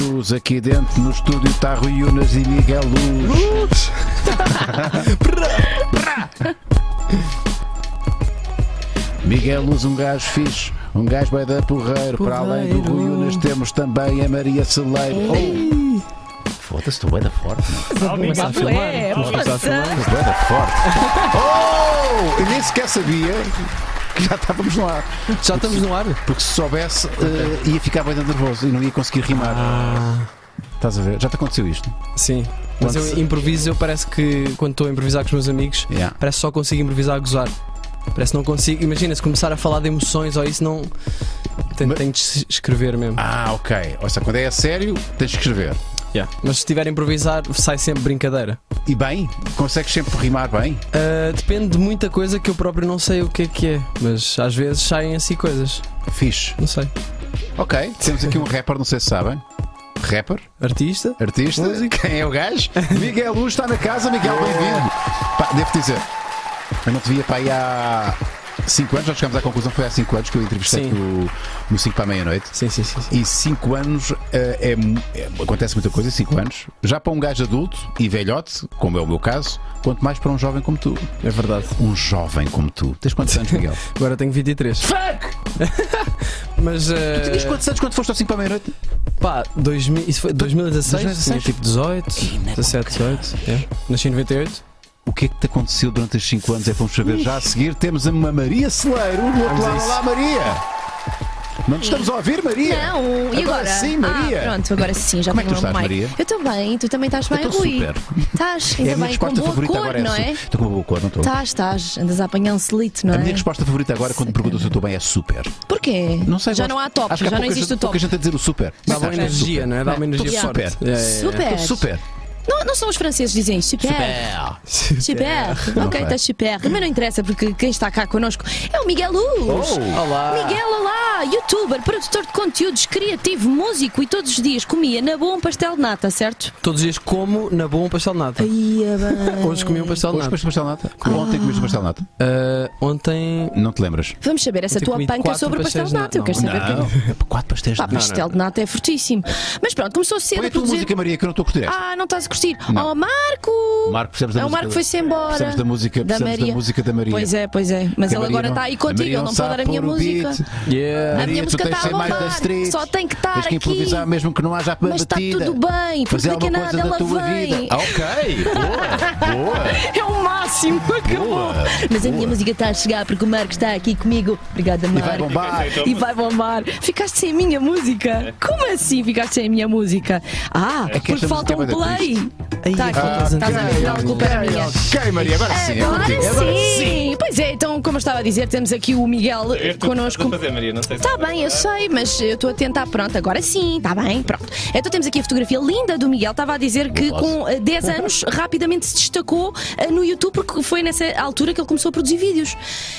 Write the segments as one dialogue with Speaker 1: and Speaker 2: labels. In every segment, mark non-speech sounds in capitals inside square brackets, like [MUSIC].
Speaker 1: News. Aqui dentro no estúdio está Rui Unas e Miguel Luz. Miguel Luz, um gajo fixe. Um gajo bem da porreiro. Para além do Rui
Speaker 2: Porreiro.
Speaker 1: Unas, temos também a Maria Celeiro. Oh,
Speaker 3: Foda-se, estou bem da forte.
Speaker 2: Começa a filmar.
Speaker 4: é,
Speaker 2: Vamos começar a
Speaker 4: força.
Speaker 2: filmar.
Speaker 3: Bem da forte.
Speaker 1: oh! Eu nem sequer sabia que já estávamos no ar.
Speaker 2: Já estamos no ar.
Speaker 1: Porque se soubesse, eh, ia ficar bem nervoso e não ia conseguir rimar.
Speaker 2: Ah.
Speaker 1: Estás a ver? Já te aconteceu isto?
Speaker 2: Sim. Mas
Speaker 1: Quando
Speaker 2: eu
Speaker 1: se-
Speaker 2: improviso, eu parece que quando estou a improvisar com os meus amigos,
Speaker 1: Yeah.
Speaker 2: parece que só consigo improvisar a gozar. Parece que não consigo. Imagina, se começar a falar de emoções ou isso, não. Tenho,
Speaker 1: Mas-
Speaker 2: tenho de se escrever mesmo.
Speaker 1: Ah, ok. Ou seja, quando é a sério, tens de escrever.
Speaker 2: Yeah. Mas se estiver a improvisar, sai sempre brincadeira.
Speaker 1: E bem, consegues sempre rimar bem.
Speaker 2: Ah, depende de muita coisa que eu próprio não sei o que é que é. Mas às vezes saem assim coisas.
Speaker 1: Fixe.
Speaker 2: Não sei.
Speaker 1: Ok, temos aqui um rapper, não sei se sabem. Rapper,
Speaker 2: Artista?
Speaker 1: artista, quem é o gajo? Miguel Luz está na casa, Miguel, bem-vindo. Pá, devo dizer, eu não te via para aí há 5 anos, já chegámos à conclusão, que foi há 5 anos que eu entrevistei
Speaker 2: Sim.
Speaker 1: no, no 5 para a meia-noite.
Speaker 2: Sim, sim, sim. sim.
Speaker 1: E 5 anos eh, é, mu- é- acontece muita coisa em 5 anos. Já para um gajo adulto e velhote, como é o meu caso, quanto mais para um jovem como tu.
Speaker 2: É verdade.
Speaker 1: Um jovem como tu. Tens quantos anos,
Speaker 2: [LAUGHS]
Speaker 1: Miguel?
Speaker 2: Agora tenho 23.
Speaker 1: Fuck!
Speaker 2: [LAUGHS] Mas. ah,
Speaker 1: Tu tinhas quantos anos quando foste ao 5 para a meia-noite?
Speaker 2: Pá, 2000, isso foi 2016?
Speaker 1: 2016?
Speaker 2: Tinha tipo 18, 17, 18. É. Nasci em 98.
Speaker 1: O que é que te aconteceu durante estes 5 anos? É vamos saber já a seguir. Temos a Maria Celeiro do outro
Speaker 2: Vamos a
Speaker 1: lado.
Speaker 2: isso.
Speaker 1: Olá, Maria! Não te estamos a ouvir, Maria?
Speaker 4: Não, e agora?
Speaker 1: sim, Maria.
Speaker 4: Ah, pronto, agora sim, já
Speaker 1: Como é que tu estás,
Speaker 4: tenho o meu mic.
Speaker 1: Maria?
Speaker 4: Eu estou bem, tu também estás bem,
Speaker 1: estou
Speaker 4: Rui.
Speaker 1: super.
Speaker 4: Estás
Speaker 1: É a
Speaker 4: ainda
Speaker 1: minha
Speaker 4: bem, com
Speaker 1: resposta
Speaker 4: boa
Speaker 1: favorita
Speaker 4: cor,
Speaker 1: agora é
Speaker 4: não
Speaker 1: super.
Speaker 4: é?
Speaker 1: Estou com uma boa cor, não estou?
Speaker 4: Estás, estás, andas a apanhar um selito, não
Speaker 1: A
Speaker 4: é?
Speaker 1: minha resposta favorita agora quando me perguntam se eu estou bem é super.
Speaker 4: Porquê?
Speaker 1: Não sei,
Speaker 4: já
Speaker 1: gosto.
Speaker 4: não há top,
Speaker 1: Acho que há
Speaker 4: já não
Speaker 1: pouca
Speaker 4: existe
Speaker 1: gente-
Speaker 4: o top.
Speaker 1: Pouca gente a dizer o super.
Speaker 2: Dá
Speaker 1: Como é
Speaker 2: uma
Speaker 1: que estás? Estou
Speaker 2: energia, não é? Dá uma energia
Speaker 1: Estou
Speaker 2: forte.
Speaker 1: super.
Speaker 2: É, é, é.
Speaker 4: Super.
Speaker 1: Estou super.
Speaker 4: Não, não são os franceses que dizem super, super.
Speaker 1: [LAUGHS]
Speaker 4: Ok,
Speaker 1: Ok.
Speaker 4: estás super. Mas não interessa, porque quem está cá connosco é o Miguel Luz.
Speaker 1: Oh,
Speaker 2: Olá!
Speaker 4: Miguel, olá, youtuber, produtor de conteúdos, criativo, músico e todos os dias comia na boa um pastel de nata, certo?
Speaker 2: Todos os dias como na boa um pastel de nata.
Speaker 4: Aí, é bem.
Speaker 2: Hoje comi um pastel de
Speaker 1: Hoje
Speaker 2: nata.
Speaker 1: comeste pastel de nata?
Speaker 4: Ah.
Speaker 1: Ontem comeste pastel de nata?
Speaker 2: Ah, ontem.
Speaker 1: Não te lembras?
Speaker 4: Vamos saber essa
Speaker 2: Ontem
Speaker 4: tua
Speaker 2: comi
Speaker 4: panca
Speaker 2: quatro
Speaker 4: sobre o pastel de nata. Eu quero
Speaker 2: pastéis de
Speaker 4: saber o que é que-
Speaker 1: [LAUGHS] Quatro pastéis
Speaker 4: Pá,
Speaker 1: de nata.
Speaker 4: pastel de nata é fortíssimo. Mas pronto, começou cedo
Speaker 1: Põe
Speaker 4: a
Speaker 1: a tua
Speaker 4: produzir.
Speaker 1: música, Maria, que eu não estou a curtir esta.
Speaker 4: Ah, não estás a curtir.
Speaker 1: Não.
Speaker 4: Oh, Marco!
Speaker 1: Marco, precisamos da
Speaker 4: Ah, o
Speaker 1: música
Speaker 4: Marco
Speaker 1: da-
Speaker 4: foi-se embora.
Speaker 1: precisamos da música- precisamos da música da Maria.
Speaker 4: Pois é, pois é. Mas
Speaker 1: Que a
Speaker 4: ele
Speaker 1: Maria
Speaker 4: agora
Speaker 1: não-
Speaker 4: está aí
Speaker 1: a
Speaker 4: contigo,
Speaker 1: Maria
Speaker 4: ele não
Speaker 1: sabe
Speaker 4: pode dar a minha
Speaker 1: pôr o
Speaker 4: música.
Speaker 1: beat.
Speaker 2: Yeah.
Speaker 4: A minha
Speaker 1: tu
Speaker 4: música
Speaker 1: tens
Speaker 4: tá
Speaker 1: de ser
Speaker 4: a
Speaker 1: mais da
Speaker 4: bombar.
Speaker 1: street.
Speaker 4: Só tem que estar
Speaker 1: Tens que
Speaker 4: aqui.
Speaker 1: improvisar mesmo que não haja a
Speaker 4: Mas está
Speaker 1: batida.
Speaker 4: tudo bem,
Speaker 1: Fazer
Speaker 4: porque
Speaker 1: alguma
Speaker 4: daqui a
Speaker 1: coisa da
Speaker 4: nada ela
Speaker 1: tua
Speaker 4: vem.
Speaker 1: vida. Ah, Ok, boa, boa.
Speaker 4: É o máximo, acabou. Mas a minha música está a chegar porque o Marco está aqui comigo. Obrigada, Marco.
Speaker 1: vai bombar.
Speaker 4: E vai bombar. Ficaste sem a minha música? Como assim ficaste sem a minha música? Ah,
Speaker 1: É que
Speaker 4: porque
Speaker 1: esta
Speaker 4: falta um
Speaker 1: música é bué da
Speaker 4: play.
Speaker 2: Ai,
Speaker 4: Tá,
Speaker 2: é
Speaker 4: aqui,
Speaker 2: verdade.
Speaker 4: estás a ver, não, a culpa era minha.
Speaker 1: Ok, Maria, agora sim. é
Speaker 4: Agora
Speaker 1: contigo.
Speaker 4: sim! Pois é, então, como eu estava a dizer, temos aqui o Miguel eh,
Speaker 5: Eu estou-
Speaker 4: connosco.
Speaker 5: estou a fazer, Maria, não sei se
Speaker 4: Está
Speaker 5: estou a
Speaker 4: bem, eu
Speaker 5: falar.
Speaker 4: sei, mas eu estou a tentar. Pronto, agora sim, está bem, pronto. Então temos aqui a fotografia linda do Miguel. Estava a dizer que com eh, 10
Speaker 1: [LAUGHS]
Speaker 4: anos rapidamente se destacou eh, no YouTube, porque foi nessa altura que ele começou a produzir vídeos.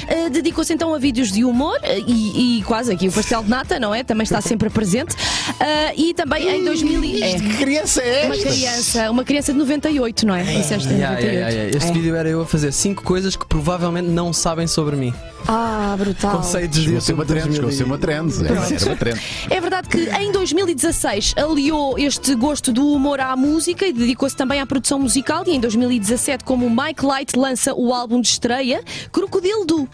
Speaker 4: Eh, Dedicou-se então a vídeos de humor eh, e, e quase aqui o pastel de nata, não é? Também está sempre presente. Ah, E também em 2000. e- é,
Speaker 1: Que criança é
Speaker 4: Uma
Speaker 1: esta?
Speaker 4: criança, uma criança de 98, não é? Disseste em
Speaker 2: Yeah, yeah,
Speaker 4: 98.
Speaker 2: yeah. Este
Speaker 4: É.
Speaker 2: vídeo era eu a fazer 5 coisas que provavelmente não sabem sobre mim.
Speaker 4: Ah, brutal.
Speaker 2: Conceitos de
Speaker 1: Chegou a ser é uma
Speaker 2: YouTube
Speaker 1: trend, chegou a ser uma
Speaker 2: 2000
Speaker 1: trend. É, Era uma trend.
Speaker 4: É verdade que em 2016 aliou este gosto do humor à música e dedicou-se também à produção musical. E em 2017, como o Mike Light lança o álbum de estreia, Crocodilo Do.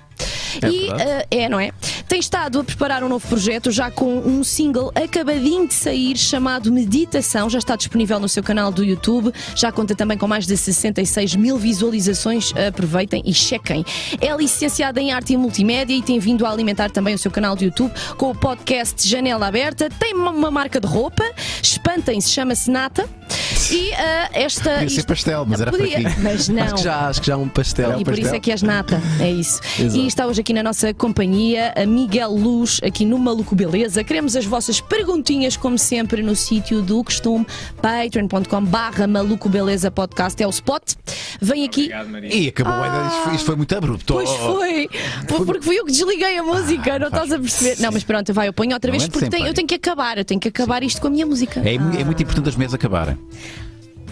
Speaker 4: e eh, é, não é? Tem estado a preparar um novo projeto, já com um single acabadinho de sair, chamado Meditação. Já está disponível no seu canal do YouTube. Já conta também com mais de 66 mil visualizações. Aproveitem e chequem. É licenciada em arte e multimédia e tem vindo a alimentar também o seu canal do YouTube com o podcast Janela Aberta. Tem uma, uma marca de roupa. Espantem-se, chama-se Nata. E ah, esta.
Speaker 1: Podia ser
Speaker 4: isto-
Speaker 1: pastel, mas era
Speaker 4: Podia,
Speaker 1: fraquinho.
Speaker 4: mas não.
Speaker 2: Acho que já, acho que já é um pastel.
Speaker 4: E por isso é que és nata, é isso.
Speaker 2: Exato.
Speaker 4: E está hoje aqui na nossa companhia a Miguel Luz, aqui no Maluco Beleza. Queremos as vossas perguntinhas, como sempre, no sítio do costume, patreon.com barra Maluco Beleza Podcast, é o spot. Vem aqui.
Speaker 5: Obrigado, Maria.
Speaker 1: E acabou, olha, isto foi- isto foi muito abrupto.
Speaker 4: Pois
Speaker 1: Oh, oh, oh.
Speaker 4: foi, Por- porque fui eu que desliguei a música, não
Speaker 1: faz-
Speaker 4: estás a perceber? Não, mas pronto, vai, eu ponho outra
Speaker 1: Não
Speaker 4: vez
Speaker 1: entre
Speaker 4: porque
Speaker 1: sem
Speaker 4: tem- eu
Speaker 1: pânico.
Speaker 4: tenho que acabar, eu tenho que acabar isto com a minha música.
Speaker 1: É, mu- é muito importante as mesas acabarem.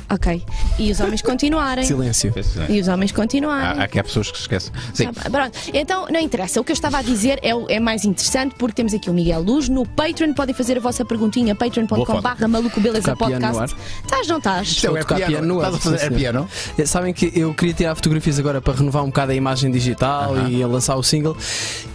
Speaker 4: Ok. E os homens continuarem.
Speaker 2: Silêncio.
Speaker 4: E os homens
Speaker 1: Há,
Speaker 4: continuarem.
Speaker 1: há que há pessoas que se esquecem. Sim,
Speaker 4: Tá bem, pronto. Então, não interessa. O que eu estava a dizer é, o- é mais interessante porque temos aqui o Miguel Luz. No Patreon podem fazer a vossa perguntinha.
Speaker 1: Boa foto.
Speaker 4: patreon.com/barra maluco beleza
Speaker 2: Tocar piano
Speaker 4: podcast.
Speaker 2: no
Speaker 4: Estás, não estás?
Speaker 1: Isto é o
Speaker 2: Estou a tocar
Speaker 1: piano.
Speaker 2: piano,
Speaker 1: Estás a fazer
Speaker 2: sim,
Speaker 1: é
Speaker 2: senhor.
Speaker 1: piano?
Speaker 2: Eh, Sabem que eu queria tirar fotografias agora para renovar um bocado a imagem digital e a lançar o single.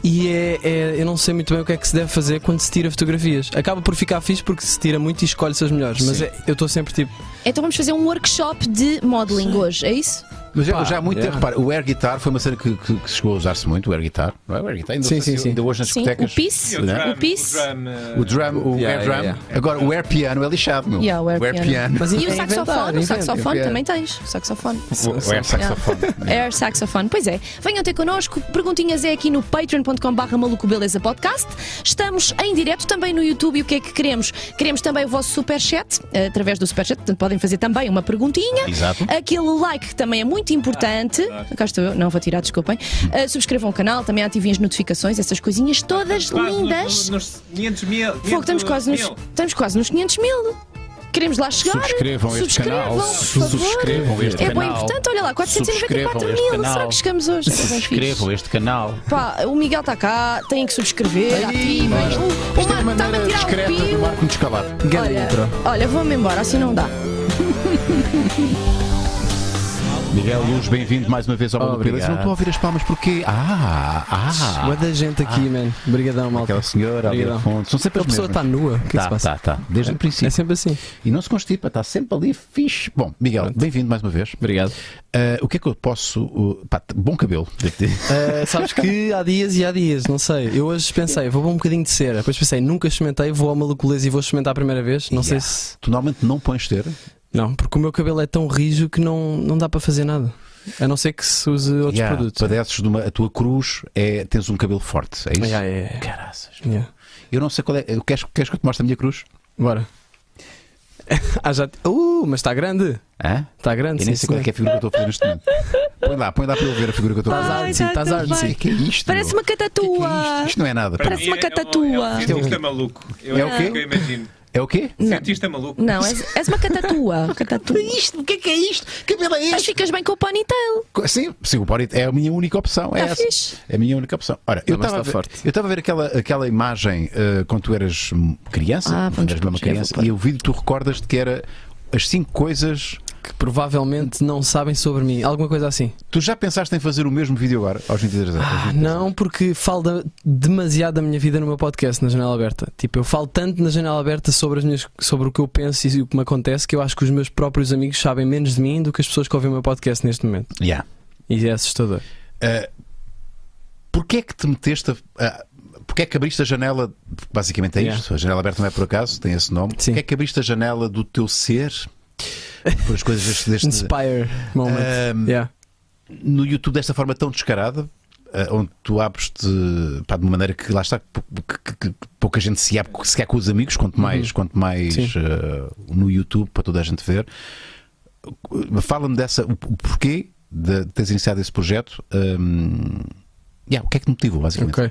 Speaker 2: E é, é- eu não sei muito bem o que é que se deve fazer quando se tira fotografias. Acaba por ficar fixe porque se tira muito e escolhe-se as melhores. Mas
Speaker 1: Sim.
Speaker 2: é- eu estou sempre tipo.
Speaker 4: Então vamos fazer um workshop de modeling hoje, é isso?
Speaker 1: Mas eu
Speaker 2: Pá,
Speaker 1: já há muito
Speaker 2: é.
Speaker 1: tempo, repara, o air guitar foi uma cena que, que- que chegou a usar-se muito, o air guitar. Não é? O air guitar ainda,
Speaker 2: Sim,
Speaker 1: usa-se
Speaker 2: sim, sim.
Speaker 1: ainda hoje nas
Speaker 4: Sim,
Speaker 1: discotecas.
Speaker 4: o Peace.
Speaker 1: Não é?
Speaker 4: O Peace.
Speaker 5: eh,
Speaker 1: O drum, o
Speaker 2: Yeah,
Speaker 1: air
Speaker 2: yeah,
Speaker 1: drum.
Speaker 2: yeah.
Speaker 1: Agora, o air piano é lixado, meu.
Speaker 4: Yeah, o air piano.
Speaker 2: Mas
Speaker 4: E o
Speaker 2: é [LAUGHS] inventar,
Speaker 4: saxofone, o
Speaker 2: inventa.
Speaker 4: saxofone
Speaker 1: Inventa.
Speaker 4: também tens. O saxofone.
Speaker 1: O, o air saxofone.
Speaker 4: Air Saxophone. Pois é, venham ter connosco. Perguntinhas é aqui no patreon.com/barra maluco beleza podcast. Estamos em direto também no YouTube. E o que é que queremos? Queremos também o vosso superchat, eh, através do superchat. Portanto, podem fazer também uma perguntinha.
Speaker 1: Exato. Ah,
Speaker 4: Aquele like que também é muito importante. Cá estou eu, não vou tirar, desculpem.
Speaker 1: Hum.
Speaker 4: Eh, subscrevam o canal, também ativem as notificações, essas coisinhas todas
Speaker 5: Quase Nos,
Speaker 4: lindas.
Speaker 5: nos 500 mil.
Speaker 4: Fogo, estamos
Speaker 5: 500
Speaker 4: quase, nos,
Speaker 5: mil.
Speaker 4: estamos quase nos 500 mil. Queremos lá chegar.
Speaker 1: Subscrevam este canal.
Speaker 4: Subscrevam, por favor.
Speaker 1: Subscrevam este
Speaker 4: É bem
Speaker 3: canal.
Speaker 4: importante, olha lá, 494
Speaker 3: Subscrevam este
Speaker 4: mil. Será
Speaker 3: canal.
Speaker 4: que chegamos hoje? É bem fixe.
Speaker 3: Subscrevam este canal.
Speaker 4: Pá, o Miguel está cá, têm que subscrever,
Speaker 1: Isto é
Speaker 4: ativem. O, o
Speaker 1: uma
Speaker 4: Marco está-me a
Speaker 1: maneira
Speaker 4: tirar o
Speaker 1: discreta do
Speaker 4: pio.
Speaker 1: Marco nos calar.
Speaker 3: é
Speaker 2: Ganda
Speaker 4: Olha,
Speaker 2: intro.
Speaker 4: olha vou-me embora, assim não dá.
Speaker 1: Miguel Luz, bem-vindo mais uma vez ao Mundo
Speaker 3: Obrigado.
Speaker 1: Pilas. Não estou a ouvir as palmas porque. Ah,
Speaker 2: Boa
Speaker 1: ah.
Speaker 2: da gente aqui, man. Obrigadão, malta.
Speaker 1: Aquela senhora ali
Speaker 2: Obrigado.
Speaker 1: ao fundo. São sempre
Speaker 2: A
Speaker 1: as
Speaker 2: pessoa está
Speaker 1: mesmas.
Speaker 2: nua. O que é que se
Speaker 3: Tá,
Speaker 2: passa?
Speaker 3: tá, tá.
Speaker 1: Desde o
Speaker 2: É
Speaker 1: princípio.
Speaker 2: sempre assim.
Speaker 1: E não se constipa, está sempre ali fixe. Bom, Miguel, bem-vindo mais uma vez.
Speaker 2: Obrigado.
Speaker 1: Ah, o que é que eu posso. uh, pá, t- bom cabelo, devo
Speaker 2: [LAUGHS]
Speaker 1: dizer.
Speaker 2: Uh, sabes que há dias e há dias, não sei. Eu hoje pensei, vou pôr um bocadinho de cera. Depois pensei, nunca experimentei, vou ao malucolês e vou experimentar a primeira vez. Não sei
Speaker 1: Yeah.
Speaker 2: se.
Speaker 1: Tu normalmente não pões ter.
Speaker 2: Não, porque o meu cabelo é tão rijo que não, não dá para fazer nada. A não ser que se use outros
Speaker 1: Yeah,
Speaker 2: produtos. é.
Speaker 1: Padeces de uma. A tua cruz é. Tens um cabelo forte, é isso?
Speaker 2: Yeah, yeah, yeah.
Speaker 1: Caraças.
Speaker 2: Yeah.
Speaker 1: Eu não sei qual é. eu- Queres, queres que eu te mostre a minha cruz?
Speaker 2: Bora. [LAUGHS] ah, já. Uh, mas está grande.
Speaker 1: Hã?
Speaker 2: Está grande.
Speaker 1: Eu nem sei
Speaker 2: sim,
Speaker 1: qual é, que é a figura que eu estou a fazer neste momento. Põe lá, põe lá para eu ver a figura que eu estou a
Speaker 2: Estás
Speaker 1: fazer.
Speaker 2: artsy,
Speaker 4: tá
Speaker 2: estás
Speaker 4: tão
Speaker 1: O
Speaker 2: artsy.
Speaker 1: que é que é isto?
Speaker 4: Parece uma
Speaker 1: meu? O que é que é
Speaker 4: catatua.
Speaker 1: isto? Isto não é nada. pá.
Speaker 4: Parece
Speaker 5: É-
Speaker 4: uma
Speaker 5: é o-
Speaker 4: catatua.
Speaker 5: É o cientista maluco. Eu,
Speaker 1: É o quê?
Speaker 5: que eu imagino.
Speaker 1: É o quê?
Speaker 5: Cientista maluco.
Speaker 4: Não, és, és
Speaker 1: [LAUGHS]
Speaker 4: uma catatua. catatua.
Speaker 1: Isto, o que é que é isto? Que cabelo é
Speaker 4: Mas
Speaker 1: este?
Speaker 4: ficas bem com o ponytail.
Speaker 1: Sim, sim, o body é a minha única opção. É
Speaker 4: Tá
Speaker 1: essa.
Speaker 4: fixe.
Speaker 1: É a minha única opção. Ora, eu
Speaker 2: Não, mas
Speaker 1: estava a
Speaker 2: tá
Speaker 1: ver,
Speaker 2: forte.
Speaker 1: eu estava a ver aquela, aquela imagem eh, quando tu eras hum, criança,
Speaker 4: Ah,
Speaker 1: quando
Speaker 4: vamos
Speaker 1: eras mesmo
Speaker 4: pôr, eu vou
Speaker 1: criança,
Speaker 4: pôr.
Speaker 1: e eu vi que tu recordas de que era as cinco coisas.
Speaker 2: Que provavelmente não sabem sobre mim. Alguma coisa assim.
Speaker 1: Tu já pensaste em fazer o mesmo vídeo agora, aos 23 anos?
Speaker 2: Ah, não, porque falo da- demasiado da minha vida no meu podcast, na Janela Aberta. Tipo, eu falo tanto na Janela Aberta sobre, as minhas, sobre o que eu penso e o que me acontece que eu acho que os meus próprios amigos sabem menos de mim do que as pessoas que ouvem o meu podcast neste momento.
Speaker 1: Yeah. Eh,
Speaker 2: E é assustador.
Speaker 1: Porquê é que te meteste a. a Porquê é que abriste a janela? Basicamente é
Speaker 2: Yeah.
Speaker 1: isto. A janela aberta não é por acaso, tem esse nome.
Speaker 2: Sim.
Speaker 1: Porquê é que abriste a janela do teu ser? Por as coisas deste,
Speaker 4: [LAUGHS] Um
Speaker 1: deste,
Speaker 2: Inspire moment.
Speaker 1: Ahm,
Speaker 2: Yeah.
Speaker 1: no YouTube desta forma tão descarada, eh, onde tu abres-te pá, de uma maneira que lá está, que, que- que pouca gente se abre, se quer com os amigos, quanto mais, quanto mais
Speaker 2: Uhum. Sim.
Speaker 1: eh, no YouTube para toda a gente ver. Fala-me dessa, o o porquê de teres iniciado esse projeto. hum, yeah, o que é que te motivou, basicamente?
Speaker 2: Ok.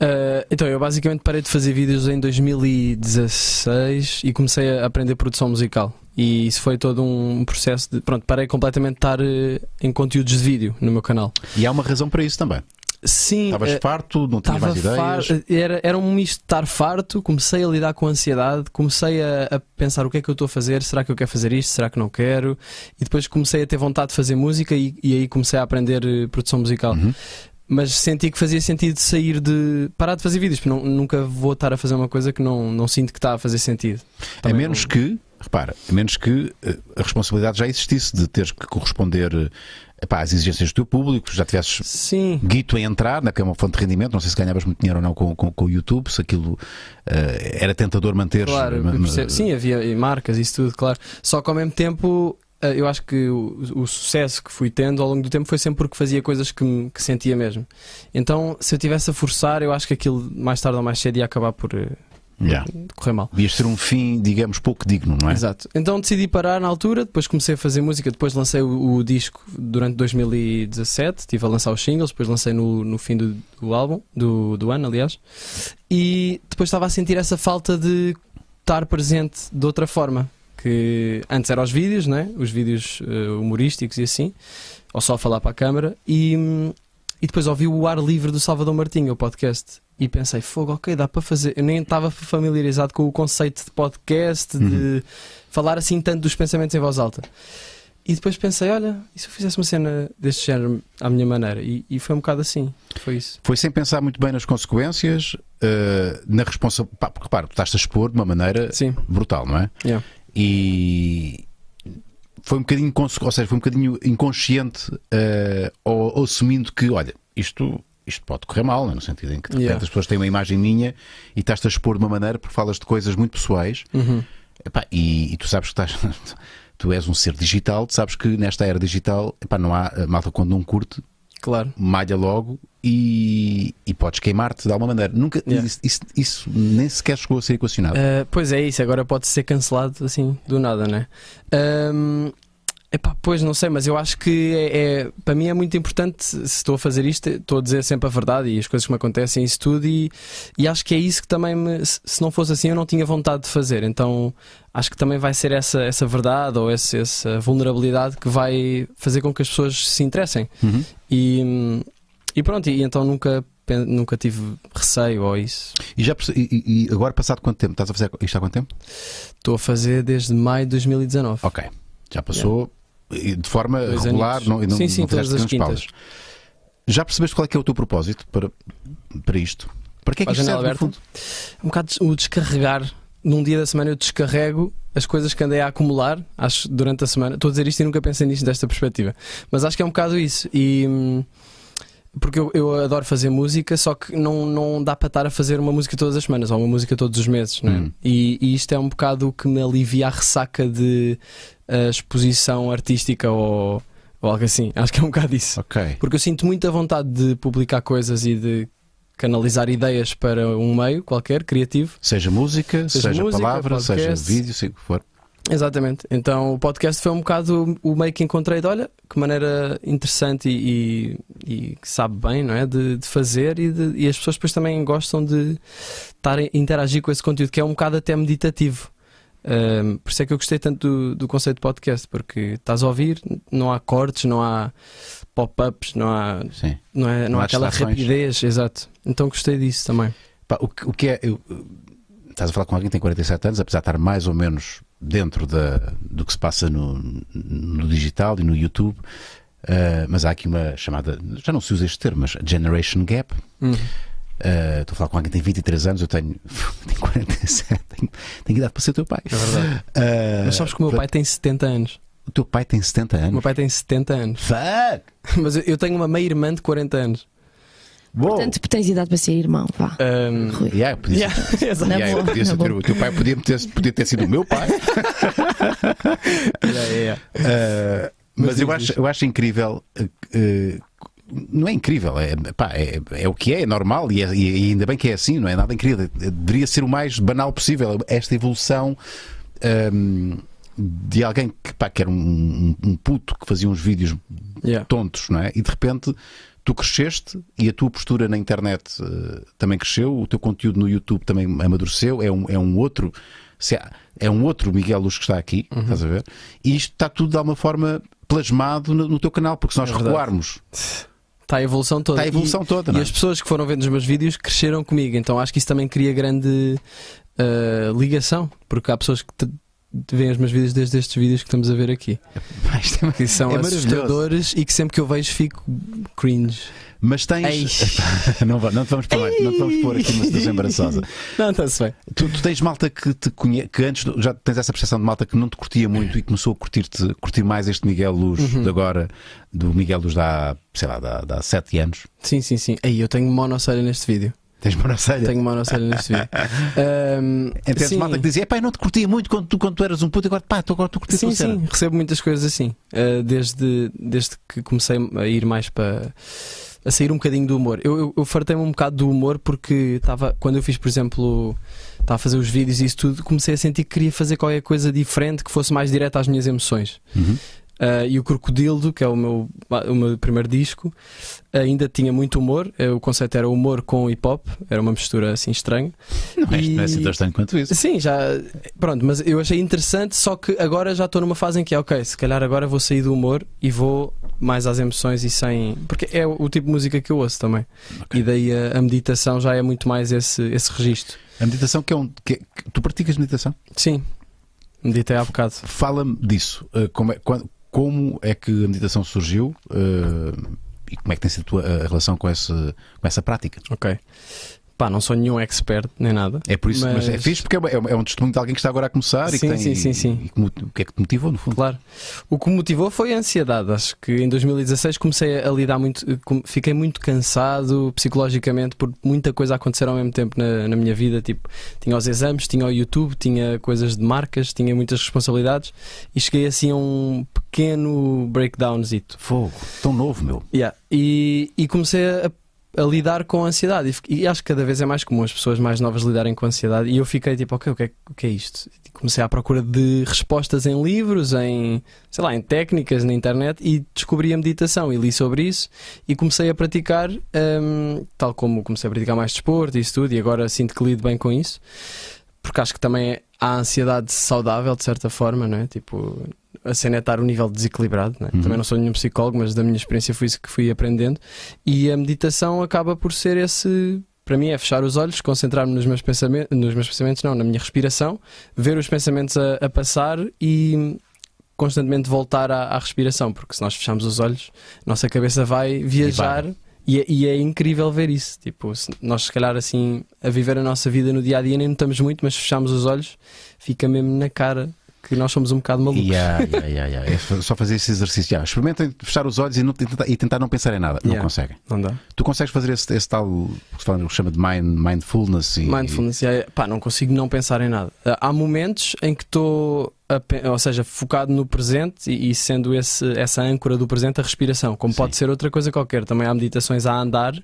Speaker 2: Ah, então, eu basicamente parei de fazer vídeos em 2016 e comecei a aprender produção musical. E isso foi todo um processo de. Pronto, parei completamente de estar eh, em conteúdos de vídeo no meu canal.
Speaker 1: E há uma razão para isso também.
Speaker 2: Sim,
Speaker 1: Estavas
Speaker 2: eh,
Speaker 1: farto, não tinhas
Speaker 2: Tava
Speaker 1: mais ideias.
Speaker 2: far- Era, era um misto de estar farto, comecei a lidar com ansiedade, comecei a, a pensar o que é que eu estou a fazer, será que eu quero fazer isto, será que não quero? E depois comecei a ter vontade de fazer música e, e aí comecei a aprender eh, produção musical.
Speaker 1: Uhum.
Speaker 2: Mas senti que fazia sentido sair de. parar de fazer vídeos, porque não- nunca vou estar a fazer uma coisa que não, não sinto que está a fazer sentido.
Speaker 1: A
Speaker 2: Também
Speaker 1: menos que, repara, a menos que eh, a responsabilidade já existisse de teres que corresponder eh, epá, às exigências do teu público, já tivesses
Speaker 2: não- Sim.
Speaker 1: guito a entrar, né, porque é uma fonte de rendimento. Não sei se ganhavas muito dinheiro ou não com, com, com o YouTube, se aquilo eh, era tentador manter.
Speaker 2: Claro, eu percebo. sim, havia e marcas, isso tudo, claro. Só que ao mesmo tempo, eh, eu acho que o, o sucesso que fui tendo ao longo do tempo foi sempre porque fazia coisas que, me- que sentia mesmo. Então, se eu tivesse a forçar, eu acho que aquilo mais tarde ou mais cedo ia acabar por eh,
Speaker 1: Yeah.
Speaker 2: correr mal.
Speaker 1: Devias ser um fim, digamos, pouco digno, não é?
Speaker 2: Exato. Então decidi parar na altura, depois comecei a fazer música, depois lancei o, o disco durante 2017, estive a lançar os singles, depois lancei no, no fim do, do álbum, do, do ano, aliás, e depois estava a sentir essa falta de estar presente de outra forma. que que antes eram os vídeos, né? os vídeos eh, humorísticos e assim, ou só falar para a câmara, e, hum, e depois ouvi o Ar Livre do Salvador Martinho, o podcast, e pensei, fogo, ok, dá para fazer. Eu nem estava familiarizado com o conceito de podcast, de falar assim tanto dos pensamentos em voz alta. E depois pensei, olha, e se eu fizesse uma cena deste género à minha maneira? E, e foi um bocado assim, foi isso.
Speaker 1: Foi sem pensar muito bem nas consequências, eh, na responsabilidade. Porque repara, tu estás a expor de uma maneira
Speaker 2: Sim.
Speaker 1: brutal, não é?
Speaker 2: Yeah.
Speaker 1: E foi um bocadinho, conse- ou seja, foi um bocadinho inconsciente eh, ou, ou assumindo que, olha, isto. Isto pode correr mal, não é? no sentido em que de repente
Speaker 2: Yeah.
Speaker 1: as pessoas têm uma imagem minha e estás-te a expor de uma maneira porque falas de coisas muito pessoais
Speaker 2: Uhum.
Speaker 1: Epá, e, e tu sabes que estás. [LAUGHS] Tu és um ser digital, tu sabes que nesta era digital epá, não há a malta quando não curte,
Speaker 2: Claro.
Speaker 1: malha logo e, e podes queimar-te de alguma maneira. Nunca,
Speaker 2: Yeah.
Speaker 1: isso, isso- isso nem sequer chegou a ser equacionado.
Speaker 2: Uh, pois é isso, agora pode ser cancelado assim do nada, né? Um, epá, pois não sei, mas eu acho que é, é- para mim é muito importante se estou a fazer isto, estou a dizer sempre a verdade e as coisas que me acontecem, isso tudo, e, e acho que é isso que também me, se se não fosse assim eu não tinha vontade de fazer, então acho que também vai ser essa, essa verdade ou esse- essa vulnerabilidade que vai fazer com que as pessoas se interessem.
Speaker 1: Uhum.
Speaker 2: E, e pronto, e então nunca, pen- nunca tive receio ou isso.
Speaker 1: E, já, perce- e- e- e agora, passado quanto tempo? Estás a fazer isto há quanto tempo?
Speaker 2: Estou a fazer desde maio de 2019.
Speaker 1: Ok. Já passou e de forma
Speaker 2: Dois
Speaker 1: regular
Speaker 2: aninhos.
Speaker 1: não, e não,
Speaker 2: Sim, sim,
Speaker 1: não fizeste
Speaker 2: todas as
Speaker 1: grandes pausas. Já percebeste qual é que é o teu propósito para, para isto? Para que é que
Speaker 2: Para a
Speaker 1: isto
Speaker 2: janela
Speaker 1: serve, no
Speaker 2: aberta.
Speaker 1: fundo?
Speaker 2: um bocado des- o descarregar. Num dia da semana eu descarrego as coisas que andei a acumular acho, durante a semana. Estou a dizer isto e nunca pensei nisto desta perspectiva. Mas acho que é um bocado isso. E. hum, Porque eu, eu adoro fazer música, só que não, não dá para estar a fazer uma música todas as semanas ou uma música todos os meses, não é?
Speaker 1: Hum.
Speaker 2: E, e isto é um bocado o que me alivia a ressaca de a exposição artística ou, ou algo assim. Acho que é um bocado isso.
Speaker 1: Ok.
Speaker 2: Porque eu sinto muita vontade de publicar coisas e de canalizar ideias para um meio qualquer, criativo.
Speaker 1: Seja música, seja,
Speaker 2: Seja música,
Speaker 1: palavra, seja
Speaker 2: podcast.
Speaker 1: vídeo, seja o que for.
Speaker 2: Exatamente. Então o podcast foi um bocado o meio que encontrei de olha, que maneira interessante e, e, e que sabe bem, não é? De, de fazer e, de- e as pessoas depois também gostam de estar a interagir com esse conteúdo, que é um bocado até meditativo. Ahm, por isso é que eu gostei tanto do, do conceito de podcast, porque estás a ouvir, não há cortes, não há pop-ups, não há
Speaker 1: Sim.
Speaker 2: Não, é, não,
Speaker 1: Não há
Speaker 2: há aquela
Speaker 1: distrações.
Speaker 2: rapidez, exato. Então gostei disso também.
Speaker 1: Pá, o, que, o que é. eu- eu- estás a falar com alguém que tem 47 anos, apesar de estar mais ou menos dentro da, do que se passa no, no digital e no YouTube, ah, mas há aqui uma chamada. Já não se usa este termo, mas Generation Gap. Ah, Estou a falar com alguém que tem 23 anos, eu tenho, [LAUGHS] tenho 47, tenho, tenho idade para ser teu pai.
Speaker 2: É verdade.
Speaker 1: Ah,
Speaker 2: Mas sabes que o meu pai tem 70 anos.
Speaker 1: O teu pai tem 70
Speaker 2: O meu
Speaker 1: anos.
Speaker 2: pai tem 70 anos. [LAUGHS]
Speaker 1: Fuck!
Speaker 2: Mas eu- eu tenho uma meia-irmã de 40 anos.
Speaker 3: Oh.
Speaker 1: Uou!
Speaker 4: Portanto, tens idade para ser irmão, vá.
Speaker 3: Hum,
Speaker 2: Ahm,
Speaker 4: Rui.
Speaker 1: Yeah, podia,
Speaker 2: yeah, exato.
Speaker 4: Na
Speaker 1: yeah,
Speaker 4: boa,
Speaker 1: podia
Speaker 4: na
Speaker 1: ser
Speaker 4: boa.
Speaker 1: o teu pai podia ter, podia ter sido o meu
Speaker 4: [LAUGHS]
Speaker 1: pai.
Speaker 2: [LAUGHS] Yeah, yeah, yeah.
Speaker 1: Uh, mas
Speaker 2: Mas
Speaker 1: eu
Speaker 2: diz,
Speaker 1: acho,
Speaker 2: diz.
Speaker 1: eu acho incrível. uh, uh, não é incrível, é, pá, é, é o que é, é normal e, é- e ainda bem que é assim, não é nada incrível. Deveria ser o mais banal possível esta evolução um, de alguém que, pá, que era um, um- um puto que fazia uns vídeos
Speaker 2: Yeah.
Speaker 1: tontos, não é? E de repente tu cresceste e a tua postura na internet eh, também cresceu, o teu conteúdo no YouTube também amadureceu, é um, é um outro. se há- é um outro Miguel Luz que está aqui,
Speaker 2: Uhum.
Speaker 1: estás a ver? E isto está tudo de alguma forma plasmado no, no teu canal, porque se nós
Speaker 2: É verdade.
Speaker 1: recuarmos,
Speaker 2: Está Tá a evolução toda.
Speaker 1: está a evolução
Speaker 2: E-
Speaker 1: toda,
Speaker 2: E
Speaker 1: não é?
Speaker 2: [LAUGHS] as pessoas que foram vendo os meus vídeos cresceram comigo, então acho que isso também cria grande ah, ligação, porque há pessoas que te- te veem os meus vídeos desde estes vídeos que estamos a ver aqui,
Speaker 1: Pá, isto é-
Speaker 2: que são
Speaker 1: É maravilhoso.
Speaker 2: assustadores e que sempre que eu vejo fico cringe.
Speaker 1: Mas
Speaker 2: Ei.
Speaker 1: tens. [LAUGHS] não, va- não, te vamos pôr mais- não te vamos pôr aqui
Speaker 2: [LAUGHS]
Speaker 1: uma situação embaraçosa.
Speaker 2: Não, está-se bem.
Speaker 1: Tu, tu tens malta que te conhece, que antes do- já tens essa percepção de malta que não te curtia muito e começou a curtir-te, curtir mais este Miguel Luz
Speaker 2: Uhum.
Speaker 1: de agora, do Miguel Luz de há, sei lá, de há- de há 7 anos.
Speaker 2: Sim, sim, sim. Aí eu tenho monocelha neste vídeo.
Speaker 1: Tens monocelha.
Speaker 2: Tenho monocelha neste vídeo. Ahm,
Speaker 1: Entendes
Speaker 2: sim,
Speaker 1: malta É que dizia, pá, eu não te curtia muito quando tu, quando tu eras um puto, agora pá, tu agora tu curtias
Speaker 2: sim,
Speaker 1: tua cena."
Speaker 2: sim, recebo muitas coisas assim. Ah, desde, desde que comecei a ir mais para. a sair um bocadinho do humor. Eu, eu, eu fartei-me um bocado do humor porque estava. quando eu fiz, por exemplo. Estava a fazer os vídeos e isso tudo, comecei a sentir que queria fazer qualquer coisa diferente que fosse mais direta às minhas emoções.
Speaker 1: Uhum.
Speaker 2: Ah, e o Crocodildo, que é o meu, o meu primeiro disco, ainda tinha muito humor. Eh, O conceito era humor com hip hop, era uma mistura assim estranha.
Speaker 1: Não, isto não é assim
Speaker 2: E-
Speaker 1: tão estranho quanto isso.
Speaker 2: Sim, já. Pronto, mas eu achei interessante, só que agora já estou numa fase em que é ok, se calhar agora vou sair do humor e vou mais às emoções e sem. Porque é o o tipo de música que eu ouço também. E daí a, a meditação já é muito mais esse, esse registro.
Speaker 1: A meditação que é um. que é- que- tu praticas meditação?
Speaker 2: Sim, meditei há bocado.
Speaker 1: Fala-me disso. Uh, como, é, quan- como é que a meditação surgiu uh, e como é que tem sido a tua a relação com, esse, com essa prática?
Speaker 2: Ok. Pá, não sou nenhum expert nem nada.
Speaker 1: É por isso, mas, é
Speaker 2: Mas-
Speaker 1: fixe porque é, uma- é uma- é um testemunho de alguém que está agora a começar e que
Speaker 2: Sim,
Speaker 1: tem.
Speaker 2: sim, sim, sim.
Speaker 1: e como- o que é que te motivou, no fundo?
Speaker 2: Claro. O que me motivou foi a ansiedade. Acho que em 2016 comecei a lidar muito, com- fiquei muito cansado psicologicamente por muita coisa a acontecer ao mesmo tempo na, na minha vida. Tipo, tinha os exames, tinha o YouTube, tinha coisas de marcas, tinha muitas responsabilidades e cheguei assim a um pequeno breakdownzito.
Speaker 1: Fogo, tão novo, meu.
Speaker 2: Yeah. E, e comecei a, a lidar com a ansiedade. E fi- E, acho que cada vez é mais comum as pessoas mais novas lidarem com a ansiedade. E eu fiquei tipo, ok, o que é, o que é isto? E comecei à procura de respostas em livros, em, sei lá, em técnicas na internet e descobri a meditação e li sobre isso e comecei a praticar, hum, tal como comecei a praticar mais desporto e isso tudo, e agora sinto que lido bem com isso. Porque acho que também há ansiedade saudável, de certa forma, não é? Tipo, a cena é estar um nível desequilibrado. Não é?
Speaker 1: Uhum.
Speaker 2: Também não sou nenhum psicólogo, mas da minha experiência foi isso que fui aprendendo. E a meditação acaba por ser esse. Para mim é fechar os olhos, concentrar-me nos meus pensamentos, nos meus pensamentos, não, na minha respiração, ver os pensamentos a, a passar e constantemente voltar à, à respiração, porque se nós fechamos os olhos, nossa cabeça vai viajar e, é- e é incrível ver isso. Tipo, se nós se calhar assim a viver a nossa vida no dia a dia nem notamos muito, mas fechamos os olhos, fica mesmo na cara que nós somos um bocado malucos.
Speaker 1: Yeah, yeah, yeah, yeah. É fa- só fazer esse exercício. Yeah, experimentem fechar os olhos e, não, e tentar, e tentar não pensar em nada. Não
Speaker 2: Yeah.
Speaker 1: conseguem.
Speaker 2: Não dá.
Speaker 1: Tu consegues fazer esse, esse tal que se fala, chama de mind, mindfulness e
Speaker 2: Mindfulness, é, pá, não consigo não pensar em nada. Ah, Há momentos em que estou, a pe- ou seja, focado no presente e, e sendo esse, essa âncora do presente a respiração, como pode ser outra coisa qualquer. Também há meditações a andar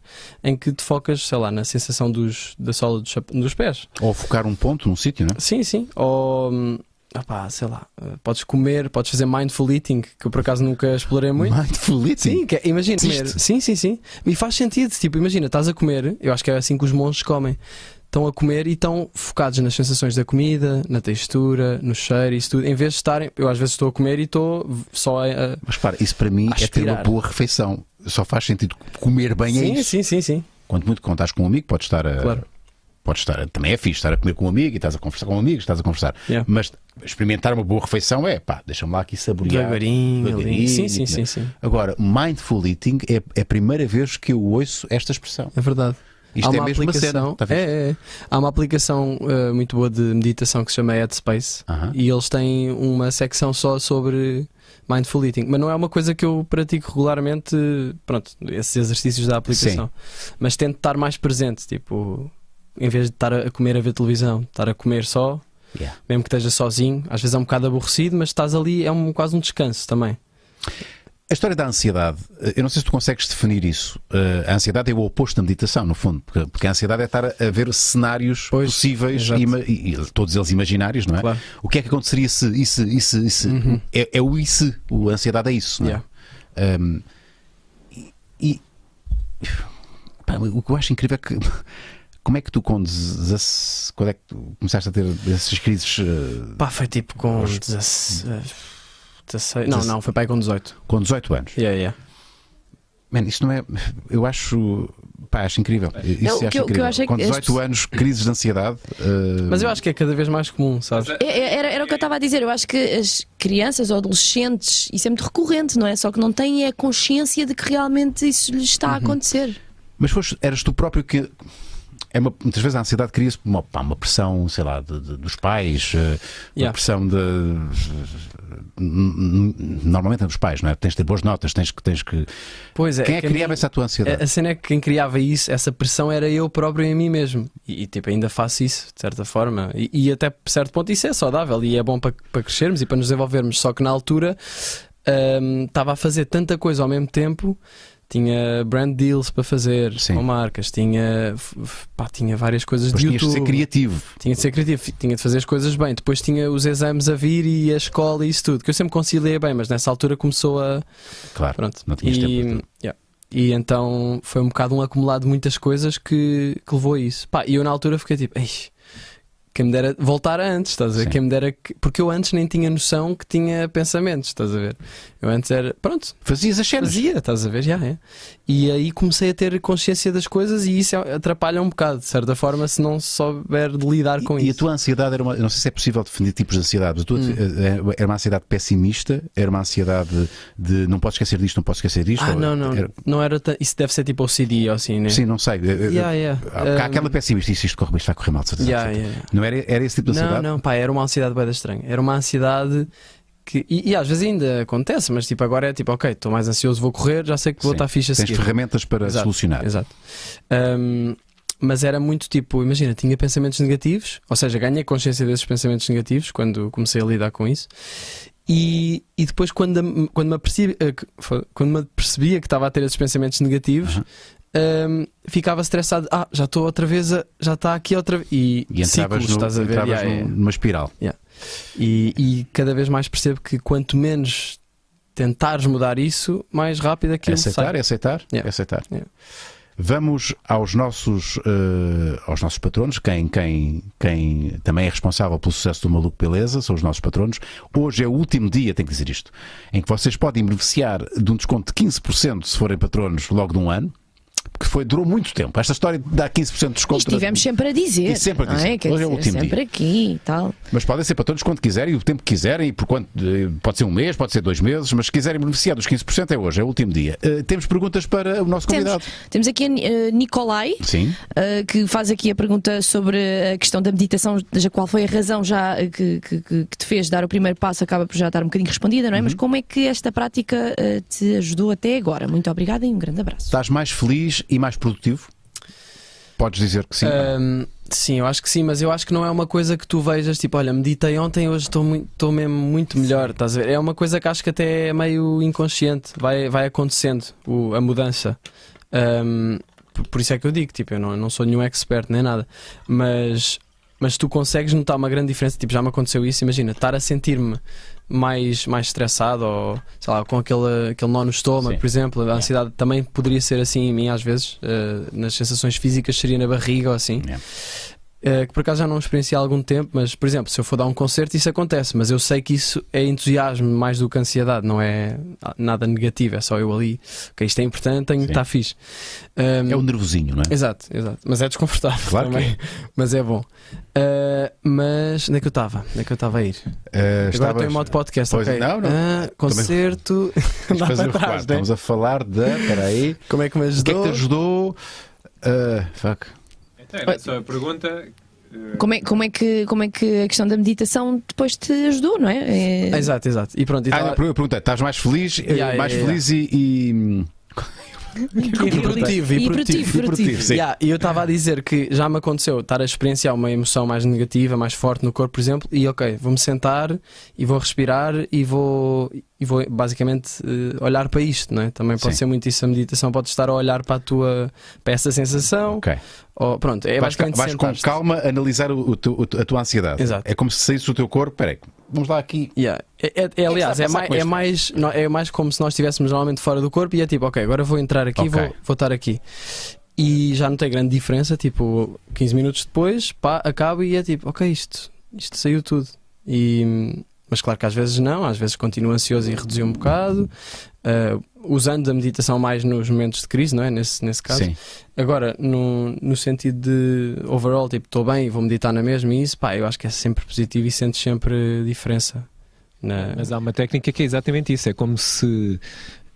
Speaker 2: em que te focas, sei lá, na sensação dos, da sola dos, chap- dos pés.
Speaker 1: ou focar um ponto num sítio, não é?
Speaker 2: Sim, sim. Ou, hum, opá, sei lá, ah, podes comer, podes fazer mindful eating, que eu por acaso nunca explorei muito.
Speaker 1: Mindful
Speaker 2: Sim,
Speaker 1: eating.
Speaker 2: que é- imagina
Speaker 1: Existe.
Speaker 2: comer. Sim, sim, sim. E faz sentido. Tipo, imagina, estás a comer, eu acho que é assim que os monges comem. Estão a comer e estão focados nas sensações da comida, na textura, no cheiro, isso tudo. Em vez de estarem. Eu às vezes estou a comer e estou só a. a-
Speaker 1: Mas para, isso para mim é ter uma
Speaker 2: Aspirar.
Speaker 1: boa refeição. Só faz sentido comer bem é
Speaker 2: sim,
Speaker 1: isso.
Speaker 2: sim, sim, sim.
Speaker 1: Quanto muito quando estás com um amigo, podes estar a.
Speaker 2: Claro.
Speaker 1: Podes estar, a- também é fixe estar a comer com um amigo e estás a conversar com um amigo, estás a conversar.
Speaker 2: Yeah.
Speaker 1: Mas experimentar uma boa refeição é pá, deixa-me lá aqui saborear.
Speaker 2: Devagarinho,
Speaker 1: devagarinho,
Speaker 2: devagarinho. Sim, sim,
Speaker 1: né?
Speaker 2: sim, sim.
Speaker 1: Agora, mindful eating é, é a primeira vez que eu ouço esta expressão.
Speaker 2: É verdade.
Speaker 1: Isto
Speaker 2: Há
Speaker 1: é
Speaker 2: uma
Speaker 1: a mesma cena.
Speaker 2: aplicação,
Speaker 1: Tá vendo?
Speaker 2: é, é, é. Há uma aplicação eh, muito boa de meditação que se chama Headspace
Speaker 1: Aham.
Speaker 2: e eles têm uma secção só sobre mindful eating, mas não é uma coisa que eu pratico regularmente, pronto, esses exercícios da aplicação. Mas tento estar mais presente, tipo, em vez de estar a comer a ver televisão, estar a comer só,
Speaker 1: Yeah.
Speaker 2: mesmo que esteja sozinho, às vezes é um bocado aborrecido, mas estás ali, é um, quase um descanso também.
Speaker 1: A história da ansiedade, eh, eu não sei se tu consegues definir isso. Eh, a ansiedade é o oposto da meditação, no fundo, porque, porque a ansiedade é estar a a ver cenários
Speaker 2: Pois,
Speaker 1: possíveis,
Speaker 2: exato.
Speaker 1: ima- e, e todos eles imaginários, não é?
Speaker 2: Claro.
Speaker 1: O que é que aconteceria se isso, isso, isso?
Speaker 4: Uhum.
Speaker 1: É, é o isso, o- a ansiedade é isso, não é?
Speaker 2: Yeah.
Speaker 1: Um, e, e- pá, o que eu acho incrível é que [LAUGHS] como é que tu com 16 quando é que tu começaste a ter essas crises eh,
Speaker 2: Pá, foi tipo com 16. Não, não, foi pai com 18.
Speaker 1: com 18 anos?
Speaker 2: Yeah, yeah.
Speaker 1: Man, isso não é. Eu acho. Pá, acho incrível. Isso
Speaker 4: Não, o
Speaker 1: acho
Speaker 4: que eu- o que
Speaker 1: incrível.
Speaker 4: eu acho é que
Speaker 1: Com 18
Speaker 4: estes-
Speaker 1: anos, crises de ansiedade. eh,
Speaker 2: Mas eu acho que é cada vez mais comum, sabes?
Speaker 5: Mas é-
Speaker 4: É- é- Era, era o que eu estava a dizer. Eu acho que as crianças ou adolescentes, isso é muito recorrente, não é? Só que não têm a consciência de que realmente isso lhes está a
Speaker 1: Uhum.
Speaker 4: acontecer.
Speaker 1: Mas foste, eras tu próprio que. É uma- muitas vezes a ansiedade cria-se por uma, pá, uma pressão, sei lá, de- de- dos pais, eh, uma
Speaker 2: Yeah.
Speaker 1: pressão de. n- n- Normalmente é dos pais, não é? Tens de ter boas notas, tens que. Tens que...
Speaker 2: Pois é.
Speaker 1: Quem é que
Speaker 2: a
Speaker 1: criava
Speaker 2: mim-
Speaker 1: essa tua ansiedade?
Speaker 2: A a cena é que quem criava isso, essa pressão, era eu próprio em mim mesmo. E, e, tipo, ainda faço isso, de certa forma. E, e até certo ponto isso é saudável e é bom para, para crescermos e para nos desenvolvermos. Só que na altura hum, estava a fazer tanta coisa ao mesmo tempo tinha brand deals para fazer
Speaker 1: Sim.
Speaker 2: com marcas, tinha, f- f- pá, tinha várias coisas
Speaker 1: Mas
Speaker 2: de
Speaker 1: tinhas de
Speaker 2: YouTube.
Speaker 1: ser criativo.
Speaker 2: Tinha de ser criativo, fi- tinha de fazer as coisas bem. Depois tinha os exames a vir e a escola e isso tudo, que eu sempre conciliei bem, mas nessa altura começou a.
Speaker 1: Claro.
Speaker 2: Pronto.
Speaker 1: Não tinhas
Speaker 2: e,
Speaker 1: tempo para tudo.
Speaker 2: yeah. E então foi um bocado um acumulado de muitas coisas que, que levou a isso. Pá, e eu na altura fiquei tipo, ei, quem me dera voltar a antes, estás a ver?
Speaker 1: Sim.
Speaker 2: Quem me dera que... Porque eu antes nem tinha noção que tinha pensamentos, estás a ver? Eu antes era, pronto,
Speaker 1: Fazias as cenas.
Speaker 2: fazia, estás a ver? Já é. E aí comecei a ter consciência das coisas e isso atrapalha um bocado, de certa forma, se não souber de lidar
Speaker 1: E-
Speaker 2: com
Speaker 1: e, a
Speaker 2: isso. Hum.
Speaker 1: tua ansiedade era uma. eu Não sei se é possível definir tipos de ansiedade, mas a tua eh, era uma ansiedade pessimista, era uma ansiedade de não posso esquecer disto, não posso esquecer disto.
Speaker 2: Ah,
Speaker 1: ou-
Speaker 2: não, não,
Speaker 1: era-
Speaker 2: não era. tan- Isso deve ser tipo OCD ou assim, né?
Speaker 1: Sim, não sei. eh, eh,
Speaker 2: Yeah, yeah.
Speaker 1: Há há aquela
Speaker 2: Um,
Speaker 1: pessimista, isto, isto corre, isto vai correr mal, de certeza.
Speaker 2: yeah,
Speaker 1: absoluta.
Speaker 2: yeah, yeah.
Speaker 1: Não era, era esse tipo de
Speaker 2: Não,
Speaker 1: ansiedade?
Speaker 2: não, pá, era uma ansiedade bem estranha. Era uma ansiedade que. E, e às vezes ainda acontece, mas tipo, agora é tipo, ok, estou mais ansioso, vou correr, já sei que vou
Speaker 1: Sim.
Speaker 2: estar ficha a
Speaker 1: Tens
Speaker 2: seguir.
Speaker 1: ferramentas para
Speaker 2: Exato,
Speaker 1: solucionar.
Speaker 2: Exato. Ahm, mas era muito tipo, imagina, tinha pensamentos negativos, ou seja, ganhei consciência desses pensamentos negativos quando comecei a lidar com isso. E, e depois, quando, a- quando, me apercebi, eh, que- foi- quando me apercebia que estava a ter esses pensamentos negativos, ahm, ficava estressado. Ah, já estou outra vez, a, já está aqui outra vez. E,
Speaker 1: E entravas,
Speaker 2: ciclos,
Speaker 1: no-
Speaker 2: estás a ver? é
Speaker 1: entravas
Speaker 2: Yeah,
Speaker 1: num-
Speaker 2: yeah.
Speaker 1: numa espiral.
Speaker 2: E, e cada vez mais percebo que quanto menos tentares mudar isso, mais rápido aquilo
Speaker 1: aceitar,
Speaker 2: sai.
Speaker 1: é aceitar,
Speaker 2: Yeah.
Speaker 1: é aceitar.
Speaker 2: Yeah.
Speaker 1: Vamos aos nossos, eh, aos nossos patronos, quem, quem, quem também é responsável pelo sucesso do Maluco Beleza, são os nossos patronos. Hoje é o último dia, tenho que dizer isto, em que vocês podem beneficiar de um desconto de 15% se forem patronos logo de um ano, que foi, durou muito tempo. Esta história de dar 15% de desconto.
Speaker 4: E estivemos sempre a dizer.
Speaker 1: E sempre a
Speaker 4: não
Speaker 1: dizer.
Speaker 4: É? Quer
Speaker 1: Hoje é o
Speaker 4: dizer,
Speaker 1: último
Speaker 4: sempre
Speaker 1: dia.
Speaker 4: aqui e tal.
Speaker 1: Mas podem ser para todos quando quiserem, e o tempo que quiserem, e por quanto. eh, Pode ser um mês, pode ser dois meses, mas se quiserem beneficiar dos 15% é hoje, é o último dia. Eh, temos perguntas para o nosso convidado.
Speaker 4: Temos, temos aqui a Ni- eh, Nicolai.
Speaker 1: Sim.
Speaker 4: eh, que faz aqui a pergunta sobre a questão da meditação, já qual foi a razão já eh, que, que- que- que te fez dar o primeiro passo, acaba por já estar um bocadinho respondida, não
Speaker 1: Uhum.
Speaker 4: é? Mas como é que esta prática eh, te ajudou até agora? Muito obrigada e um grande abraço.
Speaker 1: Estás mais feliz e mais produtivo? Podes dizer que sim.
Speaker 2: Ahm, sim, eu acho que sim, mas eu acho que não é uma coisa que tu vejas tipo, olha, meditei ontem, hoje estou mui- estou mesmo muito melhor, estás a ver? É uma coisa que acho que até é meio inconsciente, vai, vai acontecendo o- a mudança. Ahm, por, por isso é que eu digo, tipo, eu não, eu não sou nenhum expert nem nada, mas, mas tu consegues notar uma grande diferença, tipo, já me aconteceu isso, imagina, estar a sentir-me mais, mais estressado ou sei lá, com aquele, aquele nó no estômago,
Speaker 1: Sim.
Speaker 2: por exemplo, a ansiedade também poderia ser assim em mim às vezes, eh, nas sensações físicas seria na barriga ou assim.
Speaker 1: Yeah.
Speaker 2: Eh, que por acaso já não experienciei há algum tempo, mas por exemplo, se eu for dar um concerto, isso acontece, mas eu sei que isso é entusiasmo mais do que ansiedade, não é nada negativo, é só eu ali, ok, isto é importante, tenho que
Speaker 1: Sim.
Speaker 2: estar fixe. Um,
Speaker 1: é o nervosinho, não é?
Speaker 2: Exato, exato. Mas é desconfortável
Speaker 1: Claro que
Speaker 2: também. Mas é bom. Ah, mas onde é que eu estava? Onde é que eu estava a ir?
Speaker 1: Eh,
Speaker 2: Agora
Speaker 1: estavas-
Speaker 2: estou em modo podcast,
Speaker 1: Pois,
Speaker 2: ok?
Speaker 1: não, não.
Speaker 2: Ah,
Speaker 1: [LAUGHS]
Speaker 2: concerto.
Speaker 1: vamos
Speaker 2: Andar
Speaker 1: fazer
Speaker 2: para
Speaker 1: o
Speaker 2: trás,
Speaker 1: reparo.
Speaker 2: né?
Speaker 1: Estamos a falar da. Espera aí.
Speaker 2: Como é que me
Speaker 1: O que é que te
Speaker 2: ajudou?
Speaker 1: ajudou? Eh, fuck.
Speaker 5: Então, era só a pergunta. eh,
Speaker 4: Como é, como, é que, como é que a questão da meditação depois te ajudou, não é? É-
Speaker 2: Exato, exato. E pronto, e
Speaker 1: Ah,
Speaker 2: tava-
Speaker 1: não, pergunta, pergunta, estás mais feliz, eh,
Speaker 2: Yeah, yeah,
Speaker 1: mais
Speaker 2: yeah.
Speaker 1: feliz e- e
Speaker 2: e produtivo, e
Speaker 4: E
Speaker 2: produtivo.
Speaker 4: produtivo,
Speaker 1: é E produtivo,
Speaker 4: produtivo.
Speaker 1: Sim.
Speaker 2: Yeah, E eu estava a dizer que já me aconteceu estar a experienciar uma emoção mais negativa, mais forte no corpo, por exemplo, e ok, vou-me sentar e vou respirar e vou, e vou basicamente eh, olhar para isto, não é? Também pode
Speaker 1: Sim.
Speaker 2: ser muito isso a meditação, pode estar a olhar para a tua para essa sensação.
Speaker 1: Ok.
Speaker 2: Ou, pronto, é
Speaker 1: vais,
Speaker 2: basicamente
Speaker 1: vais com
Speaker 2: sentar-te.
Speaker 1: calma analisar o- o teu- o teu- a tua ansiedade.
Speaker 2: Exato.
Speaker 1: É como se saísse do teu corpo. Espera aí, vamos lá aqui.
Speaker 2: Yeah. É, é- é, aliás,
Speaker 1: está a
Speaker 2: é
Speaker 1: passar
Speaker 2: mais,
Speaker 1: com
Speaker 2: é,
Speaker 1: isto?
Speaker 2: mais, não- é mais como se nós estivéssemos normalmente fora do corpo e é tipo, ok, agora vou entrar aqui,
Speaker 1: Ok.
Speaker 2: vou, vou estar aqui. E já não tem grande diferença, tipo, 15 minutos depois, pá, acabo e é tipo, ok, isto, isto saiu tudo. E, mas claro que às vezes não, às vezes continuo ansioso e reduzi um bocado, ah, usando a meditação mais nos momentos de crise, não é? Nesse, nesse caso.
Speaker 1: Sim.
Speaker 2: Agora, no, no sentido de overall, tipo, estou bem, vou meditar na mesma e isso, pá, eu acho que é sempre positivo e sentes sempre diferença. Na...
Speaker 6: Ah, Mas há uma técnica que é exatamente isso. É como se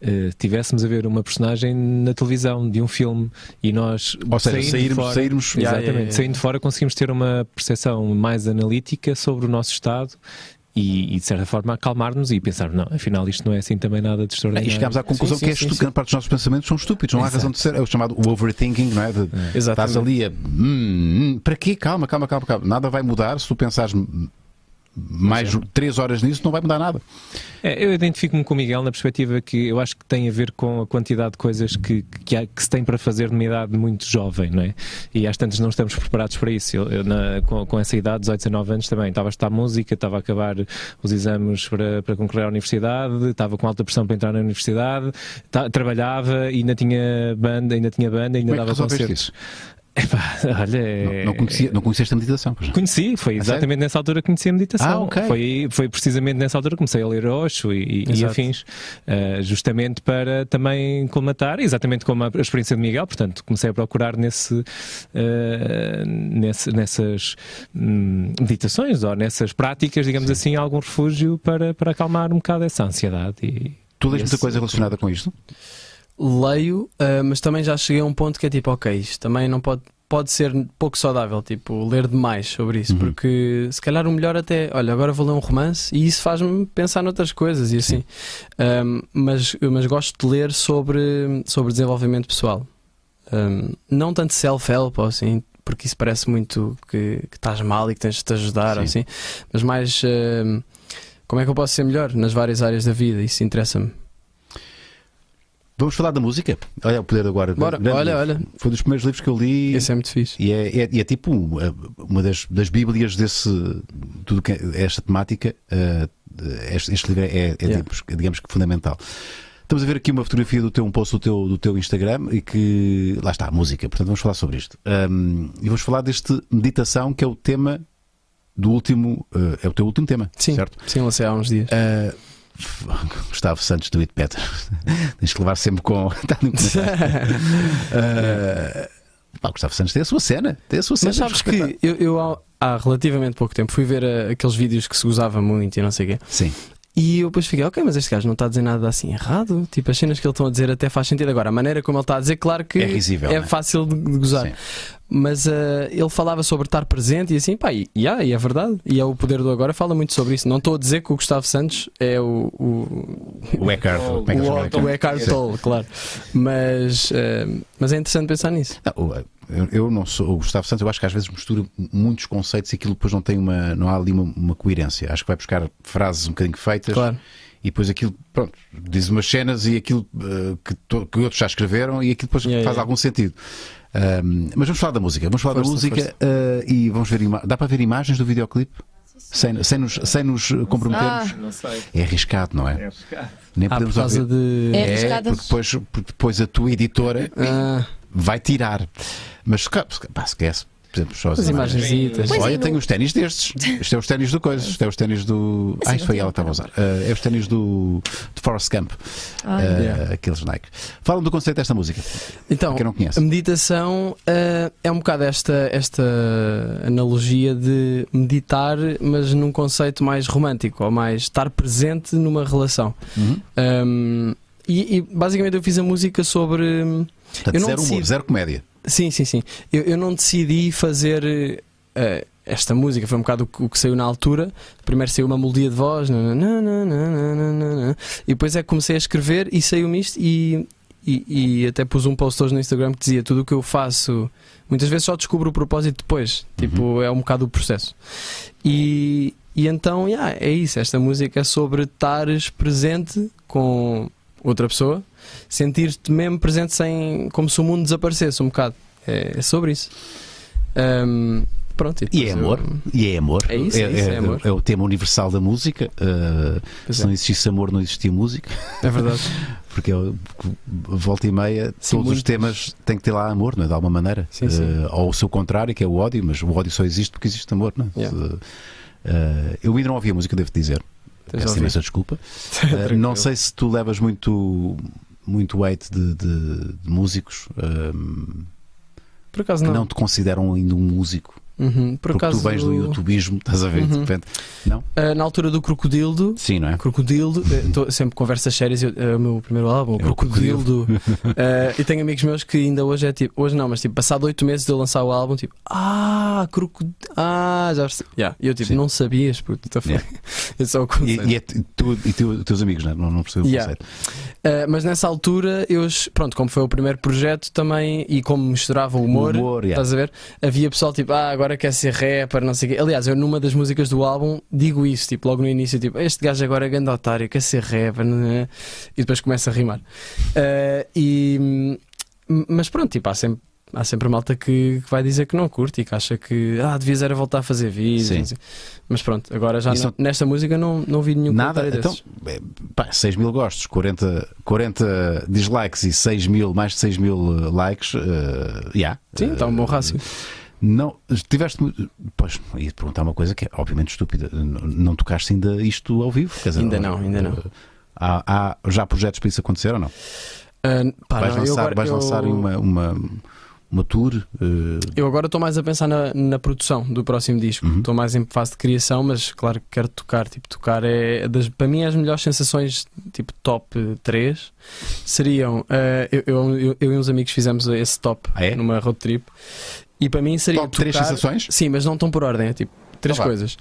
Speaker 6: eh, tivéssemos a ver uma personagem na televisão de um filme e nós
Speaker 1: Ou seja,
Speaker 6: saindo
Speaker 1: sairmos,
Speaker 6: fora,
Speaker 1: sairmos
Speaker 2: Yeah,
Speaker 6: exatamente,
Speaker 2: yeah, yeah.
Speaker 6: saindo de fora conseguimos ter uma percepção mais analítica sobre o nosso estado e, e, de certa forma acalmar-nos e pensar não, afinal isto não é assim também
Speaker 4: Ah,
Speaker 6: nada de
Speaker 1: E
Speaker 6: extraordinário.
Speaker 1: chegámos à conclusão
Speaker 6: Sim,
Speaker 1: que, é
Speaker 6: sim, sim,
Speaker 1: estu- grande parte dos nossos pensamentos são estúpidos, não há
Speaker 6: Exato.
Speaker 1: razão de ser. É o chamado overthinking, não é? De-
Speaker 2: Exatamente.
Speaker 1: Estás ali a. hum, hum, para quê? Calma, calma, calma, calma. Nada vai mudar se tu pensares. hum, mais três horas nisso não vai mudar nada.
Speaker 6: É, eu identifico-me com o Miguel na perspectiva que eu acho que tem a ver com a quantidade de coisas que, que, há- que se tem para fazer numa idade muito jovem, não é? E às tantas não estamos preparados para isso. Eu, eu na- com, com essa idade, 18, 19 anos também, estava a estudar música, estava a acabar os exames para, para concorrer à universidade, estava com alta pressão para entrar na universidade, ta- trabalhava e ainda tinha banda, ainda tinha banda,
Speaker 1: Como
Speaker 6: ainda
Speaker 1: é que
Speaker 6: dava
Speaker 1: resolveste
Speaker 6: concertos.
Speaker 1: isso?
Speaker 6: Epá, [LAUGHS] olha, é-
Speaker 1: Não, não, conhecia, não conhecias esta meditação, pois não?
Speaker 6: Conheci, foi exatamente nessa altura que conheci a meditação.
Speaker 1: Ah, ok.
Speaker 6: foi, foi precisamente nessa altura que comecei a ler Osho e, e, e
Speaker 2: Exato.
Speaker 6: afins, ah, justamente para também colmatar, exatamente como a experiência de Miguel, portanto, comecei a procurar nesse, ah, nesse- nessas hum, meditações ou nessas práticas, digamos assim, algum refúgio para, para acalmar um bocado essa ansiedade. E,
Speaker 1: Tu lês muita
Speaker 6: e esse-
Speaker 1: coisa relacionada com isto?
Speaker 2: leio, ah, mas também já cheguei a um ponto que é tipo, ok, isto também não pode, pode ser pouco saudável, tipo, ler demais sobre
Speaker 1: Uhum.
Speaker 2: isso, porque se calhar o melhor até, olha, agora vou ler um romance e isso faz-me pensar noutras coisas e assim. Ahm, mas, mas gosto de ler sobre, sobre desenvolvimento pessoal. Ahm, não tanto self-help ou assim, porque isso parece muito que, que estás mal e que tens de te ajudar ou
Speaker 1: Sim.
Speaker 2: assim, mas mais ahm, como é que eu posso ser melhor nas várias áreas da vida, isso interessa-me.
Speaker 1: Vamos falar da música? Olha o poder agora.
Speaker 2: Bora,
Speaker 1: Grande
Speaker 2: olha,
Speaker 1: livro.
Speaker 2: olha,
Speaker 1: Foi um dos primeiros livros que eu li.
Speaker 2: isso é muito fixe.
Speaker 1: E é, é- e é tipo um, é, uma das, das bíblias desse tudo que é- esta temática. eh, este, este livro é, é,
Speaker 2: Yeah.
Speaker 1: digamos, digamos que fundamental. Estamos a ver aqui uma fotografia do teu um post do teu, do teu Instagram e que lá está a música. Portanto, vamos falar sobre isto Ahm, e vamos falar deste meditação que é o tema do último eh, é o teu último tema,
Speaker 2: Sim,
Speaker 1: certo?
Speaker 2: sim, lancei há uns dias.
Speaker 1: Ah, [LAUGHS] f- Gustavo Santos do It Better. [LAUGHS] Tens que levar sempre com. [LAUGHS] Tá no comentário.
Speaker 2: [LAUGHS]
Speaker 1: Ah, pá, Gustavo Santos tem a sua cena. Tem a sua cena.
Speaker 2: Mas sabes que eu, eu há, há relativamente pouco tempo fui ver ah, aqueles vídeos que se usava muito e não sei o quê.
Speaker 1: Sim.
Speaker 2: E eu depois fiquei, ok, mas este gajo não está a dizer nada assim errado. Tipo, as cenas que ele estão a dizer até faz sentido. Agora, a maneira como ele está a dizer, claro que
Speaker 1: É risível,
Speaker 2: é
Speaker 1: né?
Speaker 2: fácil de, de gozar.
Speaker 1: Sim.
Speaker 2: Mas ah, ele falava sobre estar presente e assim, pá, e, e há, e é verdade. E é o poder do agora, fala muito sobre isso. Não estou a dizer que o Gustavo Santos é o- o,
Speaker 1: O Eckhart. como é que ele chama?
Speaker 2: o, o Eckhart Tolle, claro. Mas, ah, mas é interessante pensar nisso.
Speaker 1: Não, o- eu- eu não sou o Gustavo Santos, eu acho que às vezes mistura muitos conceitos e aquilo depois não tem uma, não há ali uma, uma coerência. Acho que vai buscar frases um bocadinho feitas
Speaker 2: Claro.
Speaker 1: e depois aquilo, pronto, diz umas cenas e aquilo eh, que, to- que outros já escreveram e aquilo depois
Speaker 2: Yeah,
Speaker 1: faz
Speaker 2: yeah.
Speaker 1: algum sentido. Ahm, mas vamos falar da música, vamos falar da
Speaker 2: Força,
Speaker 1: música eh, e vamos ver, ima- dá para ver imagens do videoclipe? Sem, sem, nos, sem nos comprometermos?
Speaker 5: Não sei.
Speaker 1: É arriscado, não é?
Speaker 5: É arriscado.
Speaker 1: Nem
Speaker 2: Ah, por
Speaker 1: podemos
Speaker 2: causa
Speaker 1: ouvir.
Speaker 2: de.
Speaker 4: É
Speaker 1: É,
Speaker 4: arriscado.
Speaker 1: porque depois, porque depois a tua editora
Speaker 2: Ah,
Speaker 1: vai tirar. Mas se ca- se ca- pá, esquece. Por exemplo, só as,
Speaker 2: as
Speaker 1: imagens.
Speaker 2: imagens.
Speaker 4: Pois
Speaker 1: Olha,
Speaker 4: é,
Speaker 1: tenho
Speaker 4: não-
Speaker 1: os ténis destes. Isto é os ténis do coisa. Isto é os ténis do. Ah, isto foi ela que estava a usar. Ah, é os ténis do, do Forrest Camp.
Speaker 4: Ah.
Speaker 1: Ah,
Speaker 2: Yeah.
Speaker 1: Aqueles Nike. Falam do conceito desta música.
Speaker 2: Então,
Speaker 1: Para quem não
Speaker 2: a
Speaker 1: conhece.
Speaker 2: meditação ah, é um bocado esta, esta analogia de meditar, mas num conceito mais romântico, ou mais estar presente numa relação.
Speaker 1: Uhum.
Speaker 2: Ahm, e, e basicamente eu fiz a música sobre. hum,
Speaker 1: Portanto,
Speaker 2: Eu não
Speaker 1: zero humor,
Speaker 2: decido.
Speaker 1: zero comédia.
Speaker 2: Sim, sim, sim. Eu, eu não decidi fazer eh, esta música, foi um bocado o que, o que saiu na altura. Primeiro saiu uma melodia de voz, nananana, e depois é que comecei a escrever e saiu-me isto. E, e, e até pus um post hoje no Instagram que dizia: Tudo o que eu faço, muitas vezes só descubro o propósito depois. Tipo, é um bocado o processo. E, e então, yeah, é isso. Esta música é sobre estares presente com outra pessoa sentir-te mesmo presente sem como se o mundo desaparecesse um bocado. É, é sobre isso. Ahm, pronto,
Speaker 1: E
Speaker 2: depois
Speaker 1: é
Speaker 2: eu-
Speaker 1: amor. E é amor.
Speaker 2: É isso, é isso, é amor.
Speaker 1: é o tema universal da música. Ah,
Speaker 2: Pois
Speaker 1: se
Speaker 2: é.
Speaker 1: não existisse amor, não existia música.
Speaker 2: É verdade.
Speaker 1: Porque eu, porque volta e meia,
Speaker 2: Sim,
Speaker 1: todos os
Speaker 2: muitos.
Speaker 1: temas têm que ter lá amor, não é? De alguma maneira.
Speaker 2: Sim, sim.
Speaker 1: Eh, ou o seu contrário, que é o ódio, mas o ódio só existe porque existe amor, não é?
Speaker 2: Yeah.
Speaker 1: Se- eh, eu ainda não ouvi a música, devo dizer.
Speaker 2: Tens de
Speaker 1: Peço
Speaker 2: ouvir.
Speaker 1: imensa
Speaker 2: [LAUGHS]
Speaker 1: desculpa. Eh, não sei se tu levas muito, muito weight de, de- de músicos ehm,
Speaker 2: Por acaso
Speaker 1: que
Speaker 2: não.
Speaker 1: não te consideram ainda um músico.
Speaker 2: Uhum, Por
Speaker 1: porque
Speaker 2: acaso
Speaker 1: tu vens do youtubismo, estás a ver? de
Speaker 2: Uhum.
Speaker 1: repente.
Speaker 2: Ah, na altura do Crocodildo.
Speaker 1: Sim, não é?
Speaker 2: Crocodildo, eh, tô sempre conversas sérias, eu- é o meu primeiro álbum, o
Speaker 1: É o
Speaker 2: Crocodildo. [LAUGHS] Eh, e tenho amigos meus que ainda hoje é tipo, hoje não, mas tipo, passado oito meses de eu lançar o álbum, tipo, ah, Crocodildo, ah, já percebi. Yeah. E eu tipo,
Speaker 1: Sim.
Speaker 2: não sabias, puto, tá
Speaker 1: Yeah.
Speaker 2: [LAUGHS] yeah. é só o
Speaker 1: E,
Speaker 2: conceito.
Speaker 1: e é- tu tu e teu- teus amigos, não, é? não, não percebo
Speaker 2: Yeah.
Speaker 1: o conceito.
Speaker 2: Uh, mas nessa altura, eu, es- pronto, como foi o primeiro projeto também e como misturava o humor,
Speaker 1: humor, yeah.
Speaker 2: estás a ver? Havia pessoal tipo, ah, agora quer ser rapper, não sei o quê. Aliás, eu numa das músicas do álbum digo isso, tipo, logo no início, tipo, este gajo agora é grande otário, quer ser rapper, não é? e depois começa a rimar. Uh, e, mas pronto, tipo, há sempre. Há sempre malta que, que vai dizer que não curte e que acha que ah, devias era voltar a fazer vídeos.
Speaker 1: Sim.
Speaker 2: não sei. Mas pronto, agora já
Speaker 1: Isso
Speaker 2: n- nesta música não, não vi nenhum
Speaker 1: Nada,
Speaker 2: comentário
Speaker 1: então,
Speaker 2: desses.
Speaker 1: é, pá, 6 mil gostos, 40, 40 dislikes e 6 mil, mais de 6 mil eh, likes, eh, yeah.
Speaker 2: Sim, está um bom
Speaker 1: Eh,
Speaker 2: rácio.
Speaker 1: Não, tiveste. mu- Pois, ia te perguntar uma coisa que é obviamente estúpida. N- Não tocaste ainda isto ao vivo? Quer dizer, eh,
Speaker 2: Ainda não, ainda não.
Speaker 1: Há, há já projetos para isso acontecer ou não?
Speaker 2: Ah, pá,
Speaker 1: vais
Speaker 2: não, eu
Speaker 1: lançar,
Speaker 2: agora-
Speaker 1: vais
Speaker 2: eu-
Speaker 1: lançar uma, uma, uma tour? eh,
Speaker 2: Eu agora estou mais a pensar na, na produção do próximo disco.
Speaker 1: Uhum.
Speaker 2: Estou mais em fase de criação, mas claro que quero tocar. Tipo, tocar é. Das, para mim, as melhores sensações, tipo, top 3 seriam. eh, eu, eu, eu- eu e uns amigos fizemos esse top
Speaker 1: Ah, é?
Speaker 2: numa road trip. E para mim seria.
Speaker 1: top 3
Speaker 2: tocar-
Speaker 1: sensações?
Speaker 2: Sim, mas não estão por ordem, é tipo três
Speaker 1: Ah, vá.
Speaker 2: coisas.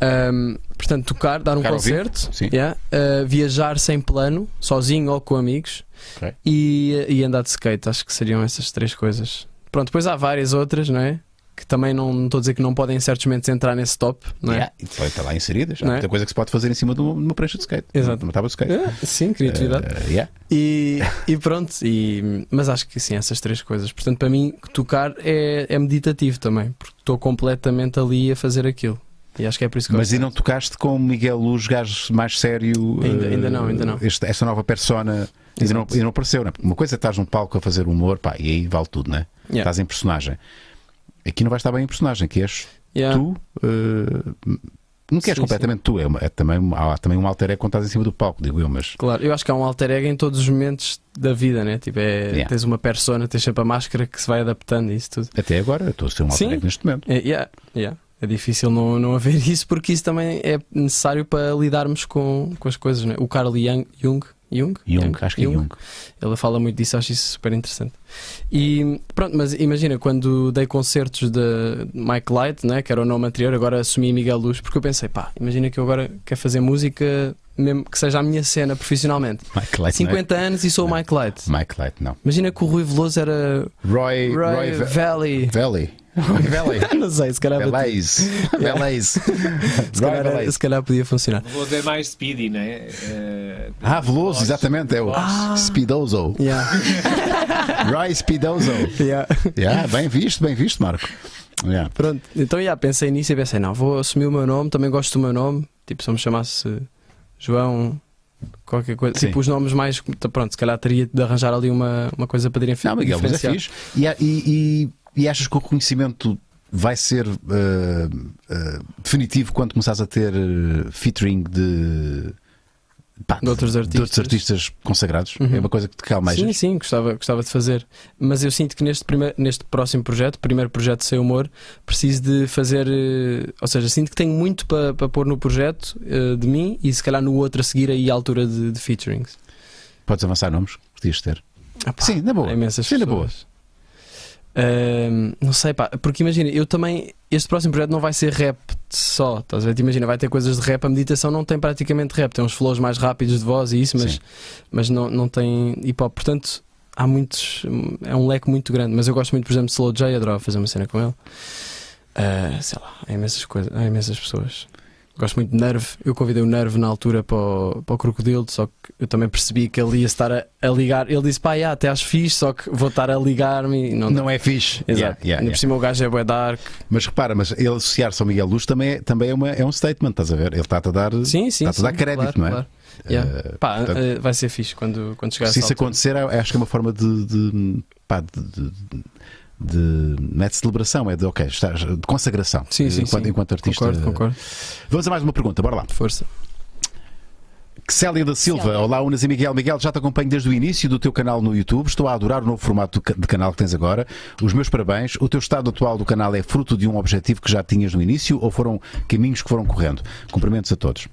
Speaker 2: Ahm, portanto, tocar, dar um
Speaker 1: Tocar ao vivo,
Speaker 2: concerto,
Speaker 1: sim.
Speaker 2: yeah, ah, viajar sem plano, sozinho ou com amigos
Speaker 1: Ok.
Speaker 2: e, e andar de skate. Acho que seriam essas três coisas. Pronto, depois há várias outras, não é? Que também não não estou a dizer que não podem em certos momentos entrar nesse top, não é?
Speaker 1: Yeah, e foi- Está lá inserida. Já.
Speaker 2: Não é?
Speaker 1: Muita coisa que se pode fazer em cima de uma, de uma prancha de skate.
Speaker 2: Exato.
Speaker 1: De uma tábua de skate.
Speaker 2: Ah, sim, criatividade.
Speaker 1: Eh, yeah.
Speaker 2: E, e pronto, e, mas acho que sim, essas três coisas. Portanto, para mim, tocar é, é meditativo também, porque estou completamente ali a fazer aquilo. E acho que é por isso que eu
Speaker 1: Mas
Speaker 2: gosto
Speaker 1: e não
Speaker 2: tanto.
Speaker 1: tocaste com o Miguel Luz, gajo mais sério?
Speaker 2: Ainda-
Speaker 1: eh,
Speaker 2: ainda não, ainda não.
Speaker 1: este- esta nova persona ainda não,
Speaker 2: Exato.
Speaker 1: ainda não apareceu, não é? Porque uma coisa é estás num palco a fazer humor, pá, e aí vale tudo, não é?
Speaker 2: Yeah.
Speaker 1: Estás em personagem. Aqui não vais estar bem em personagem, que és
Speaker 2: Yeah.
Speaker 1: tu. eh, não queres
Speaker 2: Ah. Sim,
Speaker 1: completamente tu, é, uma- é também, há também um alter ego quando estás em cima do palco, digo eu, mas.
Speaker 2: Claro, eu acho que há um alter ego em todos os momentos da vida, né? Tipo, é,
Speaker 1: Yeah.
Speaker 2: tens uma persona, tens sempre a máscara que se vai adaptando a isso tudo.
Speaker 1: Até agora eu estou a ser um alter
Speaker 2: Sim.
Speaker 1: ego neste momento. [LAUGHS]
Speaker 2: É, yeah, yeah. É difícil não, não haver [LAUGHS] isso porque isso também é necessário para lidarmos com, com as coisas, né? O Carl Jung, Jung, Jung,
Speaker 1: Jung, acho que é Jung.
Speaker 2: Ele fala muito disso, acho isso super interessante. E pronto, mas imagina, quando dei concertos de Mike Light, né, que era o nome anterior, agora assumi Miguel Luz, porque eu pensei, pá, imagina que eu agora quero fazer música mesmo que seja a minha cena profissionalmente.
Speaker 1: Mike Light.
Speaker 2: 50 anos e sou o Mike Light.
Speaker 1: Não é? Mike Light, não.
Speaker 2: Imagina que o Rui Veloso era
Speaker 1: Roy.
Speaker 2: Roy,
Speaker 1: Ve-
Speaker 2: Valley.
Speaker 1: Valley. Roy Valley.
Speaker 2: [LAUGHS] não sei, se calhar, [LAUGHS]
Speaker 1: Velez. Velez.
Speaker 2: se
Speaker 1: Roy
Speaker 2: calhar,
Speaker 1: Velez.
Speaker 2: se calhar podia funcionar.
Speaker 5: Veloso é mais speedy, né? é?
Speaker 1: Ah, Veloso, exatamente, é o
Speaker 2: Ah.
Speaker 1: Speedozo.
Speaker 2: Yeah,
Speaker 1: Roy Speedozo. [LAUGHS]
Speaker 2: yeah.
Speaker 1: Yeah, bem visto, bem visto, Marco. Yeah.
Speaker 2: Pronto, então yeah, pensei nisso e pensei, não, vou assumir o meu nome, também gosto do meu nome. Tipo, se eu me chamasse João, qualquer coisa.
Speaker 1: Sim.
Speaker 2: Tipo, os nomes mais. Pronto, se calhar teria de arranjar ali uma, uma coisa para direm
Speaker 1: Não, Miguel, mas é fixe. E, a- e, e, e achas que o reconhecimento vai ser eh, eh, definitivo quando começares a ter eh, featuring de, pá,
Speaker 2: De outros artistas.
Speaker 1: artistas consagrados?
Speaker 2: Uhum.
Speaker 1: É uma coisa que te calma.
Speaker 2: Sim,
Speaker 1: Sim.
Speaker 2: sim, gostava, gostava de fazer. Mas eu sinto que neste, primeiro, neste próximo projeto, primeiro projeto sem humor, preciso de fazer. eh, Ou seja, sinto que tenho muito para pa pôr no projeto eh, de mim e se calhar no outro a seguir aí à altura de, de featurings.
Speaker 1: Podes avançar nomes que podias ter.
Speaker 2: Ah, pá,
Speaker 1: Sim, na boa.
Speaker 2: há imensas
Speaker 1: Sim, na boa.
Speaker 2: pessoas. Ahm, não sei, pá, porque imagina, eu também. Este próximo projeto não vai ser rap só, estás a ver? Imagina, vai ter coisas de rap. A meditação não tem praticamente rap, tem uns flows mais rápidos de voz e isso, mas,
Speaker 1: Sim.
Speaker 2: mas não, não tem hip hop. Portanto, há muitos. É um leque muito grande. Mas eu gosto muito, por exemplo, de Slow J, adoro fazer uma cena com ele. Ah, sei lá, há imensas coisas, há imensas pessoas. Gosto muito de Nerve. Eu convidei o Nerve na altura para o, para o Crocodilo, só que eu também percebi que ele ia estar a, a ligar. Ele disse: pá, yeah, até acho fixe, só que vou estar a ligar-me. e Não, dá.
Speaker 1: Não é fixe. Yeah, yeah,
Speaker 2: Exato. Ainda
Speaker 1: yeah.
Speaker 2: por cima o gajo é bué dark.
Speaker 1: Mas repara, mas ele associar-se ao Miguel Luz também é, também é, uma- é um statement, estás a ver? Ele está-te a dar.
Speaker 2: Sim, sim.
Speaker 1: Está-te a dar
Speaker 2: sim,
Speaker 1: crédito,
Speaker 2: claro,
Speaker 1: não é?
Speaker 2: claro. Yeah.
Speaker 1: Eh,
Speaker 2: Pá,
Speaker 1: portanto,
Speaker 2: eh, vai ser fixe quando, quando chegar
Speaker 1: se
Speaker 2: essa
Speaker 1: isso
Speaker 2: altura.
Speaker 1: acontecer, eu acho que é uma forma de. de, pá, de- de- de- de- não é de celebração, é de, ok, estás, de consagração
Speaker 2: Sim, sim,
Speaker 1: enquanto,
Speaker 2: sim.
Speaker 1: enquanto artista.
Speaker 2: Concordo, concordo.
Speaker 1: Vamos a mais uma pergunta, bora lá.
Speaker 2: Força.
Speaker 1: Célia da Silva,
Speaker 4: Célia.
Speaker 1: olá Unas e Miguel. Miguel, já te acompanho desde o início do teu canal no YouTube. Estou a adorar o novo formato do ca- de canal que tens agora. Os meus parabéns. O teu estado atual do canal é fruto de um objetivo que já tinhas no início ou foram caminhos que foram correndo? Cumprimentos a todos.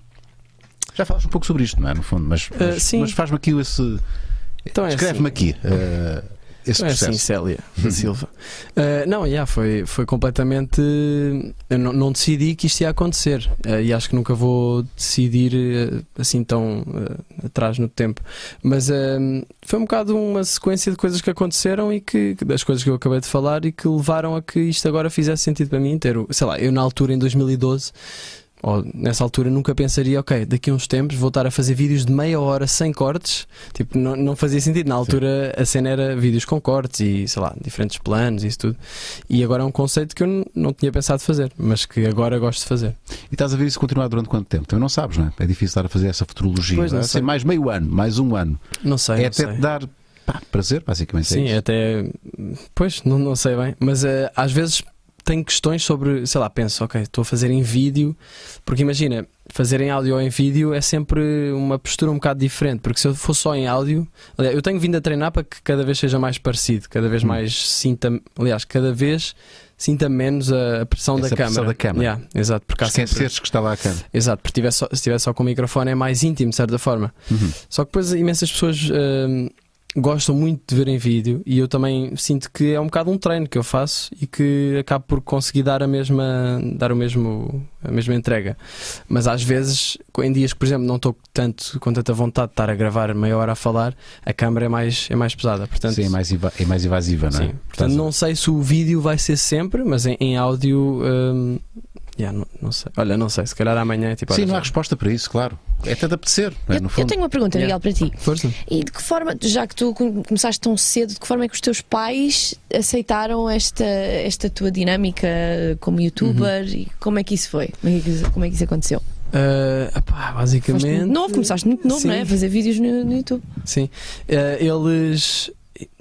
Speaker 1: Já falaste um pouco sobre isto, não é? No fundo, mas, mas,
Speaker 2: Ah, sim.
Speaker 1: mas faz-me aqui esse.
Speaker 2: Então é
Speaker 1: Escreve-me
Speaker 2: assim.
Speaker 1: aqui. eh, esse
Speaker 2: Não é
Speaker 1: processo.
Speaker 2: assim, Célia [LAUGHS] da Silva. Uh, não, yeah, foi, foi completamente. Eu não, não decidi que isto ia acontecer uh, e acho que nunca vou decidir uh, assim tão uh, atrás no tempo. Mas um, foi um bocado uma sequência de coisas que aconteceram e que que- das coisas que eu acabei de falar e que levaram a que isto agora fizesse sentido para mim inteiro. Sei lá, eu na altura, em 2012. Ou, nessa altura nunca pensaria, ok, daqui a uns tempos vou estar a fazer vídeos de meia hora sem cortes Tipo, não, não fazia sentido. Na altura a cena era vídeos com cortes e, sei lá, diferentes planos e isso tudo. E agora é um conceito que eu n- não tinha pensado fazer, mas que agora gosto de fazer.
Speaker 1: E estás a ver isso continuar durante quanto tempo? Também não sabes, não é? É difícil estar a fazer essa futurologia.
Speaker 2: Pois, não
Speaker 1: Vai
Speaker 2: sei.
Speaker 1: ser mais meio ano, mais um ano.
Speaker 2: Não sei,
Speaker 1: é
Speaker 2: não
Speaker 1: até
Speaker 2: sei.
Speaker 1: te dar pá, prazer, basicamente. é
Speaker 2: Sim,
Speaker 1: isso.
Speaker 2: até. Pois, não, não sei bem. Mas eh, às vezes tenho questões sobre, sei lá, penso, ok, estou a fazer em vídeo, porque imagina, fazer em áudio ou em vídeo é sempre uma postura um bocado diferente, porque se eu for só em áudio, aliás, eu tenho vindo a treinar para que cada vez seja mais parecido, cada
Speaker 1: Hum.
Speaker 2: vez mais sinta, aliás, cada vez sinta menos a a pressão
Speaker 1: Essa
Speaker 2: da câmara.
Speaker 1: pressão da câmara.
Speaker 2: Yeah, exato, porque há sempre-
Speaker 1: Esqueceres que está lá a cama.
Speaker 2: Exato, porque tiver só- se estiver só com o microfone é mais íntimo, de certa forma.
Speaker 1: Uhum.
Speaker 2: Só que depois imensas pessoas hum, gostam muito de ver em vídeo e eu também sinto que é um bocado um treino que eu faço e que acabo por conseguir dar a mesma, dar o mesmo, a mesma entrega. Mas às vezes, em dias que, por exemplo, não estou tanto, com tanta vontade de estar a gravar meia hora a falar, a câmera é mais, é mais pesada. Portanto,
Speaker 1: Sim, é mais, eva- é mais evasiva, não é?
Speaker 2: Sim. Portanto, não sei se o vídeo vai ser sempre, mas em, em áudio. hum, yeah, não, não sei. Olha, não sei. Se calhar amanhã é tipo.
Speaker 1: Sim,
Speaker 2: olha,
Speaker 1: não há
Speaker 2: já-
Speaker 1: resposta para isso, claro. É até de apetecer, não é?
Speaker 4: Eu,
Speaker 1: no
Speaker 4: eu
Speaker 1: fundo.
Speaker 4: tenho uma pergunta,
Speaker 2: Yeah.
Speaker 4: Miguel, para ti.
Speaker 2: Força.
Speaker 4: E de que forma, já que tu com- começaste tão cedo, de que forma é que os teus pais aceitaram esta, esta tua dinâmica como youtuber
Speaker 1: Uhum.
Speaker 4: e como é que isso foi? Como é que isso, como é que isso aconteceu?
Speaker 2: Uh, epá,
Speaker 4: Foste
Speaker 2: basicamente.
Speaker 4: muito novo, começaste muito novo,
Speaker 2: Sim.
Speaker 4: não é? A fazer vídeos no, no YouTube.
Speaker 2: Sim. Uh, eles.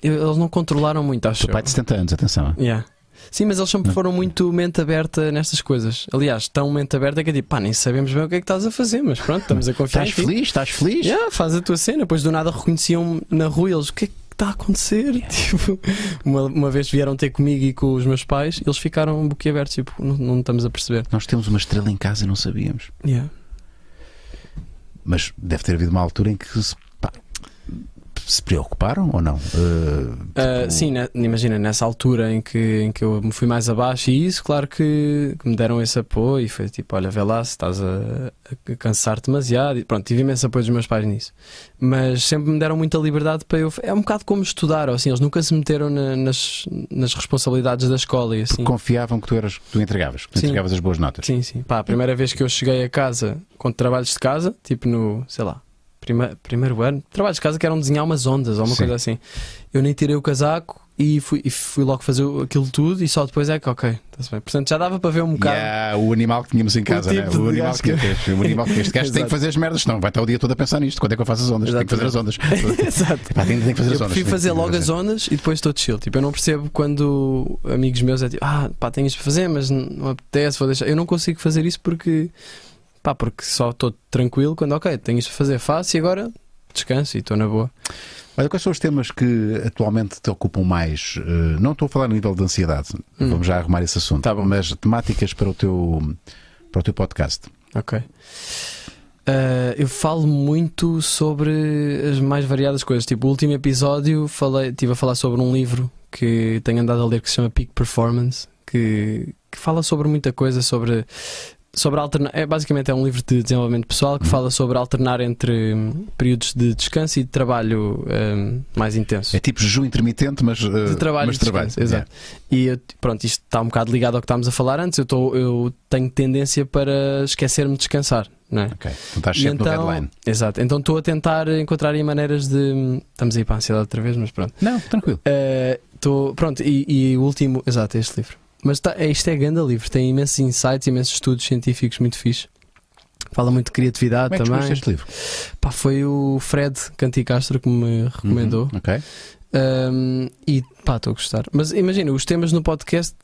Speaker 2: Eles não controlaram muito, acho
Speaker 1: Teu pai
Speaker 2: eu.
Speaker 1: de 70 anos, atenção.
Speaker 2: Yeah. Sim, mas eles sempre
Speaker 1: Não.
Speaker 2: foram muito mente aberta nestas coisas. Aliás, tão mente aberta que é tipo, pá, nem sabemos bem o que é que estás a fazer, mas pronto, estamos a confiar
Speaker 1: Estás
Speaker 2: em ti.
Speaker 1: feliz? Estás feliz?
Speaker 2: Yeah, faz a tua cena. Depois do nada reconheciam-me na rua e eles, o que é que está a acontecer? [LAUGHS] Tipo, uma, uma vez vieram ter comigo e com os meus pais, eles ficaram um boquiabertos, tipo, não, não estamos a perceber.
Speaker 1: Nós temos uma estrela em casa e não sabíamos.
Speaker 2: Yeah.
Speaker 1: Mas deve ter havido uma altura em que se, pá, se preocuparam ou não? Eh,
Speaker 2: Ah,
Speaker 1: tipo,
Speaker 2: sim, né, imagina, nessa altura em que, em que eu me fui mais abaixo, e isso, claro que, que me deram esse apoio. E foi tipo: olha, vê lá, se estás a, a cansar-te demasiado. E pronto, tive imenso apoio dos meus pais nisso. Mas sempre me deram muita liberdade para eu. É um bocado como estudar, ou assim, eles nunca se meteram na- nas, nas responsabilidades da escola e assim.
Speaker 1: Confiavam que tu eras, que tu entregavas, que tu
Speaker 2: Sim.
Speaker 1: entregavas as boas notas.
Speaker 2: Sim, sim. Pá, a primeira vez que eu cheguei a casa com trabalhos de casa, tipo no, sei lá, prima, primeiro ano, trabalhos de casa que eram desenhar umas ondas ou uma
Speaker 1: Sim.
Speaker 2: coisa assim. Eu nem tirei o casaco e fui, e fui logo fazer o- aquilo tudo e só depois é que, ok, está-se bem. Portanto, já dava para ver um bocado.
Speaker 1: Yeah, o animal que tínhamos em casa, né?
Speaker 2: tipo de
Speaker 1: o, animal
Speaker 2: gajo
Speaker 1: que...
Speaker 2: que-
Speaker 1: este- o animal que este gajo tem que
Speaker 2: Exato.
Speaker 1: fazer as merdas, não vai estar o dia todo a pensar nisto. Quando é que eu faço as ondas? Tem que fazer as ondas.
Speaker 2: [LAUGHS]
Speaker 1: [LAUGHS]
Speaker 2: Exato.
Speaker 1: Pá, tem, tem que fazer
Speaker 2: Eu
Speaker 1: as ondas. Tem-
Speaker 2: prefiro fazer
Speaker 1: tem que
Speaker 2: logo as ondas e depois estou chill. Tipo, eu não percebo quando amigos meus é tipo, ah, pá, tenho isto para fazer, mas n- não apetece, vou deixar. Eu não consigo fazer isso porque, pá, porque só estou tranquilo quando, ok, tenho isto para fazer, faço e agora descanso e estou na boa.
Speaker 1: Olha, quais são os temas que atualmente te ocupam mais? Eh, não estou a falar no nível de ansiedade,
Speaker 2: Hum.
Speaker 1: vamos já arrumar esse assunto.
Speaker 2: Tá bom.
Speaker 1: Mas temáticas para o teu, para o teu podcast.
Speaker 2: Ok. Ah, eu falo muito sobre as mais variadas coisas. Tipo, o último episódio falei, estive a falar sobre um livro que tenho andado a ler que se chama Peak Performance, que, que fala sobre muita coisa, sobre. Sobre alternar, é, basicamente é um livro de desenvolvimento pessoal que
Speaker 1: Uhum.
Speaker 2: fala sobre alternar entre hum, períodos de descanso e de trabalho hum, mais intenso.
Speaker 1: É tipo jejum intermitente, mas, eh,
Speaker 2: De trabalho
Speaker 1: mas
Speaker 2: e
Speaker 1: trabalho.
Speaker 2: descanso, exato. E eu, pronto, isto está um bocado ligado ao que estávamos a falar antes. Eu, tô, eu tenho tendência para esquecer-me de descansar, não é?
Speaker 1: Yeah, Ok, então estás
Speaker 2: E
Speaker 1: sempre no headline.
Speaker 2: Exato. Então estou a tentar encontrar aí maneiras de. Estamos aí para a ansiedade outra vez, mas pronto.
Speaker 1: Não, tranquilo.
Speaker 2: Eh, tô- pronto, e, e o último. Exato, é este livro. Mas tá, é- isto é grande livro, tem imensos insights, imensos estudos científicos muito fixe. Fala muito de criatividade
Speaker 1: Como é que
Speaker 2: também.
Speaker 1: escolheste este livro?
Speaker 2: Pá, foi o Fred Canti Castro que me recomendou.
Speaker 1: Uhum, ok.
Speaker 2: Um, e pá, estou a gostar. Mas imagina, os temas no podcast.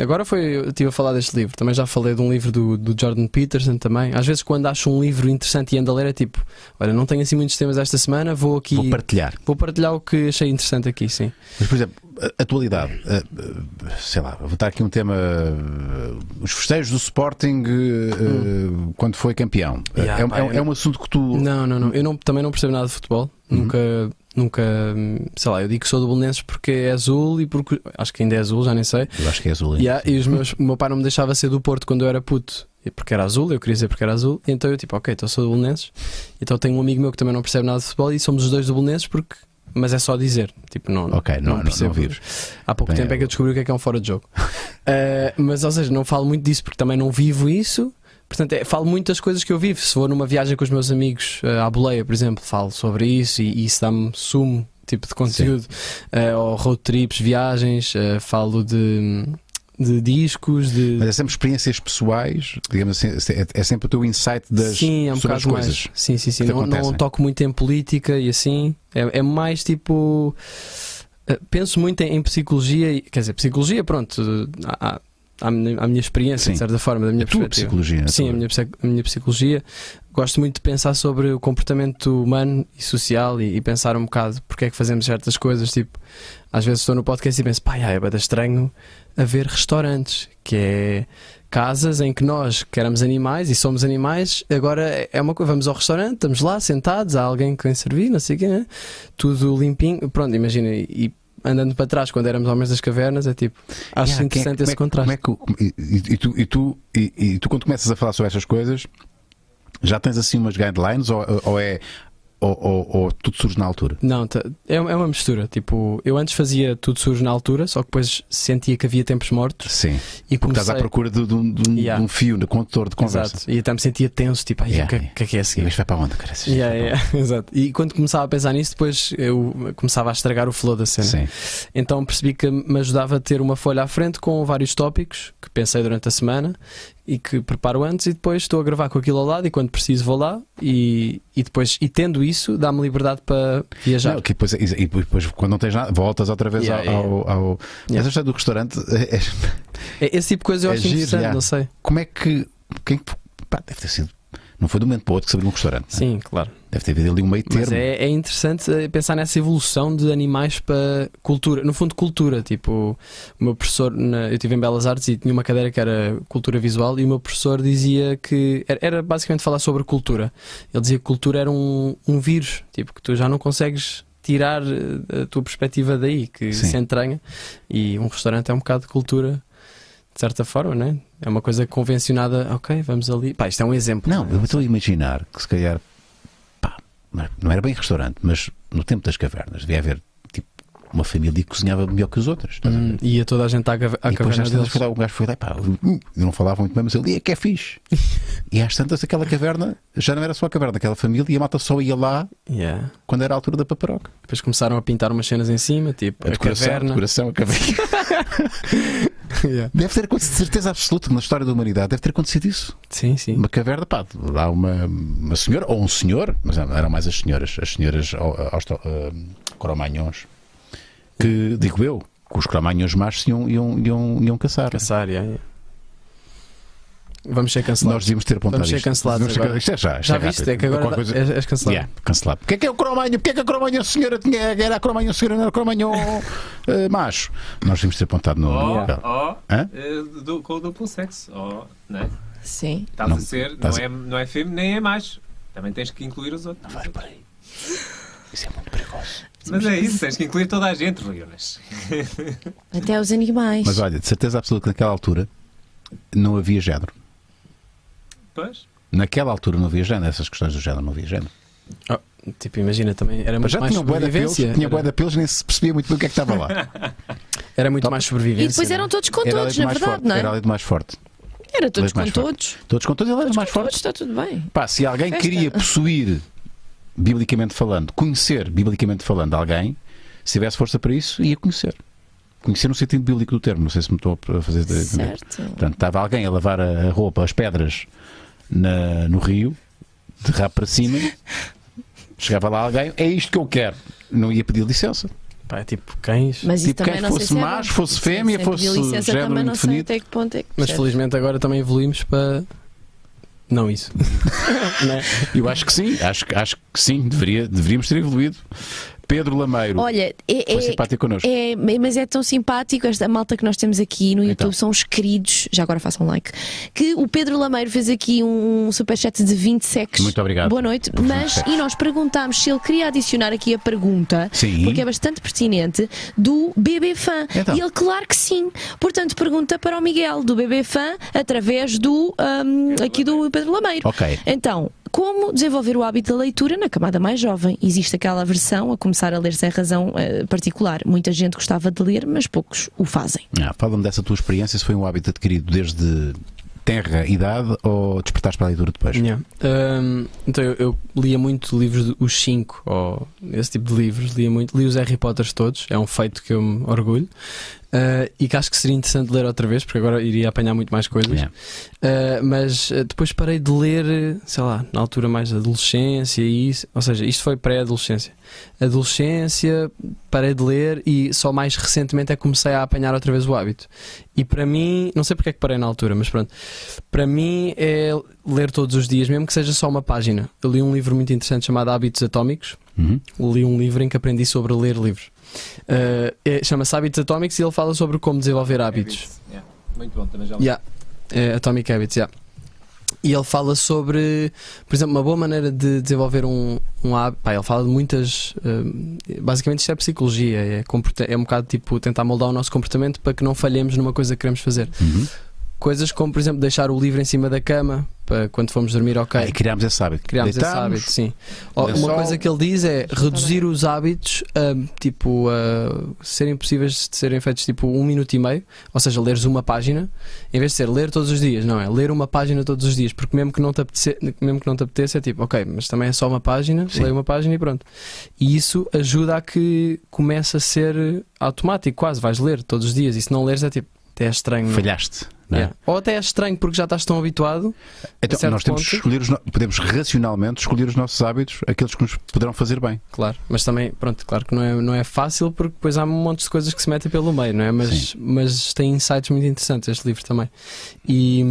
Speaker 2: Agora foi. Eu estive a falar deste livro. Também já falei de um livro do, do Jordan Peterson também. Às vezes, quando acho um livro interessante e ando a ler, é tipo: Olha, não tenho assim muitos temas esta semana, vou aqui.
Speaker 1: Vou partilhar.
Speaker 2: vou partilhar o que achei interessante aqui, sim.
Speaker 1: Mas, por exemplo, a- atualidade, eh, eh, sei lá, vou botar aqui um tema. eh, Os festejos do Sporting eh, eh, quando foi campeão.
Speaker 2: Hum. Yeah,
Speaker 1: é, um-
Speaker 2: pá,
Speaker 1: é um-
Speaker 2: eu-
Speaker 1: é um assunto que tu. Uhum.
Speaker 2: Não, não, não. Eu não, também não percebo nada de futebol. Nunca, Nunca, hum, sei lá, eu digo que sou do Belenenses porque é azul e porque. Acho que ainda é azul, já nem sei.
Speaker 1: Eu acho que é azul. hein?
Speaker 2: E há- e os meus, o meu pai não me deixava ser do Porto quando eu era puto, e porque era azul, eu queria dizer porque era azul. E então eu, tipo, ok, então sou do Belenenses. Então tenho um amigo meu que também não percebe nada de futebol e somos os dois do Belenenses porque. Mas é só dizer, tipo, não,
Speaker 1: Ok, não, não, não,
Speaker 2: percebo.
Speaker 1: vires.
Speaker 2: Há pouco
Speaker 1: Bem,
Speaker 2: tempo é que eu descobri o que é que é um fora de jogo. [LAUGHS] Eh, mas, ou seja, não falo muito disso porque também não vivo isso. Portanto, é, falo muito das coisas que eu vivo. Se vou numa viagem com os meus amigos eh, à boleia, por exemplo, falo sobre isso e, e isso dá-me sumo tipo de conteúdo. Eh, ou road trips, viagens, eh, falo de, de discos, de.
Speaker 1: Mas é sempre experiências pessoais, digamos assim, é, é sempre o teu insight das,
Speaker 2: sim, é um
Speaker 1: sobre as
Speaker 2: bocado mais.
Speaker 1: coisas.
Speaker 2: Sim, sim, sim.
Speaker 1: que te
Speaker 2: Não, não
Speaker 1: acontecem.
Speaker 2: toco muito em política e assim. É, é mais tipo. eh, Penso muito em, em psicologia, e- quer dizer, psicologia, pronto, eh, há- há- à minha, à minha experiência,
Speaker 1: Sim.
Speaker 2: de certa forma, da minha
Speaker 1: A tua
Speaker 2: perspectiva.
Speaker 1: psicologia, não é?
Speaker 2: Sim, a minha, psi- a minha psicologia. Gosto muito de pensar sobre o comportamento humano e social e, e pensar um bocado porque é que fazemos certas coisas. Tipo, às vezes estou no podcast e penso, pá, é bada estranho haver restaurantes, que é casas em que nós que éramos animais e somos animais, agora é uma coisa, vamos ao restaurante, estamos lá sentados, há alguém que vem servir, não sei o quê, né? tudo limpinho, pronto, imagina, e andando para trás quando éramos homens das cavernas, é tipo, acho
Speaker 1: Yeah, quem é-
Speaker 2: interessante
Speaker 1: como é
Speaker 2: esse
Speaker 1: que-
Speaker 2: contraste.
Speaker 1: como é que o- e, e- e tu, e, tu, e, e tu, quando começas a falar sobre estas coisas, já tens assim umas guidelines ou, ou é. Ou, ou- ou tudo surge na altura?
Speaker 2: Não, tá- é, é uma mistura. Tipo, eu antes fazia tudo surge na altura, só que depois sentia que havia tempos mortos
Speaker 1: Sim.
Speaker 2: e comecei...
Speaker 1: Estás à procura de, de um- de um-
Speaker 2: Yeah.
Speaker 1: de um fio, de um condutor de conversa.
Speaker 2: Exato. E até me sentia tenso, tipo, ai, o
Speaker 1: Yeah,
Speaker 2: que,
Speaker 1: yeah.
Speaker 2: que é que é a seguir?
Speaker 1: Sim, mas vai para onde, cara? Sim,
Speaker 2: [LAUGHS] Yeah,
Speaker 1: vai para
Speaker 2: yeah, [LAUGHS] exato. E quando começava a pensar nisso, depois eu começava a estragar o flow da cena.
Speaker 1: onde? Sim.
Speaker 2: Então percebi que me ajudava a ter uma folha à frente com vários tópicos que pensei durante a semana e que preparo antes e depois estou a gravar com aquilo ao lado e quando preciso vou lá e, e depois, e tendo isso, dá-me liberdade para viajar.
Speaker 1: Não, que depois, e e depois, quando não tens nada, voltas outra vez
Speaker 2: Yeah,
Speaker 1: ao. ao, ao... Mas
Speaker 2: Yeah.
Speaker 1: a história do restaurante, é- é-
Speaker 2: É- Esse tipo de coisa eu
Speaker 1: É
Speaker 2: acho
Speaker 1: giro,
Speaker 2: interessante,
Speaker 1: yeah.
Speaker 2: não sei.
Speaker 1: como é que. Quem, pá, deve ter sido. Não foi de um momento para o outro que se abriu um restaurante. né?
Speaker 2: Sim, claro.
Speaker 1: Deve ter havido ali um meio
Speaker 2: Mas
Speaker 1: termo.
Speaker 2: é, é interessante eh, pensar nessa evolução de animais para cultura. No fundo, cultura. Tipo, o meu professor, na- eu estive em Belas Artes e tinha uma cadeira que era cultura visual e o meu professor dizia que era, era basicamente falar sobre cultura. Ele dizia que cultura era um, um vírus, tipo, que tu já não consegues tirar eh, a tua perspectiva daí, que
Speaker 1: Sim.
Speaker 2: se entranha. E um restaurante é um bocado de cultura. De certa forma, né? É uma coisa convencionada, ok, vamos ali. Pá, isto é um exemplo.
Speaker 1: Não,
Speaker 2: né?
Speaker 1: eu estou a imaginar que se calhar. Pá, mas não era bem restaurante, mas no tempo das cavernas devia haver tipo uma família que cozinhava melhor que as outras. estás a ver?
Speaker 2: Hum, ia toda a gente à, cave- à
Speaker 1: e depois
Speaker 2: caverna
Speaker 1: às tantas
Speaker 2: deles.
Speaker 1: foi lá, um gajo foi lá e pá, uh, eu não falava muito bem, mas ele ia que é
Speaker 2: [LAUGHS]
Speaker 1: fixe. e às tantas aquela caverna já não era só a caverna daquela família e a malta só ia lá
Speaker 2: Yeah.
Speaker 1: quando era a altura da paparoca.
Speaker 2: Depois começaram a pintar umas cenas em cima, tipo
Speaker 1: A
Speaker 2: a,
Speaker 1: decoração, a
Speaker 2: caverna.
Speaker 1: decoração, a
Speaker 2: [LAUGHS]
Speaker 1: caverna.
Speaker 2: Yeah.
Speaker 1: deve ter acontecido, de certeza absoluta, na história da humanidade, deve ter acontecido isso.
Speaker 2: Sim, sim.
Speaker 1: uma caverna, pá, lá uma, uma senhora, ou um senhor, mas eram mais as senhoras, as senhoras ó, austro- ah, cromanhões, que, digo eu, que os cromanhões machos iam, iam, iam, iam caçar.
Speaker 2: Caçar, yeah, yeah. Vamos ser
Speaker 1: Nós
Speaker 2: cancelados.
Speaker 1: devíamos ter apontado
Speaker 2: Vamos ser
Speaker 1: isto.
Speaker 2: cancelados
Speaker 1: Devíamos ser
Speaker 2: agora.
Speaker 1: can- Isto é já, isto
Speaker 2: Já
Speaker 1: é rápido.
Speaker 2: viste? É que agora
Speaker 1: Qualquer coisa-
Speaker 2: dá- és, és cancelado.
Speaker 1: Yeah, cancelado. Porquê é que é o cromanho? Porquê é que a cromanho senhora tinha, era a cromanho senhora, não era a
Speaker 2: [LAUGHS]
Speaker 1: cromanho eh, macho? Nós devíamos ter apontado no...
Speaker 2: Oh.
Speaker 5: Ó,
Speaker 1: papel.
Speaker 5: ó,
Speaker 1: Hã?
Speaker 5: eh, do- com o duplo sexo. Ó, né?
Speaker 4: Sim.
Speaker 5: Estás
Speaker 1: Não,
Speaker 5: a ser,
Speaker 1: estás
Speaker 5: não, é, não é fêmea nem é macho. Também tens que incluir os outros.
Speaker 1: Isso é muito perigoso.
Speaker 5: Mas é isso, tens que incluir toda a gente, Leonas.
Speaker 4: Até os animais.
Speaker 1: Mas olha, de certeza absoluta que naquela altura não havia género.
Speaker 5: Pois.
Speaker 1: Naquela altura não havia género, essas questões do género não havia género.
Speaker 2: Tipo, imagina também, era
Speaker 1: Mas
Speaker 2: muito
Speaker 1: já
Speaker 2: mais
Speaker 1: tinha bué de pelos,
Speaker 2: sobrevivência.
Speaker 1: tinha bué de
Speaker 2: era,
Speaker 1: pelos, nem se percebia muito bem o que é que estava lá.
Speaker 2: era muito
Speaker 1: Top.
Speaker 2: mais
Speaker 4: E
Speaker 2: sobrevivência.
Speaker 4: depois eram
Speaker 2: né?
Speaker 4: todos [LAUGHS] com
Speaker 1: é? era a
Speaker 4: todos,
Speaker 1: lei do
Speaker 4: na
Speaker 1: mais
Speaker 4: verdade,
Speaker 1: forte.
Speaker 4: não é?
Speaker 1: Era a lei do mais forte.
Speaker 4: Era todos
Speaker 1: Leite mais
Speaker 4: com
Speaker 1: forte.
Speaker 4: todos.
Speaker 1: Todos com todos, ele era mais
Speaker 4: Com todos,
Speaker 1: forte.
Speaker 4: está tudo bem.
Speaker 1: Pá, se alguém
Speaker 4: Festa.
Speaker 1: queria possuir, biblicamente falando, conhecer, biblicamente falando, alguém, se tivesse força para isso, ia conhecer. Conhecer no sentido bíblico do termo, não sei se me estou a fazer. de-
Speaker 4: Certo.
Speaker 1: Portanto, estava alguém a lavar a a roupa, as pedras, na- no rio, de rabo para
Speaker 4: [LAUGHS]
Speaker 1: cima, chegava lá alguém, é isto que eu quero. Não ia pedir licença.
Speaker 2: Pá, é tipo cães. Mas,
Speaker 4: Mas isso
Speaker 1: Tipo,
Speaker 4: também
Speaker 1: quem
Speaker 4: não sei
Speaker 1: fosse
Speaker 4: se é
Speaker 1: macho,
Speaker 4: bom.
Speaker 1: fosse
Speaker 4: Sim,
Speaker 1: fêmea,
Speaker 4: sem
Speaker 1: fosse
Speaker 4: pedir licença
Speaker 1: género
Speaker 4: também não sei
Speaker 1: indefinido.
Speaker 4: até que ponto é que. percebes.
Speaker 2: felizmente agora também evoluímos para.
Speaker 1: [LAUGHS]
Speaker 2: Não isso. Né?
Speaker 1: Eu acho que sim, acho, que- acho que sim, deveria, deveríamos ter evoluído. Pedro Lameiro.
Speaker 4: Olha, é,
Speaker 1: foi
Speaker 4: é-
Speaker 1: simpático connosco.
Speaker 4: é- mas é tão simpático esta malta que nós temos aqui no YouTube,
Speaker 1: Então.
Speaker 4: são os queridos, já agora façam like, que o Pedro Lameiro fez aqui um superchat de 20 secs.
Speaker 1: Muito obrigado.
Speaker 4: Boa noite.
Speaker 1: Por 20
Speaker 4: Mas,
Speaker 1: secs.
Speaker 4: e nós perguntámos se ele queria adicionar aqui a pergunta,
Speaker 1: Sim.
Speaker 4: porque é bastante pertinente, do BB Fã.
Speaker 1: Então.
Speaker 4: E ele, claro que sim. Portanto, pergunta para o Miguel, do BB Fã, através do, hum, aqui do Pedro Lameiro.
Speaker 1: Ok.
Speaker 4: Então, como desenvolver o hábito da leitura na camada mais jovem? Existe aquela versão a começar a ler sem razão eh, particular. Muita gente gostava de ler, mas poucos o fazem.
Speaker 1: Ah, Fala-me dessa tua experiência, se foi um hábito adquirido desde terra, idade ou despertares para a leitura depois?
Speaker 2: Yeah. Hum, então eu, eu lia muito livros, de- os 5, ou esse tipo de livros, lia muito, li os Harry Potters todos, é um feito que eu me orgulho. Ah, e que acho que seria interessante ler outra vez, porque agora iria apanhar muito mais coisas.
Speaker 1: Yeah.
Speaker 2: Uh, mas uh, depois parei de ler, uh, sei lá, na altura mais da adolescência e isso, ou seja, isto foi pré-adolescência. Adolescência, parei de ler e só mais recentemente é que comecei a apanhar outra vez o hábito. E para mim, não sei porque é que parei na altura, mas pronto, para mim é ler todos os dias, mesmo que seja só uma página. Eu li um livro muito interessante chamado Hábitos Atómicos,
Speaker 1: Uhum.
Speaker 2: li um livro em que aprendi sobre ler livros. Uh, é- Chama-se Hábitos Atómicos e ele fala sobre como desenvolver
Speaker 6: É
Speaker 2: hábitos.
Speaker 5: Yeah. Muito bom, também já li.
Speaker 2: Yeah. É, Atomic Habits, yeah. E ele fala sobre, por exemplo, uma boa maneira de desenvolver um, um hábito. Pá, ele fala de muitas. hum, basicamente, isto é psicologia. É, comporta- é um bocado tipo tentar moldar o nosso comportamento para que não falhemos numa coisa que queremos fazer.
Speaker 1: Uhum.
Speaker 2: Coisas como, por exemplo, deixar o livro em cima da cama para quando formos dormir, ok.
Speaker 1: Ah, e criámos esse hábito.
Speaker 2: Criámos esse
Speaker 1: Deitámos,
Speaker 2: hábito, sim. Ó,
Speaker 1: lençol.
Speaker 2: Uma coisa que ele diz é reduzir os hábitos a tipo a serem possíveis de serem feitos tipo um minuto e meio, ou seja, leres uma página, em vez de ser ler todos os dias, não é? Ler uma página todos os dias, porque mesmo que não te apeteça, mesmo que não te apeteça é tipo, ok, mas também é só uma página,
Speaker 1: Sim.
Speaker 2: leio uma página e pronto. E isso ajuda a que comece a ser automático, quase, vais ler todos os dias, e se não leres é tipo, até é estranho. não é?
Speaker 1: Falhaste. não é?
Speaker 2: Yeah. Ou até é estranho porque já estás tão habituado. A
Speaker 1: Então,
Speaker 2: certo
Speaker 1: nós temos
Speaker 2: ponto-
Speaker 1: que escolher os no- podemos racionalmente escolher os nossos hábitos, aqueles que nos poderão fazer bem.
Speaker 2: Claro, mas também, pronto, claro que não é, não é fácil porque depois há um monte de coisas que se metem pelo meio, não é? Mas, mas tem insights muito interessantes este livro também. E,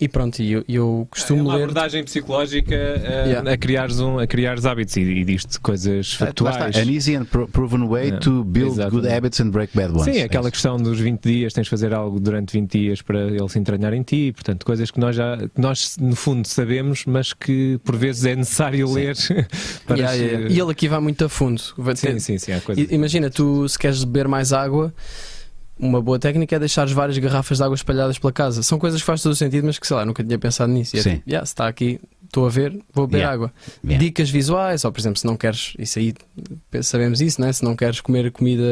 Speaker 2: e pronto, e eu, eu
Speaker 5: é
Speaker 2: costumo
Speaker 5: uma
Speaker 2: ler.
Speaker 5: abordagem psicológica eh,
Speaker 2: Yeah.
Speaker 6: a criares, um, a criares hábitos e, e diz-te coisas
Speaker 1: Ah,
Speaker 2: É,
Speaker 1: Lá está,
Speaker 6: factuais.
Speaker 1: An easy and pro- proven way
Speaker 6: Yeah.
Speaker 1: to build
Speaker 6: Exatamente.
Speaker 1: good habits and break bad ones.
Speaker 6: Sim,
Speaker 1: É
Speaker 6: aquela
Speaker 1: isso.
Speaker 6: questão dos 20 dias, tens de fazer algo durante 20 dias para ele se entranhar em ti, portanto, coisas que nós já, que nós no fundo sabemos, mas que por vezes é necessário ler [LAUGHS] para
Speaker 2: Yeah,
Speaker 6: se-
Speaker 2: yeah. E ele aqui vai muito a fundo. Vai-
Speaker 6: Sim, sim, sim, há coisas.
Speaker 2: I- Imagina, tu se queres beber mais água, uma boa técnica é deixares várias garrafas de água espalhadas pela casa. São coisas que fazem todo o sentido, mas que sei lá, nunca tinha pensado nisso. E é
Speaker 1: Sim.
Speaker 2: tipo, "Yeah, se está aqui, estou a ver, vou beber
Speaker 1: Yeah.
Speaker 2: água.
Speaker 1: Yeah.
Speaker 2: Dicas visuais, ou por exemplo, se não queres, isso aí sabemos isso, né? se não queres comer comida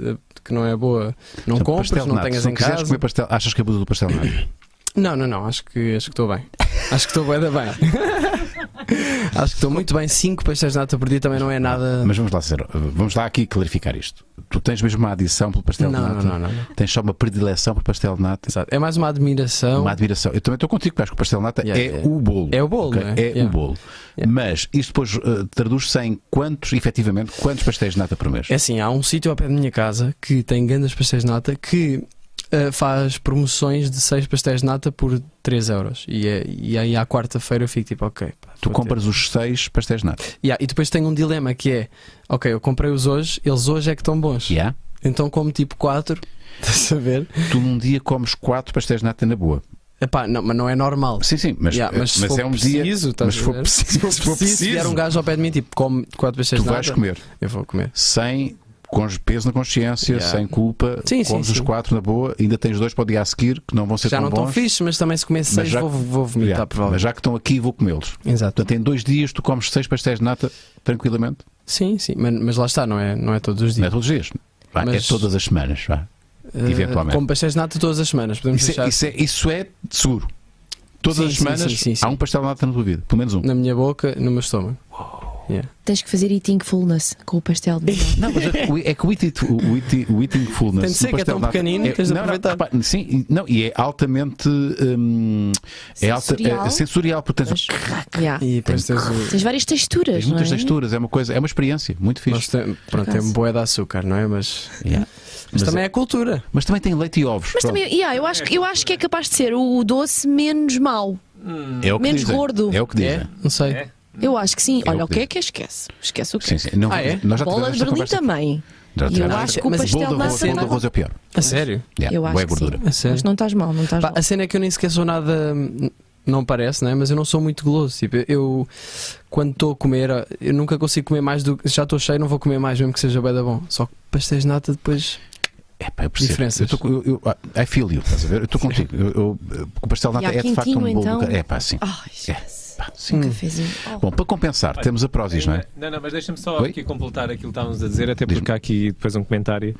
Speaker 2: eh, que não é boa, não
Speaker 1: Então,
Speaker 2: compres,
Speaker 1: pastel de
Speaker 2: não
Speaker 1: nata.
Speaker 2: tenhas
Speaker 1: Se
Speaker 2: em
Speaker 1: quiseres
Speaker 2: casa.
Speaker 1: comer pastel, achas que abuso do pastel de nata?
Speaker 2: Não, não, não, acho que acho que estou bem. Acho que estou bué da bem. [LAUGHS] acho que estou muito bem. Cinco pastéis de nata por dia também não é nada.
Speaker 1: Mas vamos lá, ser- vamos lá aqui clarificar isto. Tu tens mesmo uma adição pelo pastel de
Speaker 2: Não,
Speaker 1: nata?
Speaker 2: não, não, não, não.
Speaker 1: Tens só uma predileção por pastel de nata?
Speaker 2: Exato. É mais uma admiração.
Speaker 1: Uma admiração. Eu também estou contigo, porque acho que o pastel de nata
Speaker 2: Yeah,
Speaker 1: é
Speaker 2: yeah.
Speaker 1: o bolo.
Speaker 2: É o bolo,
Speaker 1: ok?
Speaker 2: não é?
Speaker 1: É o
Speaker 2: Yeah.
Speaker 1: bolo.
Speaker 2: Yeah.
Speaker 1: Mas isto depois eh, traduz-se em quantos, efetivamente, quantos pastéis de nata por mês?
Speaker 2: É assim, há um sítio ao pé da minha casa que tem grandes pastéis de nata que ah, faz promoções de 6 pastéis de nata por 3 euros. E, é- e aí à quarta-feira eu fico tipo, ok. pá,
Speaker 1: Tu
Speaker 2: vou ter.
Speaker 1: compras os seis pastéis de nata.
Speaker 2: Yeah, e depois tenho um dilema que é, ok, eu comprei-os hoje, eles hoje é que estão bons.
Speaker 1: Yeah.
Speaker 2: Então como tipo 4, [LAUGHS] estás a ver?
Speaker 1: Tu num dia comes quatro pastéis de nata na boa.
Speaker 2: Epá, não, mas não é normal.
Speaker 1: Sim, sim, mas,
Speaker 2: Yeah, mas se
Speaker 1: mas
Speaker 2: for
Speaker 1: é um
Speaker 2: preciso,
Speaker 1: dia.
Speaker 2: estás
Speaker 1: Mas se
Speaker 2: a
Speaker 1: for
Speaker 2: ver?
Speaker 1: preciso, se for preciso,
Speaker 2: Se vier um gajo ao pé de mim, tipo, come 4
Speaker 1: tu
Speaker 2: pastéis de nata.
Speaker 1: vais comer
Speaker 2: Eu vou comer.
Speaker 1: sem com peso na consciência,
Speaker 2: Yeah.
Speaker 1: sem culpa.
Speaker 2: Sim, sim,
Speaker 1: comes os
Speaker 2: sim.
Speaker 1: quatro na boa, ainda tens dois para o dia a seguir que não vão ser
Speaker 2: já
Speaker 1: tão
Speaker 2: não
Speaker 1: bons.
Speaker 2: estão fixes, mas também se comer 6
Speaker 1: já-
Speaker 2: vou, vou vomitar,
Speaker 1: Yeah, Mas
Speaker 2: provavelmente.
Speaker 1: já que estão aqui, vou comê-los.
Speaker 2: Exato.
Speaker 1: Portanto, em dois dias tu comes seis pastéis de nata tranquilamente.
Speaker 2: Sim, sim, mas, mas lá está, não é, não é todos os
Speaker 1: Não
Speaker 2: dias.
Speaker 1: é todos os dias. Vá,
Speaker 2: Mas-
Speaker 1: É todas as semanas. vá.
Speaker 2: Eh,
Speaker 1: eventualmente.
Speaker 2: Como pastéis de nata todas as semanas, podemos
Speaker 1: Isso, é,
Speaker 2: deixar assim.
Speaker 1: isso, é, isso é seguro. Todas
Speaker 2: Sim,
Speaker 1: as
Speaker 2: sim,
Speaker 1: semanas
Speaker 2: sim, sim, sim.
Speaker 1: há um pastel de nata na tua vida. Pelo menos um.
Speaker 2: na minha boca, no meu estômago.
Speaker 4: Tens que fazer eating fullness com o pastel de nata.
Speaker 1: Não, mas é- o- é que o, eat it, o, eat it- o eating fullness.
Speaker 2: Tem de ser
Speaker 1: do
Speaker 2: que é
Speaker 1: pastel
Speaker 2: tão
Speaker 1: nata
Speaker 2: pequenino, tens de
Speaker 1: não, não,
Speaker 2: aproveitar.
Speaker 1: repara, sim, e- não, e é altamente. hum, é, alta,
Speaker 4: Sensorial.
Speaker 1: é sensorial, porque tens,
Speaker 4: Mas- [LAUGHS] Yeah.
Speaker 2: E depois tens o.
Speaker 4: Tens várias texturas,
Speaker 1: tens
Speaker 4: não
Speaker 1: muitas
Speaker 4: é?
Speaker 1: texturas, é uma coisa, é uma experiência muito
Speaker 2: Nós
Speaker 1: fixe.
Speaker 2: tem, pronto, tem
Speaker 4: acaso.
Speaker 2: boé de açúcar, não é? Mas,
Speaker 1: Yeah.
Speaker 2: mas
Speaker 1: Mas,
Speaker 2: também
Speaker 1: é-
Speaker 2: é cultura.
Speaker 1: mas também tem leite e ovos.
Speaker 4: Mas
Speaker 1: pronto.
Speaker 4: também, yeah, eu, acho, que- eu acho que é capaz de ser o doce menos mau.
Speaker 1: é o que
Speaker 4: menos
Speaker 1: dizem,
Speaker 4: gordo.
Speaker 1: É o que dizem.
Speaker 2: Não sei.
Speaker 5: É?
Speaker 4: Eu acho que sim.
Speaker 1: É
Speaker 4: Olha,
Speaker 1: o
Speaker 4: o
Speaker 1: que
Speaker 4: que é que é esquece? Esquece o que
Speaker 1: Sim, sim. Não,
Speaker 2: Ah, é?
Speaker 1: Nós já
Speaker 4: Bola
Speaker 1: tivemos
Speaker 4: de
Speaker 1: esta
Speaker 4: Berlim
Speaker 1: conversa.
Speaker 4: também.
Speaker 1: Já
Speaker 4: E eu
Speaker 1: tivemos.
Speaker 4: acho que o
Speaker 2: Mas
Speaker 1: Bolo de
Speaker 4: pastel de
Speaker 1: arroz, bolo de
Speaker 4: nata
Speaker 1: arroz é o pior.
Speaker 2: A sério?
Speaker 1: Yeah,
Speaker 4: Eu acho
Speaker 1: bué
Speaker 4: que sim.
Speaker 1: gordura. assim-
Speaker 2: A sério?
Speaker 4: Mas não estás mal, não estás
Speaker 2: Pá,
Speaker 4: mal.
Speaker 2: a cena é que eu nem sequer sou nada. hum, Não parece, né? Mas eu não sou muito goloso. Tipo, eu, quando estou a comer, eu nunca consigo comer mais do que. Já estou cheio, não vou comer mais, mesmo que seja bem da bom. Só que pastéis de nata depois.
Speaker 1: É, pá, eu percebo.
Speaker 2: Diferenças.
Speaker 1: Eu tô, com- eu, eu, ah, é filho, estás a ver? Eu estou contigo. Eu, eu, o pastel de
Speaker 4: E
Speaker 1: nata
Speaker 4: há
Speaker 1: é de facto um
Speaker 4: quentinho,
Speaker 1: bolo. do
Speaker 4: então?
Speaker 1: ca- É pá, sim.
Speaker 4: Ai, esquece.
Speaker 1: Pá, sim.
Speaker 4: Um cafezinho. Oh.
Speaker 1: Bom, para compensar, temos a Prozis, não é?
Speaker 6: Não, não, mas deixa-me só
Speaker 1: Oi?
Speaker 6: aqui completar aquilo que estávamos a dizer, até porque há aqui depois um comentário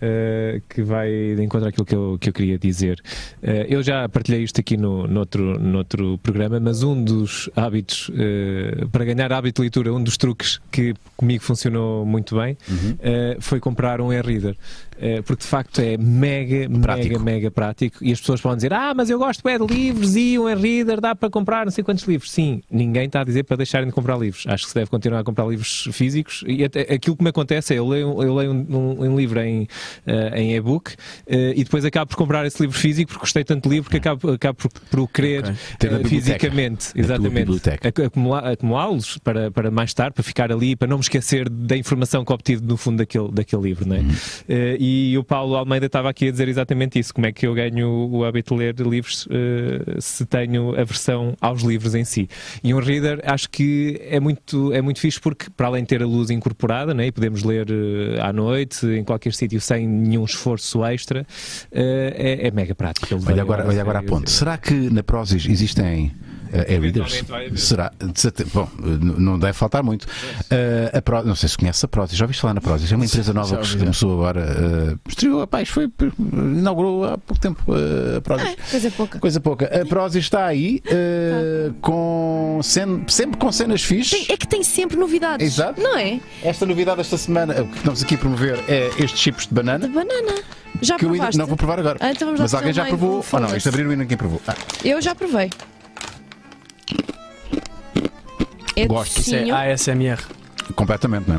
Speaker 6: eh, que vai de encontro àquilo que eu, que eu queria dizer. Eh, eu já partilhei isto aqui no, noutro, noutro programa, mas um dos hábitos, eh, para ganhar hábito de leitura, um dos truques que comigo funcionou muito bem
Speaker 1: Uhum.
Speaker 6: eh, foi comprar um e-reader. Eh, porque de facto é mega,
Speaker 1: Prático.
Speaker 6: mega, mega prático. E as pessoas podem dizer: Ah, mas eu gosto é de livros e um e-reader dá para comprar não sei quantos livros. Sim, ninguém está a dizer para deixarem de comprar livros. Acho que se deve continuar a comprar livros físicos. E até, aquilo que me acontece é: eu leio, eu leio um, um- um livro em, eh, em e-book eh, e depois acabo por comprar esse livro físico porque gostei tanto do livro que acabo, acabo por, por o querer
Speaker 1: Ter na
Speaker 6: eh,
Speaker 1: biblioteca.
Speaker 6: fisicamente.
Speaker 1: Na tua
Speaker 6: Exatamente.
Speaker 1: biblioteca.
Speaker 6: Ac- acumula- Acumulá-los para, para mais tarde, para ficar ali, para não me esquecer da informação que obtive no fundo daquele, daquele livro. Não é?
Speaker 1: Uhum.
Speaker 6: Eh, e o Paulo Almeida estava aqui a dizer exatamente isso: como é que eu ganho o hábito de ler livros eh, se tenho aversão aos livros em si. E um reader acho que é muito, é muito fixe porque, para além de ter a luz incorporada, né, e podemos ler eh, à noite, em qualquer sítio, sem nenhum esforço extra, eh, é, é mega prático. Ele
Speaker 1: Olha
Speaker 6: veio
Speaker 1: agora,
Speaker 6: agora,
Speaker 1: olha agora a
Speaker 6: veio-
Speaker 1: ponte. Será que na Prozis existem eh, e-readers?
Speaker 5: Eventualmente vai haver.
Speaker 1: Será? De certe- Bom, eh, n- não deve faltar muito. Eh, a Pro- Não sei se conhece a Prozis. Já ouviste falar na Prozis? É uma empresa nova que começou agora. eh, Estreou, rapaz, foi, inaugurou há pouco tempo eh, a Prozis.
Speaker 4: Coisa pouca.
Speaker 1: Coisa pouca. A Prozis está aí eh,
Speaker 4: Ah.
Speaker 1: com cen- sempre com cenas fixes.
Speaker 4: Tem- é que tem sempre novidades.
Speaker 1: Exato.
Speaker 4: Não é?
Speaker 1: Esta novidade esta semana, eh, que estamos aqui a promover, é estes chips de banana.
Speaker 4: De banana. Já
Speaker 1: Que eu ainda
Speaker 4: provaste?
Speaker 1: não vou provar agora.
Speaker 4: Ah, então vamos lá
Speaker 1: Mas
Speaker 4: fazer
Speaker 1: alguém
Speaker 4: um
Speaker 1: já
Speaker 4: meio-
Speaker 1: provou. Ah,
Speaker 4: um
Speaker 1: não,
Speaker 4: foda-se.
Speaker 1: isto abriram e ninguém provou. Ah,
Speaker 4: Eu já provei. É
Speaker 1: Gosto.
Speaker 2: Isso é
Speaker 4: docinho. É,
Speaker 2: ASMR.
Speaker 1: completamente, não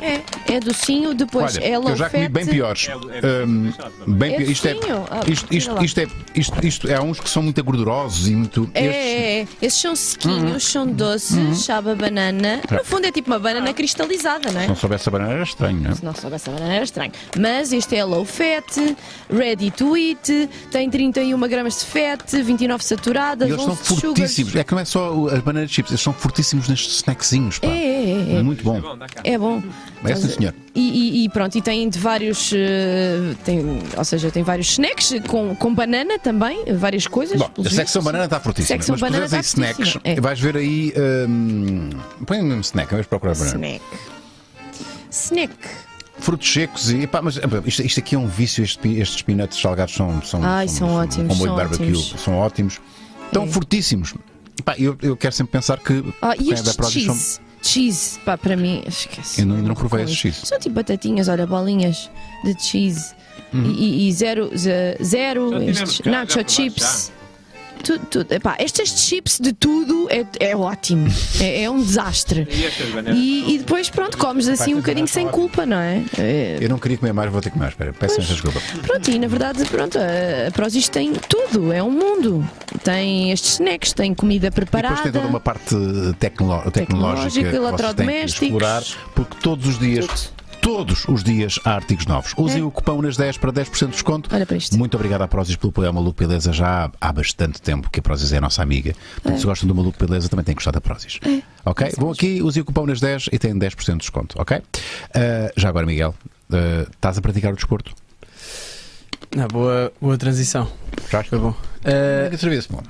Speaker 1: é?
Speaker 4: é, docinho, depois
Speaker 1: Olha,
Speaker 4: é
Speaker 1: eu já comi
Speaker 4: low-fat.
Speaker 1: bem piores.
Speaker 5: É- é
Speaker 1: Hum,
Speaker 5: chato também.
Speaker 1: bem
Speaker 4: É
Speaker 1: pior. Isto é,
Speaker 4: docinho. Ah,
Speaker 1: isto, isto,
Speaker 4: tira
Speaker 1: isto é, isto, isto é há uns que são muito gordurosos e muito.
Speaker 4: É,
Speaker 1: estes-
Speaker 4: é, é. esses são sequinhos,
Speaker 2: Hum.
Speaker 4: são doces, sabe a banana.
Speaker 1: Tá.
Speaker 4: No fundo é tipo uma
Speaker 2: Ah.
Speaker 4: banana cristalizada, não é?
Speaker 1: Se não soubesse a banana era estranho, não é?
Speaker 4: Se não soubesse a banana era estranho. Mas este é low fat, ready to eat, tem 31 gramas de fat, 29
Speaker 1: E
Speaker 4: saturadas,
Speaker 1: eles são
Speaker 4: 11 de
Speaker 1: fortíssimos.
Speaker 4: sugars.
Speaker 1: É que não é só o- as bananas chips, eles são fortíssimos nestes snackzinhos, pá.
Speaker 4: É, é, é, é.
Speaker 1: Muito bom.
Speaker 5: Bom, dá cá.
Speaker 4: É bom.
Speaker 1: É sim, senhor.
Speaker 4: E, e- e pronto, e tem de vários. eh, tem, ou seja, tem vários snacks com, com banana também, eh, várias coisas.
Speaker 1: Bom,
Speaker 4: pelos
Speaker 1: a secção
Speaker 4: vistos.
Speaker 1: banana está fortíssima.
Speaker 4: Secção
Speaker 1: mas
Speaker 4: banana
Speaker 1: puseres aí
Speaker 4: está fortíssima,
Speaker 1: snacks,
Speaker 4: é.
Speaker 1: vais ver aí. hum, põe mesmo snack, vamos procurar banana.
Speaker 4: Snack. Snack.
Speaker 1: Frutos secos e. Pá, mas ah, isto, isto aqui é um vício, este pi- estes peanuts salgados são. são
Speaker 4: Ai, são ótimos,
Speaker 1: Com molho de
Speaker 4: são
Speaker 1: barbecue,
Speaker 4: ótimos.
Speaker 1: são ótimos. Tão
Speaker 4: É.
Speaker 1: fortíssimos. Pá, eu, eu quero sempre pensar que.
Speaker 4: Ah, e
Speaker 1: quem é da
Speaker 4: estes
Speaker 1: Prozis são-
Speaker 4: cheese. Cheese, pá, para mim, esquece.
Speaker 1: Eu não- ainda não provei
Speaker 4: Com
Speaker 1: esses
Speaker 4: isso.
Speaker 1: cheese.
Speaker 4: São tipo batatinhas, olha, bolinhas de cheese.
Speaker 1: Hum.
Speaker 4: E, e- e zero, ze- zero
Speaker 5: Já tivemos
Speaker 4: estes
Speaker 5: cá, já
Speaker 4: nacho
Speaker 5: provaste,
Speaker 4: chips. Tudo, tudo. Epá, estes chips de tudo é,
Speaker 1: [LAUGHS]
Speaker 4: é ótimo. é, é um desastre.
Speaker 5: E estas bananas?
Speaker 4: E, e depois, pronto, comes assim um bocadinho sem culpa, não é? É,
Speaker 1: Eu não queria comer mais, vou ter que comer. Espera, peço esta desculpa.
Speaker 4: Pronto, e na verdade, pronto, a a Prozis tem tudo, é um mundo. Tem estes snacks, tem comida
Speaker 1: E
Speaker 4: preparada.
Speaker 1: depois tem toda uma parte tecno- tecnológica,
Speaker 4: Tecnológica,
Speaker 1: que vocês têm que
Speaker 4: eletrodomésticos.
Speaker 1: explorar, porque todos os dias, todos os dias há artigos novos. Usem
Speaker 4: É.
Speaker 1: o cupão nas 10 para 10% de desconto.
Speaker 4: Olha para isto.
Speaker 1: Muito obrigado à Prozis pelo apoio à Maluco Beleza já há, há bastante tempo que a Prozis é a nossa amiga. Portanto, se gostam do Maluco Beleza, também têm que gostar da Prozis.
Speaker 2: É.
Speaker 1: Ok? Vão aqui, usem o cupão nas 10 e têm 10% de desconto, ok? Ah, já agora, Miguel, ah, estás a praticar o desporto?
Speaker 2: Na boa, boa transição.
Speaker 1: Já está bom.
Speaker 2: Ah,
Speaker 1: Eh, serviço, bom.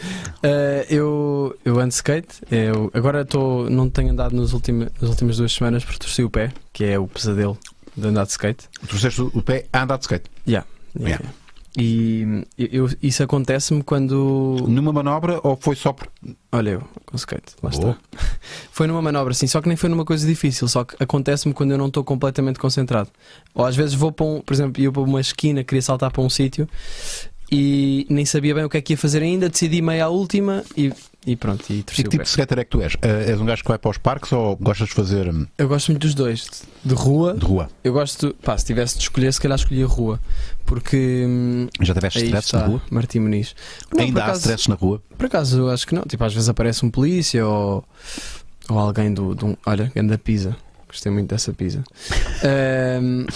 Speaker 2: Uh, eu, eu ando de skate, eu, agora estou não tenho andado nos ultima, nas últimas duas semanas porque torci o pé, que é o pesadelo de andar de skate.
Speaker 1: Tu fizeste o pé a andar de skate.
Speaker 2: Yeah.
Speaker 1: Yeah.
Speaker 2: E hum, eu- isso acontece-me quando.
Speaker 1: Numa manobra ou foi só por.
Speaker 2: Olha, eu com skate, lá
Speaker 1: Boa.
Speaker 2: está. [LAUGHS] Foi numa manobra, sim, só que nem foi numa coisa difícil, só que acontece-me quando eu não estou completamente concentrado. Ou às vezes vou para um, por exemplo, eu para uma esquina, queria saltar para um sítio e nem sabia bem o que é que ia fazer ainda, decidi meio à última e E pronto, e
Speaker 1: E
Speaker 2: torci
Speaker 1: que
Speaker 2: o
Speaker 1: tipo
Speaker 2: pé.
Speaker 1: de skater é que tu és? Eh, és um gajo que vai para os parques ou gostas de fazer hum,
Speaker 2: Eu gosto muito dos dois, de- de rua.
Speaker 1: de rua?
Speaker 2: Eu gosto, pá, se tivesse de escolher, se calhar escolhia rua. Porque. hum,
Speaker 1: Já tiveste
Speaker 2: aí
Speaker 1: stress na
Speaker 2: está,
Speaker 1: rua?
Speaker 2: Martim Muniz. Não,
Speaker 1: Ainda
Speaker 2: por
Speaker 1: há
Speaker 2: acaso-
Speaker 1: stress na rua?
Speaker 2: Por acaso, eu acho que não. Tipo, às vezes aparece um polícia ou, ou alguém do, de um- Olha, ganda pizza. Gostei muito
Speaker 1: [LAUGHS]
Speaker 2: dessa pizza. Ahm,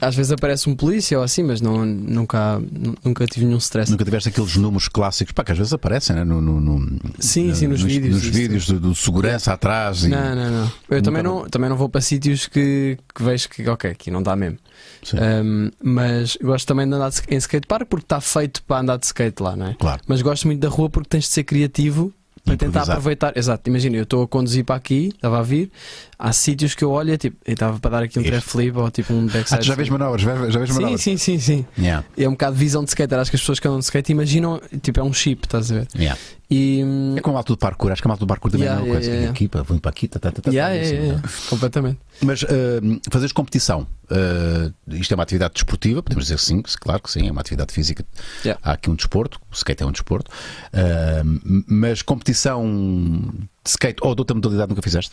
Speaker 2: às vezes aparece um polícia ou assim, mas não, nunca, nu- nunca tive nenhum stress.
Speaker 1: Nunca tiveste aqueles números clássicos pá, que às vezes aparecem né? no, no- no-
Speaker 2: Sim,
Speaker 1: no-
Speaker 2: sim, nos vídeos,
Speaker 1: Nos
Speaker 2: isso.
Speaker 1: vídeos do, do segurança atrás. E...
Speaker 2: Não, não, não. Eu também
Speaker 1: Nunca-
Speaker 2: não, também não vou para sítios que, que vejo que, ok, aqui não dá mesmo.
Speaker 1: Sim.
Speaker 2: Ahm, mas eu gosto também de andar de sk- em skatepark porque está feito para andar de skate lá, não é?
Speaker 1: Claro.
Speaker 2: Mas gosto muito da rua porque tens de ser criativo para tentar
Speaker 1: Improvisar.
Speaker 2: aproveitar. Exato, imagina, eu estou a conduzir para aqui, estava a vir, há sítios que eu olho e tipo, eu estava para dar aqui um
Speaker 1: Este.
Speaker 2: trap flip ou tipo um backside.
Speaker 1: Ah, tu já vês
Speaker 2: flip.
Speaker 1: manobras? Já já vês
Speaker 2: Sim,
Speaker 1: manobras?
Speaker 2: sim, sim, sim.
Speaker 1: Yeah,
Speaker 2: É um bocado de visão de skater. Acho que as pessoas que andam de skate imaginam, tipo, é um chip, estás a ver?
Speaker 1: yeah.
Speaker 2: E. hum,
Speaker 1: É como a alto do parkour, acho que a malta do parkour também
Speaker 2: Yeah,
Speaker 1: não é uma
Speaker 2: yeah,
Speaker 1: coisa.
Speaker 2: yeah.
Speaker 1: Aqui, pá, vou para aqui, tá, tá, tá, tá,
Speaker 2: yeah,
Speaker 1: assim,
Speaker 2: yeah, yeah, completamente.
Speaker 1: Mas hum, fazeres competição, hum, isto é uma atividade desportiva, podemos dizer que sim, claro que sim, é uma atividade física.
Speaker 2: Yeah.
Speaker 1: Há aqui um desporto, o skate é um desporto, hum, mas competição de skate ou de outra modalidade nunca fizeste?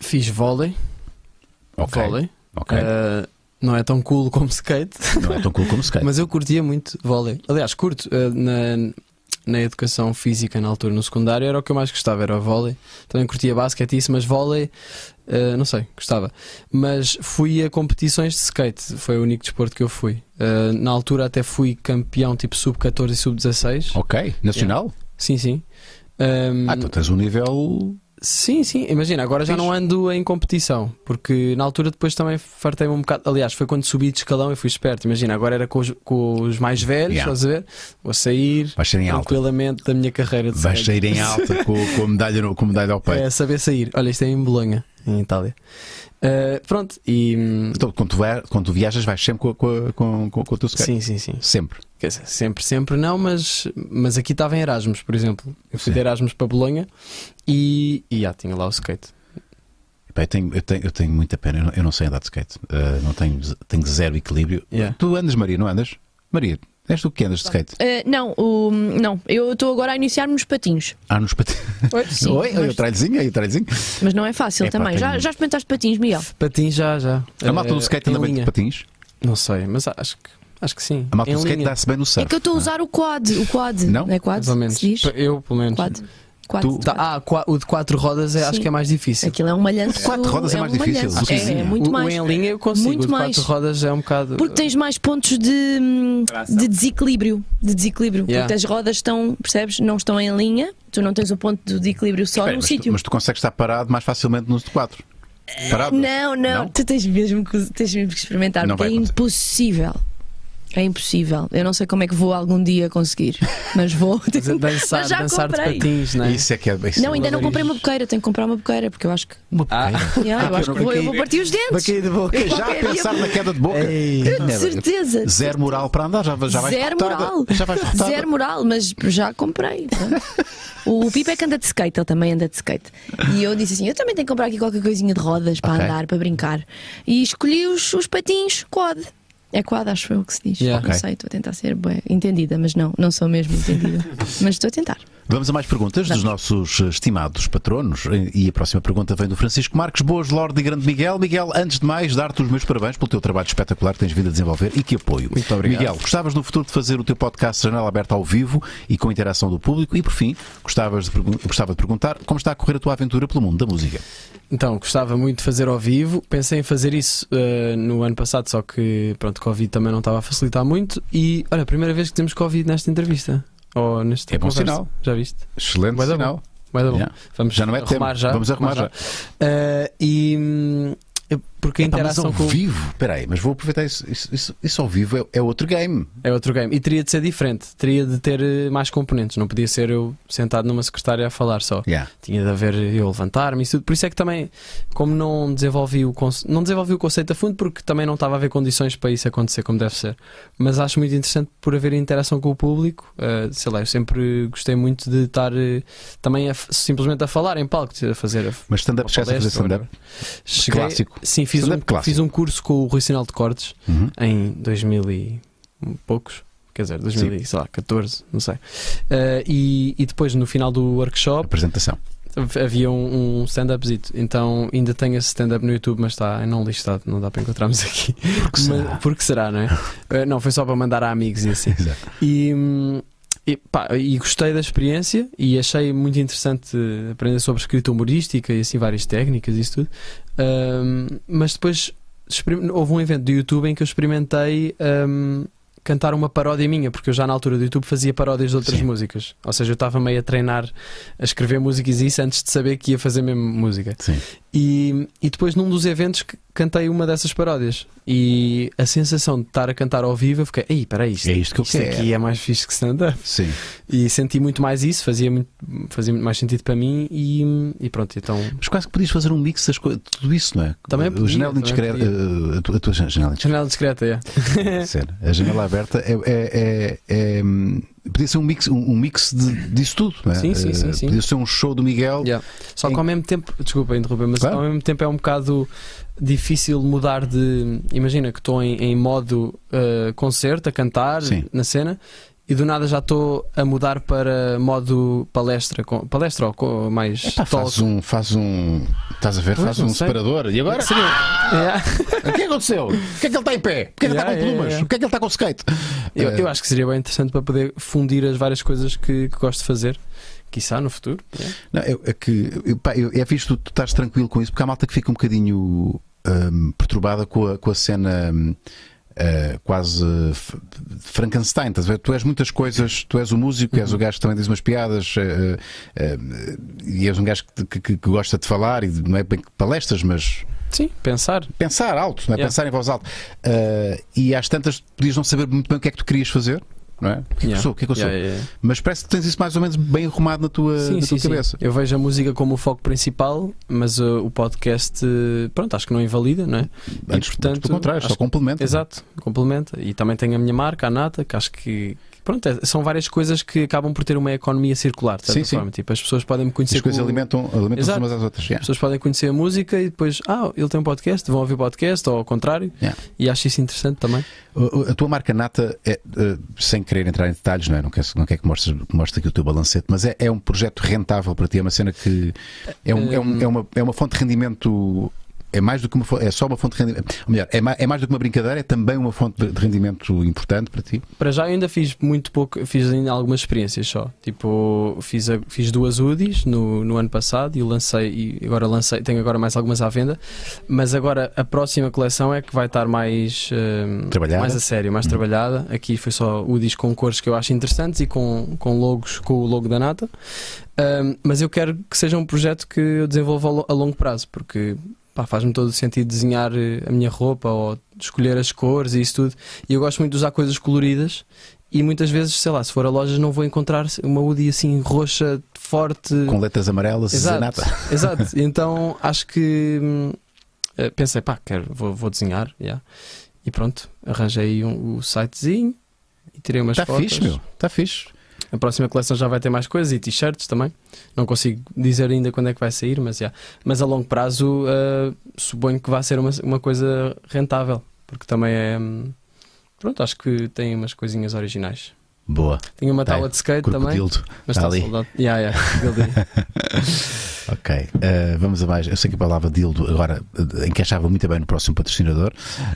Speaker 2: Fiz vôlei.
Speaker 1: Ok,
Speaker 2: Vôlei.
Speaker 1: ok.
Speaker 2: Ah, não é tão cool como skate.
Speaker 1: Não é tão cool como skate.
Speaker 2: [LAUGHS] Mas eu curtia muito vôlei. Aliás, curto. eh, na, na educação física, na altura, no secundário, era o que eu mais gostava, era o vôlei. Também curtia basquete e isso, mas vôlei, eh, não sei, gostava. Mas fui a competições de skate, foi o único desporto que eu fui. Eh, na altura até fui campeão tipo sub-14 e sub-16.
Speaker 1: Ok, nacional?
Speaker 2: Sim, sim. Ehm, Ahm,
Speaker 1: Ah, então tens um nível.
Speaker 2: Sim, sim, imagina, agora já
Speaker 1: Fixe.
Speaker 2: não ando em competição, porque na altura depois também fartei-me um bocado. Aliás, foi quando subi de escalão e fui esperto. Imagina, agora era com os, com os mais velhos,
Speaker 1: Yeah.
Speaker 2: estás a ver? Vou sair
Speaker 1: Vais ser em alta.
Speaker 2: tranquilamente da minha carreira de
Speaker 1: Vais
Speaker 2: skate.
Speaker 1: sair
Speaker 2: [LAUGHS]
Speaker 1: em alta com, com a, medalha no- com a medalha ao peito.
Speaker 2: É saber sair. Olha, isto é em Bolonha, em Itália. Ah, pronto, e. hum,
Speaker 1: Então, quando tu, vai- quando tu viajas, vais sempre com, a- com, a- com, com, com o teu skate.
Speaker 2: Sim, sim, sim.
Speaker 1: Sempre.
Speaker 2: Quer dizer, sempre, sempre não, mas, mas aqui estava em Erasmus, por exemplo. Eu
Speaker 1: Sim.
Speaker 2: fui de Erasmus para Bolonha e, e já tinha lá o skate.
Speaker 1: Pá, eu, tenho, eu, tenho, eu tenho muita pena, eu não, eu não sei andar de skate. Ah, não tenho, tenho zero equilíbrio.
Speaker 2: Yeah.
Speaker 1: Tu andas, Maria, não andas? Maria, és tu que andas de skate?
Speaker 4: Eh, não, o- não, eu estou agora a iniciar-me nos patins.
Speaker 1: Ah, nos patins.
Speaker 4: Sim,
Speaker 1: [LAUGHS] Oi, aí o
Speaker 4: mas,
Speaker 1: tralhozinho, aí o tralhozinho.
Speaker 4: mas não é fácil
Speaker 1: É pá,
Speaker 4: também.
Speaker 1: tenho-
Speaker 4: Já, já experimentaste patins, Miguel?
Speaker 2: Patins já, já.
Speaker 1: A malta do
Speaker 2: Ah,
Speaker 4: Eh,
Speaker 1: skate
Speaker 2: em
Speaker 1: anda bem de
Speaker 2: linha.
Speaker 1: patins.
Speaker 2: Não sei, mas acho que, acho que sim.
Speaker 1: A malta
Speaker 2: Em
Speaker 1: do skate
Speaker 2: linha,
Speaker 1: dá-se bem no surf.
Speaker 4: É que eu estou a usar o quad. O quad.
Speaker 1: Não?
Speaker 4: é quad?
Speaker 2: mais ou menos.
Speaker 4: Se diz?
Speaker 2: P- Eu, pelo menos.
Speaker 4: Quad. Quad.
Speaker 1: Tu-
Speaker 2: Tá, ah, qua- o de quatro rodas é, acho
Speaker 4: Sim.
Speaker 2: que é mais difícil.
Speaker 4: Aquilo é um malhanço.
Speaker 1: Quatro rodas é mais
Speaker 4: um
Speaker 1: difícil,
Speaker 4: malhanço.
Speaker 1: do que
Speaker 4: É,
Speaker 1: sozinha.
Speaker 4: é muito
Speaker 2: o, o
Speaker 4: mais.
Speaker 2: em linha eu consigo,
Speaker 4: Muito
Speaker 2: o de quatro
Speaker 4: mais.
Speaker 2: rodas é um bocado. [LAUGHS]
Speaker 4: Porque tens mais pontos de, hum,
Speaker 5: Tração.
Speaker 4: de desequilíbrio. De desequilíbrio.
Speaker 2: Yeah.
Speaker 4: Porque as rodas estão, percebes? Não estão em linha. Tu não tens o ponto de desequilíbrio só
Speaker 1: Espera,
Speaker 4: num
Speaker 1: mas, tu,
Speaker 4: sítio.
Speaker 1: mas tu consegues estar parado mais facilmente nos de quatro.
Speaker 2: Ah,
Speaker 1: Parado?
Speaker 4: Não, não,
Speaker 1: Não?
Speaker 4: Tu tens mesmo que, tens mesmo que experimentar.
Speaker 1: Não
Speaker 4: porque é
Speaker 1: vai acontecer.
Speaker 4: impossível. É impossível. Eu não sei como é que vou algum dia conseguir. Mas vou.
Speaker 2: [LAUGHS] Mas é dançar,
Speaker 4: [LAUGHS] Mas já
Speaker 2: dançar de
Speaker 4: comprei.
Speaker 2: patins, não é?
Speaker 1: Isso é que é. Isso
Speaker 4: Não,
Speaker 1: é
Speaker 4: ainda não
Speaker 1: valor.
Speaker 4: comprei uma boqueira. Tenho que comprar uma Ah, boqueira porque eu acho que.
Speaker 2: Ah,
Speaker 1: Uma porcaria.
Speaker 4: [LAUGHS] Yeah, eu acho que vou, eu vou partir os dentes.
Speaker 2: Baquei de boca.
Speaker 4: Eu
Speaker 1: Já a
Speaker 4: qualquer
Speaker 1: pensar
Speaker 2: [LAUGHS] É,
Speaker 4: dia-
Speaker 1: na queda de boca.
Speaker 2: Ei.
Speaker 1: Never.
Speaker 4: Certeza.
Speaker 1: Zero moral para andar, já, já vais
Speaker 4: Zero
Speaker 1: derrotada.
Speaker 4: moral.
Speaker 1: Já vais derrotada.
Speaker 4: Zero moral, mas já comprei.
Speaker 1: [LAUGHS]
Speaker 4: pronto. o Pipa é que anda de skate, ele também anda de skate. E eu disse assim: eu também tenho que comprar aqui qualquer coisinha de rodas para
Speaker 1: Ok.
Speaker 4: andar, para brincar. E escolhi os, os patins quad. É quad, acho eu que se diz.
Speaker 2: Yeah.
Speaker 4: Não
Speaker 1: Ok.
Speaker 4: sei, estou a tentar ser bem entendida, mas não, não sou
Speaker 1: [LAUGHS]
Speaker 4: mesmo entendida. mas estou a tentar.
Speaker 1: Vamos a mais perguntas dos nossos estimados patronos. E a próxima pergunta vem do Francisco Marques. Boas, Lorde e Grande Miguel. Miguel, antes de mais, dar-te os meus parabéns pelo teu trabalho espetacular que tens vindo a desenvolver e que apoio.
Speaker 2: Muito obrigado.
Speaker 1: Miguel, gostavas no futuro de fazer o teu podcast Janela Aberta ao vivo e com a interação do público? E por fim, gostavas de, pergun- gostava de perguntar como está a correr a tua aventura pelo mundo da música?
Speaker 2: Então, gostava muito de fazer ao vivo. Pensei em fazer isso eh, no ano passado, só que, pronto, Covid também não estava a facilitar muito. E, olha, a primeira vez que temos Covid nesta entrevista. Ou nesta
Speaker 1: É bom
Speaker 2: conversa.
Speaker 1: sinal.
Speaker 2: Já viste?
Speaker 1: Excelente
Speaker 2: Vai dar
Speaker 1: sinal.
Speaker 2: Vai dar bom.
Speaker 1: Yeah.
Speaker 2: Vamos
Speaker 1: Já não é
Speaker 2: arrumar
Speaker 1: tempo.
Speaker 2: já.
Speaker 1: Vamos arrumar já.
Speaker 2: Ah, e hum, porque a
Speaker 1: Epá, É, mas
Speaker 2: interação
Speaker 1: ao
Speaker 2: com
Speaker 1: vivo, espera aí, mas vou aproveitar isso. Isso, isso- isso ao vivo é- é outro game.
Speaker 2: é outro game e teria de ser diferente, teria de ter eh, mais componentes, não podia ser eu sentado numa secretária a falar só.
Speaker 1: Yeah.
Speaker 2: Tinha de haver eu levantar-me isso tudo. Por isso é que também, como não desenvolvi o conce- não desenvolvi o conceito a fundo porque também não estava a haver condições para isso acontecer como deve ser. Mas acho muito interessante por haver interação com o público. Ah, sei lá, eu sempre gostei muito de estar eh, também a f- simplesmente a falar em palco, a fazer a
Speaker 1: Mas stand-up, chegaste a fazer
Speaker 2: palestra,
Speaker 1: stand-up?
Speaker 2: Cheguei-
Speaker 1: Clássico.
Speaker 2: Sim, fiz um,
Speaker 1: Stand-up clássico.
Speaker 2: fiz um curso com o Rui Sinal de Cortes
Speaker 1: Uhum.
Speaker 2: em 2000 e poucos. quer dizer, 2014, não sei. Eh, e, e depois, no final do workshop,
Speaker 1: Apresentação.
Speaker 2: havia um, um stand-upzito. Então ainda tenho esse stand-up no YouTube, mas está é não listado, não dá para encontrarmos [LAUGHS] aqui. Porque
Speaker 1: será?
Speaker 2: porque
Speaker 1: [LAUGHS]
Speaker 2: será, não é? Eh, não, foi só para mandar a amigos e assim.
Speaker 1: Exato.
Speaker 2: E, hum, e, pá, e gostei da experiência e achei muito interessante eh, aprender sobre escrita humorística e assim várias técnicas e isso tudo. Hum, mas depois experim- houve um evento do YouTube em que eu experimentei hum, cantar uma paródia minha, porque eu já na altura do YouTube fazia paródias de outras
Speaker 1: Sim.
Speaker 2: músicas. Ou seja, eu estava meio a treinar a escrever músicas e isso antes de saber que ia fazer mesmo música.
Speaker 1: Sim.
Speaker 2: E, e depois num dos eventos c- cantei uma dessas paródias e a sensação de estar a cantar ao vivo eu fiquei, ei, peraí, isto,
Speaker 1: É isto que eu
Speaker 2: isto
Speaker 1: quero.
Speaker 2: aqui é mais fixe que stand-up.
Speaker 1: Sim.
Speaker 2: E senti muito mais isso, fazia muito, fazia muito mais sentido para mim e, e pronto, então
Speaker 1: Mas quase que podias fazer um mix das coisas, tudo isso, não é?
Speaker 2: Também
Speaker 1: o
Speaker 2: podia,
Speaker 1: janela
Speaker 2: também
Speaker 1: indiscreta, eh, a tua- a tua janela indiscreta.
Speaker 2: janela discreta, é. [LAUGHS]
Speaker 1: Sério, a janela aberta é, é- é- é, hum, podia ser um mix, um, um mix de, disso tudo, não é?
Speaker 2: Sim, sim, sim,
Speaker 1: Eh,
Speaker 2: sim.
Speaker 1: Podia ser um show do Miguel.
Speaker 2: Yeah. Só que ao mesmo tempo, desculpa interromper, mas
Speaker 1: Claro.
Speaker 2: ao mesmo tempo é um bocado difícil mudar de. Imagina que estou em, em modo uh, concerto, a cantar
Speaker 1: Sim.
Speaker 2: na cena. E do nada já estou a mudar para modo palestra, com, palestra ou com, mais
Speaker 1: Epá, faz
Speaker 2: talk.
Speaker 1: um, faz um, estás a ver,
Speaker 2: Pois,
Speaker 1: faz
Speaker 2: não
Speaker 1: um
Speaker 2: sei.
Speaker 1: separador. E
Speaker 2: [LAUGHS]
Speaker 1: agora?
Speaker 2: Yeah.
Speaker 1: O que aconteceu? O que é que ele está em pé? Porquê é que ele está
Speaker 2: Yeah,
Speaker 1: com
Speaker 2: yeah,
Speaker 1: plumas?
Speaker 2: yeah.
Speaker 1: O que é que ele está com skate?
Speaker 2: Eu,
Speaker 1: Eh,
Speaker 2: eu acho que seria bem interessante para poder fundir as várias coisas que, que gosto de fazer, quiçá no futuro. Yeah.
Speaker 1: Não, é, é que eu- pá, eu- é visto tu estás tranquilo com isso, porque há malta que fica um bocadinho hum, perturbada com a, com a cena hum, eh, quase f- de Frankenstein. Estás a ver? Tu és muitas coisas, tu és o músico,
Speaker 2: Uhum.
Speaker 1: és o gajo que também diz umas piadas, eh, eh, eh, e és um gajo que, que- que- que gosta de falar e de- não é bem que palestras, mas
Speaker 2: Sim, pensar.
Speaker 1: pensar alto, não é?
Speaker 2: Yeah.
Speaker 1: pensar em voz alta. Ah, e às tantas podias não saber muito bem o que é que tu querias fazer. Não é? O que é que eu
Speaker 2: Yeah.
Speaker 1: sou? O que é que eu sou?
Speaker 2: Yeah, yeah, yeah.
Speaker 1: Mas parece que tens isso mais ou menos bem arrumado na tua,
Speaker 2: Sim,
Speaker 1: na tua
Speaker 2: sim, sim.
Speaker 1: cabeça.
Speaker 2: Eu vejo a música como o foco principal, mas uh, o podcast, uh, pronto, acho que não invalida, não é? E,
Speaker 1: Antes,
Speaker 2: portanto,
Speaker 1: antes pelo contrário,
Speaker 2: acho
Speaker 1: só complementa.
Speaker 2: Exato, complementa. E também tenho a minha marca, a Nata, que acho que. que, Pronto, é- são várias coisas que acabam por ter uma economia circular, de certa
Speaker 1: Sim, sim.
Speaker 2: forma. Tipo, as pessoas podem me
Speaker 1: As
Speaker 2: conhecer.
Speaker 1: coisas
Speaker 2: como-
Speaker 1: alimentam, alimentam
Speaker 2: Exato.
Speaker 1: umas às outras.
Speaker 2: As
Speaker 1: Yeah.
Speaker 2: pessoas podem conhecer a música e depois, ah, ele tem um podcast, vão ouvir o podcast, ou ao contrário.
Speaker 1: Yeah.
Speaker 2: E acho isso interessante também.
Speaker 1: O- o- A tua marca nata, é, eh, sem querer entrar em detalhes, não é? Não quer, não quer que mostres, que mostres aqui o teu balancete, mas é, é um projeto rentável para ti, é uma cena que é, um- é um- é uma, é uma fonte de rendimento. É mais do que uma fonte, é só uma fonte de rendimento. Ou melhor, é ma- é mais do que uma brincadeira, é também uma fonte de de rendimento importante para ti.
Speaker 2: Para já eu ainda fiz muito pouco, fiz ainda algumas experiências só. Tipo, fiz, a- fiz duas UDIs no, no ano passado e lancei, e agora lancei, tenho agora mais algumas à venda, mas agora a próxima coleção é que vai estar mais, hum,
Speaker 1: Trabalhada.
Speaker 2: mais a sério, mais trabalhada. Aqui foi só UDIs com cores que eu acho interessantes e com, com logos, com o logo da Nata. Hum, mas eu quero que seja um projeto que eu desenvolva a lo- a longo prazo, porque pá, faz-me todo o sentido desenhar eh, a minha roupa ou escolher as cores e isso tudo. E eu gosto muito de usar coisas coloridas. E muitas vezes, sei lá, se for a lojas, não vou encontrar uma UDI assim roxa, forte.
Speaker 1: Com letras amarelas,
Speaker 2: Exato,
Speaker 1: zanata.
Speaker 2: [LAUGHS] exato. Então acho que hum, eh, pensei, pá, quero, vou, vou desenhar. yeah. E pronto, arranjei um, o sitezinho e tirei umas
Speaker 1: Está
Speaker 2: fotos.
Speaker 1: Tá fixe, meu. Está fixe.
Speaker 2: A próxima coleção já vai ter mais coisas e t-shirts também. Não consigo dizer ainda quando é que vai sair, mas, já. mas a longo prazo ah, suponho que vai ser uma, uma coisa rentável, porque também é. hum, Pronto, acho que tem umas coisinhas originais.
Speaker 1: Boa.
Speaker 2: Tinha uma
Speaker 1: Tem.
Speaker 2: tábua de skate também,
Speaker 1: Crocodilo. tá
Speaker 2: mas está
Speaker 1: ali.
Speaker 2: soldado. Yeah,
Speaker 1: [LAUGHS]
Speaker 2: yeah, crocodilo.
Speaker 1: Ok, eh, vamos a mais. Eu sei que a palavra dildo agora eh, encaixava muito bem no próximo patrocinador,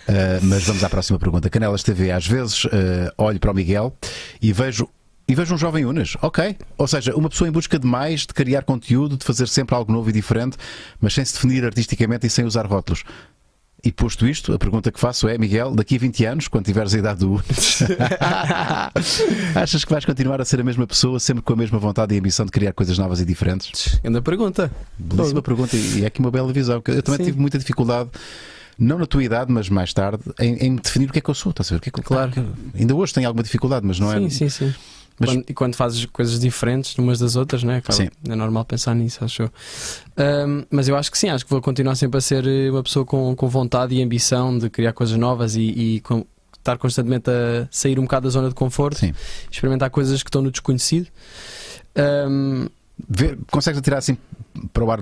Speaker 1: eh, mas vamos à próxima pergunta. Canelas TV, às vezes eh, olho para o Miguel e vejo. E vejo um jovem Unas, ok? Ou seja, uma pessoa em busca de mais, de criar conteúdo, de fazer sempre algo novo e diferente, mas sem se definir artisticamente e sem usar rótulos. E posto isto, a pergunta que faço é, Miguel, daqui a 20 anos, quando tiveres a idade do Unas, [LAUGHS] achas que vais continuar a ser a mesma pessoa, sempre com a mesma vontade e ambição de criar coisas novas e diferentes?
Speaker 2: Grande pergunta.
Speaker 1: Belíssima pergunta e é aqui uma bela visão. que Eu também
Speaker 2: Sim.
Speaker 1: tive muita dificuldade, não na tua idade, mas mais tarde, em, em definir o que é que eu sou. Estás a ver? O que é que eu-
Speaker 2: Claro.
Speaker 1: Ainda hoje tenho alguma dificuldade, mas não
Speaker 2: sim,
Speaker 1: é.
Speaker 2: sim, sim.
Speaker 1: Mas-
Speaker 2: Quando- e quando fazes coisas diferentes umas das outras, né? Acaba-
Speaker 1: Sim.
Speaker 2: É normal pensar nisso, acho eu. Ahm, mas eu acho que sim, acho que vou continuar sempre a ser eh, uma pessoa com, com vontade e ambição de criar coisas novas e, e com- estar constantemente a sair um bocado da zona de conforto,
Speaker 1: Sim.
Speaker 2: experimentar coisas que estão no desconhecido. Ahm,
Speaker 1: Ver- consegues tirar assim para o ar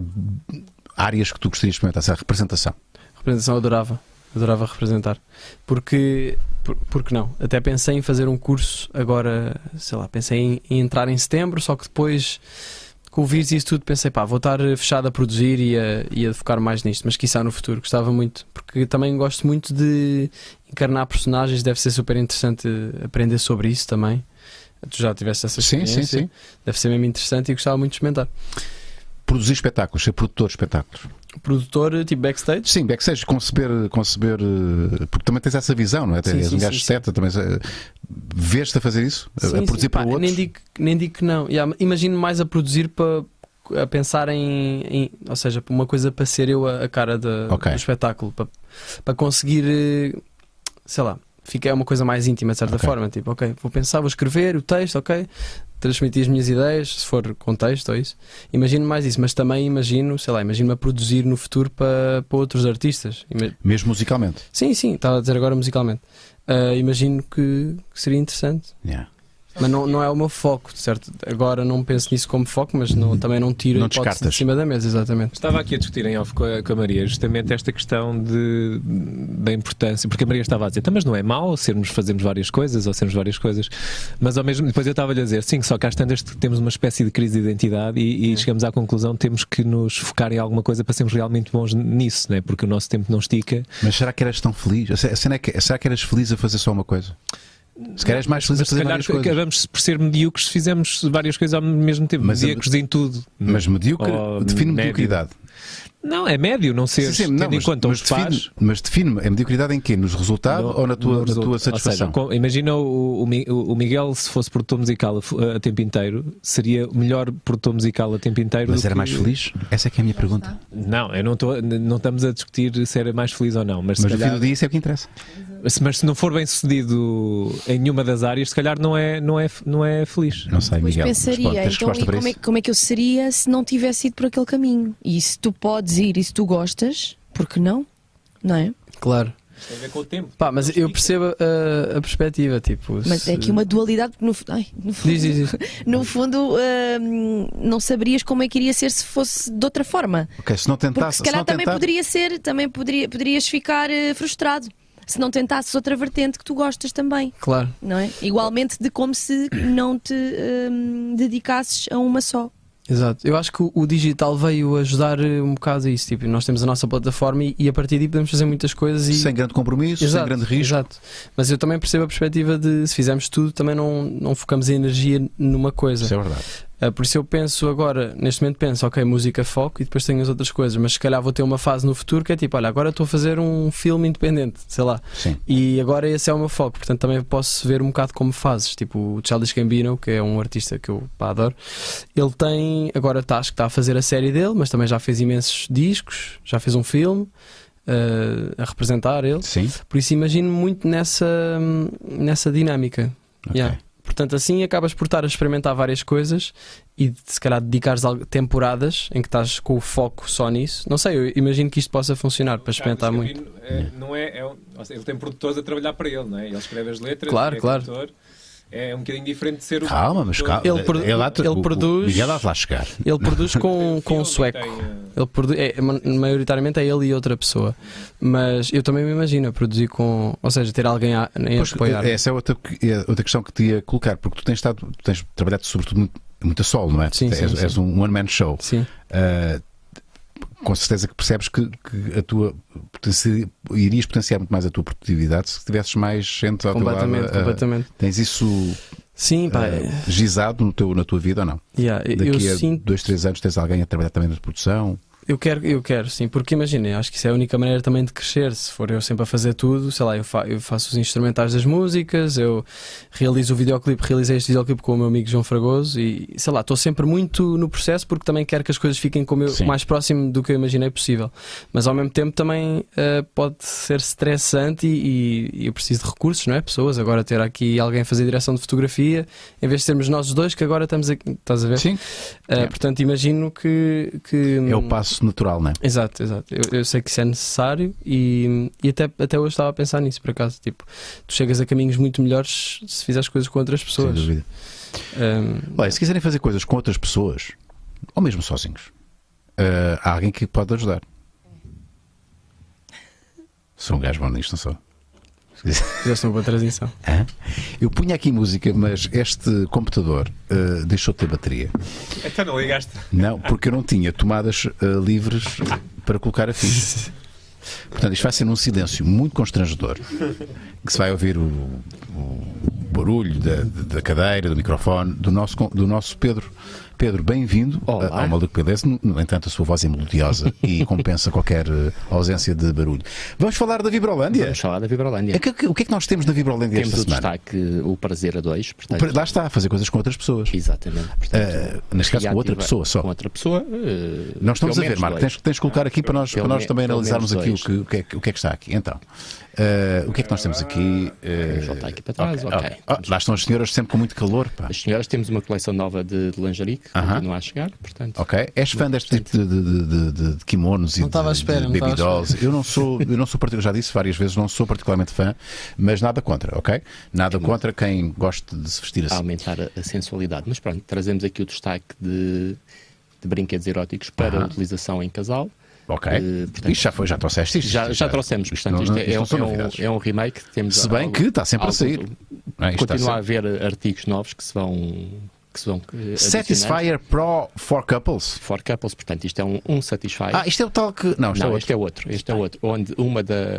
Speaker 1: áreas que tu gostarias de experimentar, essa representação.
Speaker 2: representação eu adorava, adorava representar, porque por, porque não? Até pensei em fazer um curso agora, sei lá, pensei em, em entrar em setembro, só que depois com o vírus e isso tudo pensei, pá, vou estar fechado a produzir e a, e a focar mais nisto, mas quiçá no futuro, gostava muito, porque também gosto muito de encarnar personagens, deve ser super interessante aprender sobre isso também. Tu já tiveste essa
Speaker 1: Sim,
Speaker 2: experiência?
Speaker 1: sim, sim.
Speaker 2: Deve ser mesmo interessante e gostava muito de experimentar.
Speaker 1: Produzir espetáculos, ser produtor de espetáculos.
Speaker 2: Produtor, tipo backstage?
Speaker 1: Sim, backstage, conceber, conceber eh, porque também tens essa visão, não é?
Speaker 2: Sim,
Speaker 1: Tens
Speaker 2: sim,
Speaker 1: um gajo
Speaker 2: sim,
Speaker 1: esteta, também eh, vês-te a fazer isso, A- a,
Speaker 2: Sim,
Speaker 1: produzir
Speaker 2: sim.
Speaker 1: para
Speaker 2: Pá,
Speaker 1: outros.
Speaker 2: Nem digo, nem digo que não. Yeah, imagino mais a produzir para a pensar em, em- ou seja, para uma coisa para ser eu a, a cara da-
Speaker 1: Ok.
Speaker 2: do espetáculo, para, para conseguir, eh, sei lá, fica é uma coisa mais íntima de certa
Speaker 1: Ok.
Speaker 2: forma, tipo, ok, vou pensar, vou escrever o texto, ok, transmitir as minhas ideias, se for contexto ou isso. Imagino mais isso, mas também imagino, sei lá, imagino-me a produzir no futuro para, para outros artistas. Ima-
Speaker 1: Mesmo musicalmente.
Speaker 2: Sim, sim, estava a dizer agora musicalmente. Ah, imagino que- que seria interessante.
Speaker 1: Yeah.
Speaker 2: Mas não, não é o meu foco, certo? Agora não penso nisso como foco, mas não- também não tiro
Speaker 1: Uhum. Não
Speaker 2: a hipótese de
Speaker 1: descartas.
Speaker 2: cima da mesa, exatamente.
Speaker 6: Estava aqui a discutir em off com a, com a Maria justamente esta questão de, da importância, porque a Maria estava a dizer, "Tá, mas não é mau sermos, fazermos várias coisas ou sermos várias coisas, mas ao mesmo depois eu estava-lhe a dizer, sim, só que às tantas temos uma espécie de crise de identidade e, e chegamos à conclusão que temos que nos focar em alguma coisa para sermos realmente bons nisso, né? porque o nosso tempo não estica.
Speaker 1: Mas será que eras tão feliz? A ce- a cena é que- será que eras feliz a fazer só uma coisa? Se calhar és mais feliz a
Speaker 6: Mas se
Speaker 1: fazer
Speaker 6: calhar
Speaker 1: várias coisas.
Speaker 6: acabamos por ser medíocres se fizermos várias coisas ao mesmo tempo,
Speaker 1: Mas a-
Speaker 6: medíocres em tudo.
Speaker 1: Mas medíocre,
Speaker 6: Ou
Speaker 1: define
Speaker 6: médio.
Speaker 1: mediocridade.
Speaker 6: Não, é médio não
Speaker 1: Sim,
Speaker 6: ser,
Speaker 1: sim,
Speaker 6: tendo
Speaker 1: não,
Speaker 6: em conta
Speaker 1: mas
Speaker 6: os pais.
Speaker 1: define, mas define a mediocridade em quê? Nos resultados
Speaker 6: No-
Speaker 1: ou na tua,
Speaker 6: no
Speaker 1: na tua
Speaker 6: resultado. Ou
Speaker 1: satisfação?
Speaker 6: seja, com- imagina o, o Mi- o Miguel, se fosse produtor musical a, fu- a tempo inteiro, seria o melhor produtor musical a tempo inteiro.
Speaker 1: Mas
Speaker 6: do
Speaker 1: era
Speaker 6: que-
Speaker 1: mais feliz? Essa é que é a minha pergunta.
Speaker 6: Não, eu não, tô, não estamos a discutir se era mais feliz ou não.
Speaker 1: Mas
Speaker 6: Mas, se,
Speaker 1: no fim
Speaker 6: calhar,
Speaker 1: do dia isso é o que interessa.
Speaker 6: se- mas se não for bem sucedido em nenhuma das áreas, se calhar não é, não é, não é feliz.
Speaker 1: Não sei,
Speaker 4: Pois
Speaker 1: Miguel.
Speaker 4: pensaria,
Speaker 1: tens
Speaker 4: então,
Speaker 1: resposta
Speaker 4: e
Speaker 1: para
Speaker 4: como é,
Speaker 1: isso?
Speaker 4: que- como é que eu seria se não tivesse ido por aquele caminho? E se tu podes ir e se tu gostas, por que não? Não é?
Speaker 2: Claro.
Speaker 5: Isto tem a ver com o tempo.
Speaker 2: Pá, mas eu percebo a, a perspectiva, tipo.
Speaker 4: Mas
Speaker 2: se-
Speaker 4: é aqui uma dualidade, porque no, fu- ai, no fundo,
Speaker 2: Diz, diz,
Speaker 4: [LAUGHS]
Speaker 2: diz.
Speaker 4: no fundo, hum, não saberias como é que iria ser se fosse de outra forma.
Speaker 1: Ok, se não
Speaker 4: Porque
Speaker 1: tentasse,
Speaker 4: se
Speaker 1: se
Speaker 4: calhar
Speaker 1: não
Speaker 4: também
Speaker 1: tentar-
Speaker 4: poderia ser, também poderia, poderias ficar eh, frustrado se não tentasses outra vertente que tu gostas também,
Speaker 2: Claro.
Speaker 4: não é? Igualmente de como se não te hum, dedicasses a uma só.
Speaker 2: Exato. Eu acho que o- o digital veio ajudar eh, um bocado a isso. Tipo, nós temos a nossa plataforma e, e a partir daí podemos fazer muitas coisas e.
Speaker 1: sem grande compromisso, sem
Speaker 2: Exato,
Speaker 1: grande risco.
Speaker 2: Exato. Mas eu também percebo a perspectiva de se fizermos tudo, também não, não focamos a energia numa coisa.
Speaker 1: Isso é verdade.
Speaker 2: Ah, por isso eu penso agora, neste momento penso, ok, música foco e depois tenho as outras coisas, mas se calhar vou ter uma fase no futuro que é tipo, olha, agora estou a fazer um filme independente, sei lá,
Speaker 1: Sim.
Speaker 2: e agora esse é o meu foco, portanto também posso ver um bocado como fazes, tipo o Charles Gambino, que é um artista que eu pá, adoro, ele tem, agora tá, acho que está a fazer a série dele, mas também já fez imensos discos, já fez um filme ah, a representar ele,
Speaker 1: Sim.
Speaker 2: por isso imagino muito nessa, nessa dinâmica.
Speaker 1: Ok.
Speaker 2: Yeah. Portanto, assim acabas por estar a experimentar várias coisas e de- se calhar dedicares al- temporadas em que estás com o foco só nisso. Não sei, eu imagino que isto possa funcionar para experimentar
Speaker 5: Carlos
Speaker 2: muito.
Speaker 5: Gabino, eh, não é, é um- ou seja, ele tem produtores a trabalhar para ele, não é? Ele escreve as letras,
Speaker 2: Claro,
Speaker 5: é
Speaker 2: claro.
Speaker 5: cantor. É um bocadinho diferente de ser o.
Speaker 1: Calma, mas calma.
Speaker 2: Ele produ-
Speaker 1: há-
Speaker 2: ele
Speaker 1: o- o
Speaker 2: produz-
Speaker 1: Miguel há de lá chegar.
Speaker 2: Ele produz com, com um sueco.
Speaker 5: eh,
Speaker 2: Ele produ- é, ma- maioritariamente é ele e outra pessoa. Mas eu também me imagino a produzir com. Ou seja, ter alguém a, em
Speaker 1: Pois,
Speaker 2: apoiar.
Speaker 1: essa é outra, é outra questão que te ia colocar, porque tu tens estado, tu tens trabalhado sobretudo muito, muito a solo, não é?
Speaker 2: Sim, sim,
Speaker 1: és,
Speaker 2: sim.
Speaker 1: és um one-man show.
Speaker 2: Sim.
Speaker 1: Ah, com certeza que percebes que, que a tua potenci- irias potenciar muito mais a tua produtividade se tivesses mais gente ao teu lado.
Speaker 2: Completamente,
Speaker 1: ah,
Speaker 2: completamente.
Speaker 1: Tens isso
Speaker 2: Sim, pá. é-
Speaker 1: ah, gizado no teu, na tua vida ou não?
Speaker 2: yeah, eu
Speaker 1: Daqui a
Speaker 2: sinto.
Speaker 1: dois, três anos tens alguém a trabalhar também na produção.
Speaker 2: Eu quero, eu quero, sim, porque imagina, acho que isso é a única maneira também de crescer. Se for eu sempre a fazer tudo, sei lá, eu, fa- eu faço os instrumentais das músicas, eu realizo o videoclipe, realizei este videoclipe com o meu amigo João Fragoso e sei lá, estou sempre muito no processo porque também quero que as coisas fiquem como eu,
Speaker 1: Sim.
Speaker 2: mais próximo do que eu imaginei possível. Mas ao mesmo tempo também eh, pode ser estressante e, e- e eu preciso de recursos, não é? Pessoas, agora ter aqui alguém a fazer direção de fotografia, em vez de sermos nós os dois que agora estamos aqui, estás a ver?
Speaker 1: Sim,
Speaker 2: Eh,
Speaker 1: Yeah.
Speaker 2: Portanto, imagino que. que
Speaker 1: é o passo natural, não é?
Speaker 2: Exato, exato. Eu, eu sei que isso é necessário e, e até, até hoje estava a pensar nisso, por acaso. Tipo, tu chegas a caminhos muito melhores se fizeres coisas com outras
Speaker 1: Sem
Speaker 2: pessoas.
Speaker 1: dúvida.
Speaker 2: Ahm,
Speaker 1: Olha, se quiserem fazer coisas com outras pessoas, ou mesmo sozinhos, eh, há alguém que pode ajudar. Sou um gajo bom nisto, não sou?
Speaker 2: Fizeste uma boa transição.
Speaker 1: Hã? Eu punha aqui música, mas este computador eh, deixou de ter bateria.
Speaker 5: Então não ligaste.
Speaker 1: Não, porque eu não tinha tomadas eh, livres para colocar a ficha. Portanto, isto vai ser num silêncio muito constrangedor, que se vai ouvir o, o barulho da, da cadeira, do microfone, do nosso, con- do nosso Pedro. Pedro, bem-vindo
Speaker 6: Olá.
Speaker 1: a- ao Maluco Pelece. No, no entanto, a sua voz é
Speaker 3: [LAUGHS]
Speaker 1: melodiosa e compensa qualquer eh, ausência de barulho. Vamos falar da Vibrolândia?
Speaker 3: Vamos falar da Vibrolândia.
Speaker 1: É que- o que é que nós temos na Vibrolândia
Speaker 3: Temos
Speaker 1: esta
Speaker 3: o
Speaker 1: semana?
Speaker 3: destaque, o prazer a dois, portanto.
Speaker 1: Lá está, fazer coisas com outras pessoas.
Speaker 3: Exatamente. Portanto,
Speaker 1: Ah, neste caso, com outra
Speaker 3: reativa-
Speaker 1: pessoa só.
Speaker 3: Com outra pessoa. eh,
Speaker 1: Nós estamos
Speaker 3: pelo
Speaker 1: a ver,
Speaker 3: menos
Speaker 1: Marco.
Speaker 3: dois.
Speaker 1: Tens, tens de colocar aqui para nós,
Speaker 3: Pelo
Speaker 1: para nós
Speaker 3: me-
Speaker 1: também
Speaker 3: pelo
Speaker 1: analisarmos
Speaker 3: menos
Speaker 1: aqui o
Speaker 3: dois.
Speaker 1: que, o, que é, que- o que é que está aqui. Então, eh, o que é que nós temos aqui? Eh,
Speaker 3: Vamos voltar aqui para trás, ok.
Speaker 1: ok. Ah, lá estão as senhoras sempre com muito calor. Pá.
Speaker 3: As senhoras temos uma coleção nova de, de lingerie que
Speaker 1: Aham.
Speaker 3: continua a chegar, portanto.
Speaker 1: Ok? És fã deste tipo de, de, de- de- de kimonos e
Speaker 2: Não estava à
Speaker 1: de,
Speaker 2: espera,
Speaker 1: de
Speaker 2: não
Speaker 1: baby
Speaker 2: estava à
Speaker 1: dolls? Eu não sou, eu não sou particular, já disse várias vezes, não sou particularmente fã, mas nada contra, ok? Nada contra quem gosta de se vestir
Speaker 3: a
Speaker 1: assim.
Speaker 3: aumentar a, a sensualidade. Mas pronto, trazemos aqui o destaque de, de brinquedos eróticos para
Speaker 1: Aham.
Speaker 3: utilização em casal.
Speaker 1: Ok?
Speaker 3: Eh, portanto,
Speaker 1: isto já foi, já trouxeste isto?
Speaker 3: Já,
Speaker 1: Isto
Speaker 3: já trouxemos, portanto,
Speaker 1: não-
Speaker 3: isto,
Speaker 1: não-
Speaker 3: é,
Speaker 1: não são
Speaker 3: é um-
Speaker 1: novidades.
Speaker 3: é um remake. Temos
Speaker 1: Se bem
Speaker 3: algo-
Speaker 1: que está sempre a
Speaker 3: algo-
Speaker 1: sair. não é? Isto está
Speaker 3: Continua a
Speaker 1: sempre-
Speaker 3: haver artigos novos que se vão. Que se vão eh, adicionando.
Speaker 1: Satisfyer Pro for Couples.
Speaker 3: For couples, portanto, isto é um, um Satisfyer.
Speaker 1: Ah, isto é o tal que. Não, isto é
Speaker 3: Não,
Speaker 1: outro.
Speaker 3: este é outro. Este é outro. Onde uma, da,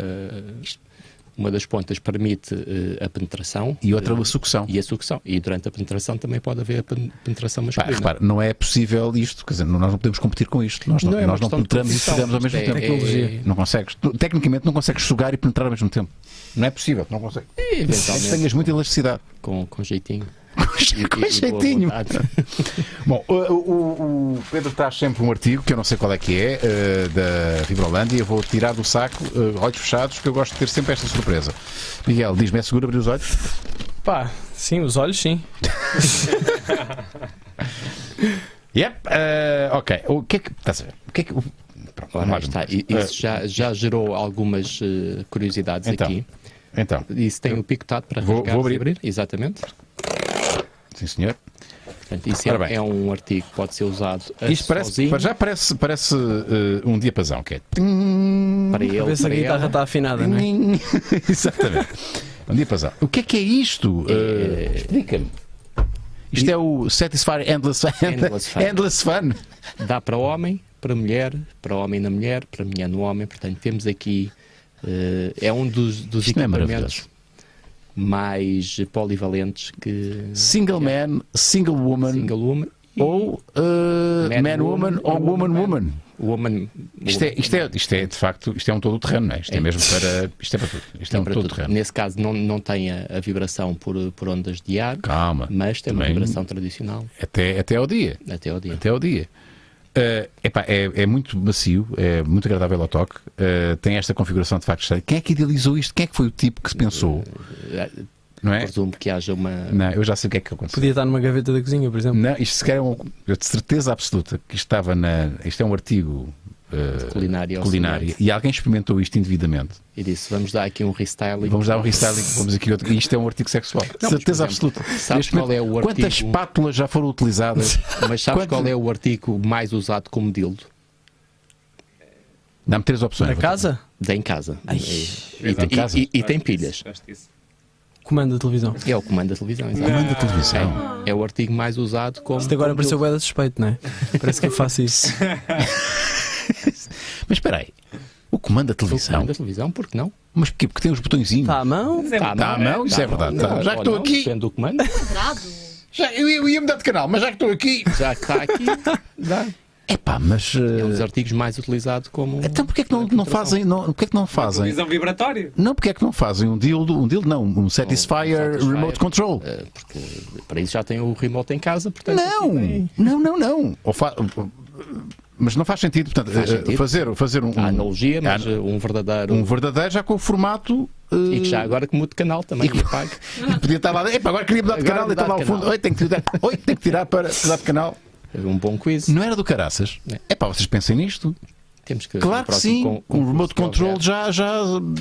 Speaker 3: uma das pontas permite eh, a penetração
Speaker 1: E outra
Speaker 3: eh,
Speaker 1: a sucção.
Speaker 3: e a sucção. E durante a penetração também pode haver a pen- penetração
Speaker 1: Pá,
Speaker 3: masculina.
Speaker 1: repara, não é possível isto, quer dizer, nós não podemos competir com isto. Nós não,
Speaker 3: Não é uma
Speaker 1: nós não
Speaker 3: questão de
Speaker 1: penetramos e
Speaker 3: competição,
Speaker 1: fizemos ao mesmo
Speaker 3: isto
Speaker 1: tempo.
Speaker 3: é- Tecnologia.
Speaker 1: Não consegues. Tu, tecnicamente não consegues sugar e penetrar ao mesmo tempo. Não é possível, não consegue.
Speaker 3: E, eventualmente,
Speaker 1: Tenhas muita
Speaker 3: [LAUGHS]
Speaker 1: elasticidade. é
Speaker 3: com, com jeitinho.
Speaker 1: Com
Speaker 3: boa
Speaker 1: jeitinho.
Speaker 3: vontade.
Speaker 1: [LAUGHS] Bom, o, o- o Pedro traz sempre um artigo que eu não sei qual é que é, eh, da Fibrolândia. Eu vou tirar do saco, eh, olhos fechados, que eu gosto de ter sempre esta surpresa. Miguel, diz-me, é seguro abrir os olhos?
Speaker 2: Pá, sim, os olhos sim.
Speaker 1: Yep, eh, ok. O que é que. Estás a ver? O que é que. o- Pronto,
Speaker 3: Ora,
Speaker 1: Magno.
Speaker 3: aí está. E,
Speaker 1: Eh,
Speaker 3: isso já, já gerou algumas eh, curiosidades
Speaker 1: Então.
Speaker 3: aqui.
Speaker 1: Então,
Speaker 3: Isso tem o picotado para
Speaker 1: Vou-
Speaker 3: rasgar,
Speaker 1: vou abrir.
Speaker 3: se Exatamente.
Speaker 1: sim senhor.
Speaker 3: Portanto, isso é,
Speaker 1: Ora bem.
Speaker 3: é um artigo que pode ser usado a
Speaker 1: Isto parece,
Speaker 3: É sozinho,
Speaker 1: para já parece, parece eh, um diapasão, que é.
Speaker 3: para ele,
Speaker 2: Para ver se a
Speaker 3: para
Speaker 2: guitarra
Speaker 3: ela.
Speaker 2: está afinada, não é?
Speaker 1: [LAUGHS] Exatamente. um diapasão. O que é que é isto? Eh,
Speaker 3: é,
Speaker 1: Explica-me. Isto é o Satisfy Endless Fun.
Speaker 3: Endless Fun.
Speaker 1: Endless Fun.
Speaker 3: Dá para homem, para mulher, para homem na mulher, para mulher no homem. Portanto, temos aqui. eh, é um dos, dos
Speaker 1: Isto não é
Speaker 3: equipamentos mais polivalentes que.
Speaker 1: Single man, single woman,
Speaker 3: Single woman. e
Speaker 1: ou eh,
Speaker 3: Man
Speaker 1: man woman
Speaker 3: woman
Speaker 1: ou
Speaker 3: ou
Speaker 1: woman
Speaker 3: woman.
Speaker 1: woman.
Speaker 3: Woman.
Speaker 1: Isto é, isto, é, isto é, de facto, isto é um todo terreno, não é? Isto é, mesmo para. Isto é para tudo. Isto é um
Speaker 3: Para
Speaker 1: todo
Speaker 3: tudo.
Speaker 1: terreno.
Speaker 3: Nesse caso, não, não tem a, a vibração por, por ondas de ar,
Speaker 1: Calma.
Speaker 3: mas tem uma
Speaker 1: Também-
Speaker 3: vibração tradicional
Speaker 1: Até, até ao dia.
Speaker 3: até ao dia.
Speaker 1: Até ao dia. Eh, epá, é, é muito macio, é muito agradável ao toque. eh, tem esta configuração de facto estranha. Quem é que idealizou isto? Quem é que foi o tipo que se pensou?
Speaker 3: Eh,
Speaker 1: Não é?
Speaker 3: Presumo que haja uma.
Speaker 1: Não, eu já sei o que é que aconteceu.
Speaker 2: Podia estar numa gaveta da cozinha, por exemplo.
Speaker 1: Não, isto sequer é um. Eu de certeza absoluta que isto estava na. Isto é um artigo eh,
Speaker 3: culinária ao
Speaker 1: culinária.
Speaker 3: semelhante.
Speaker 1: E alguém experimentou isto indevidamente.
Speaker 3: E disse: vamos dar aqui um restyling.
Speaker 1: Vamos dar um restyling, vamos aqui outro. Isto é um artigo sexual. De
Speaker 3: mas,
Speaker 1: certeza
Speaker 3: por exemplo,
Speaker 1: absoluta.
Speaker 3: sabes
Speaker 1: Neste momento,
Speaker 3: qual é o
Speaker 1: Quantas
Speaker 3: artigo-
Speaker 1: espátulas já foram utilizadas?
Speaker 3: Mas sabes
Speaker 1: Quanto-
Speaker 3: qual é o artigo mais usado como dildo?
Speaker 1: Dá-me três opções.
Speaker 2: Na casa?
Speaker 3: Da em casa.
Speaker 1: É
Speaker 3: É
Speaker 2: Ai.
Speaker 3: E,
Speaker 1: Da em
Speaker 3: e-
Speaker 1: Então, casa?
Speaker 3: e- e tem pilhas.
Speaker 2: Comando da televisão.
Speaker 3: É o comando da televisão. exato.
Speaker 1: Manda televisão.
Speaker 3: É o artigo mais usado como.
Speaker 2: Isto agora
Speaker 3: como
Speaker 2: pareceu
Speaker 3: dildo.
Speaker 2: bué de suspeito, não é? Parece que eu faço
Speaker 1: [LAUGHS]
Speaker 2: isso.
Speaker 1: Mas espera aí. O comando da
Speaker 3: o
Speaker 1: televisão.
Speaker 3: comando Tá. da televisão, porque não?
Speaker 1: Mas porquê? Porque tem os botõezinhos.
Speaker 2: Está Tá à mão?
Speaker 3: Está
Speaker 1: Está à mão, isso é verdade. Tá. Já que estou aqui-
Speaker 3: Depende do comando.
Speaker 1: Já, eu, ia- eu ia mudar de canal, mas já que estou aqui.
Speaker 3: Já que está aqui, dá.
Speaker 1: [LAUGHS] Epá, mas.
Speaker 3: É um dos
Speaker 1: eh,
Speaker 3: artigos mais utilizados como.
Speaker 1: Então porquê é que não, não fazem. Não, porquê é que não fazem?
Speaker 5: Visão vibratória.
Speaker 1: Não, porque é que não fazem um dildo, um dildo não, um Satisfyer
Speaker 3: Satisfyer.
Speaker 1: Remote Control?
Speaker 3: eh, Porque para isso já tem o remote em casa, portanto.
Speaker 1: Não, não, não, não. Ou fa- Mas não faz sentido, portanto,
Speaker 3: Faz
Speaker 1: eh,
Speaker 3: sentido.
Speaker 1: fazer, fazer um,
Speaker 3: Há analogia, mas
Speaker 1: há-
Speaker 3: eh, um verdadeiro.
Speaker 1: um verdadeiro já com o formato. eh,
Speaker 3: E que já agora que mude de canal também. E apague.
Speaker 1: e podia estar lá, epá, agora queria mudar de
Speaker 3: Agora
Speaker 1: canal e
Speaker 3: mudar
Speaker 1: estava lá
Speaker 3: de
Speaker 1: ao fundo.
Speaker 3: canal.
Speaker 1: Oi, tenho que tirar, oi, tenho que tirar para mudar de
Speaker 3: [LAUGHS]
Speaker 1: canal.
Speaker 3: Um bom quiz.
Speaker 1: Não era do caraças. É pá, vocês pensem nisto.
Speaker 3: Temos que
Speaker 1: Claro
Speaker 3: no
Speaker 1: que
Speaker 3: próximo
Speaker 1: sim,
Speaker 3: con-
Speaker 1: um
Speaker 3: concurso
Speaker 1: remote
Speaker 3: que é
Speaker 1: control
Speaker 3: houver.
Speaker 1: já, já hum,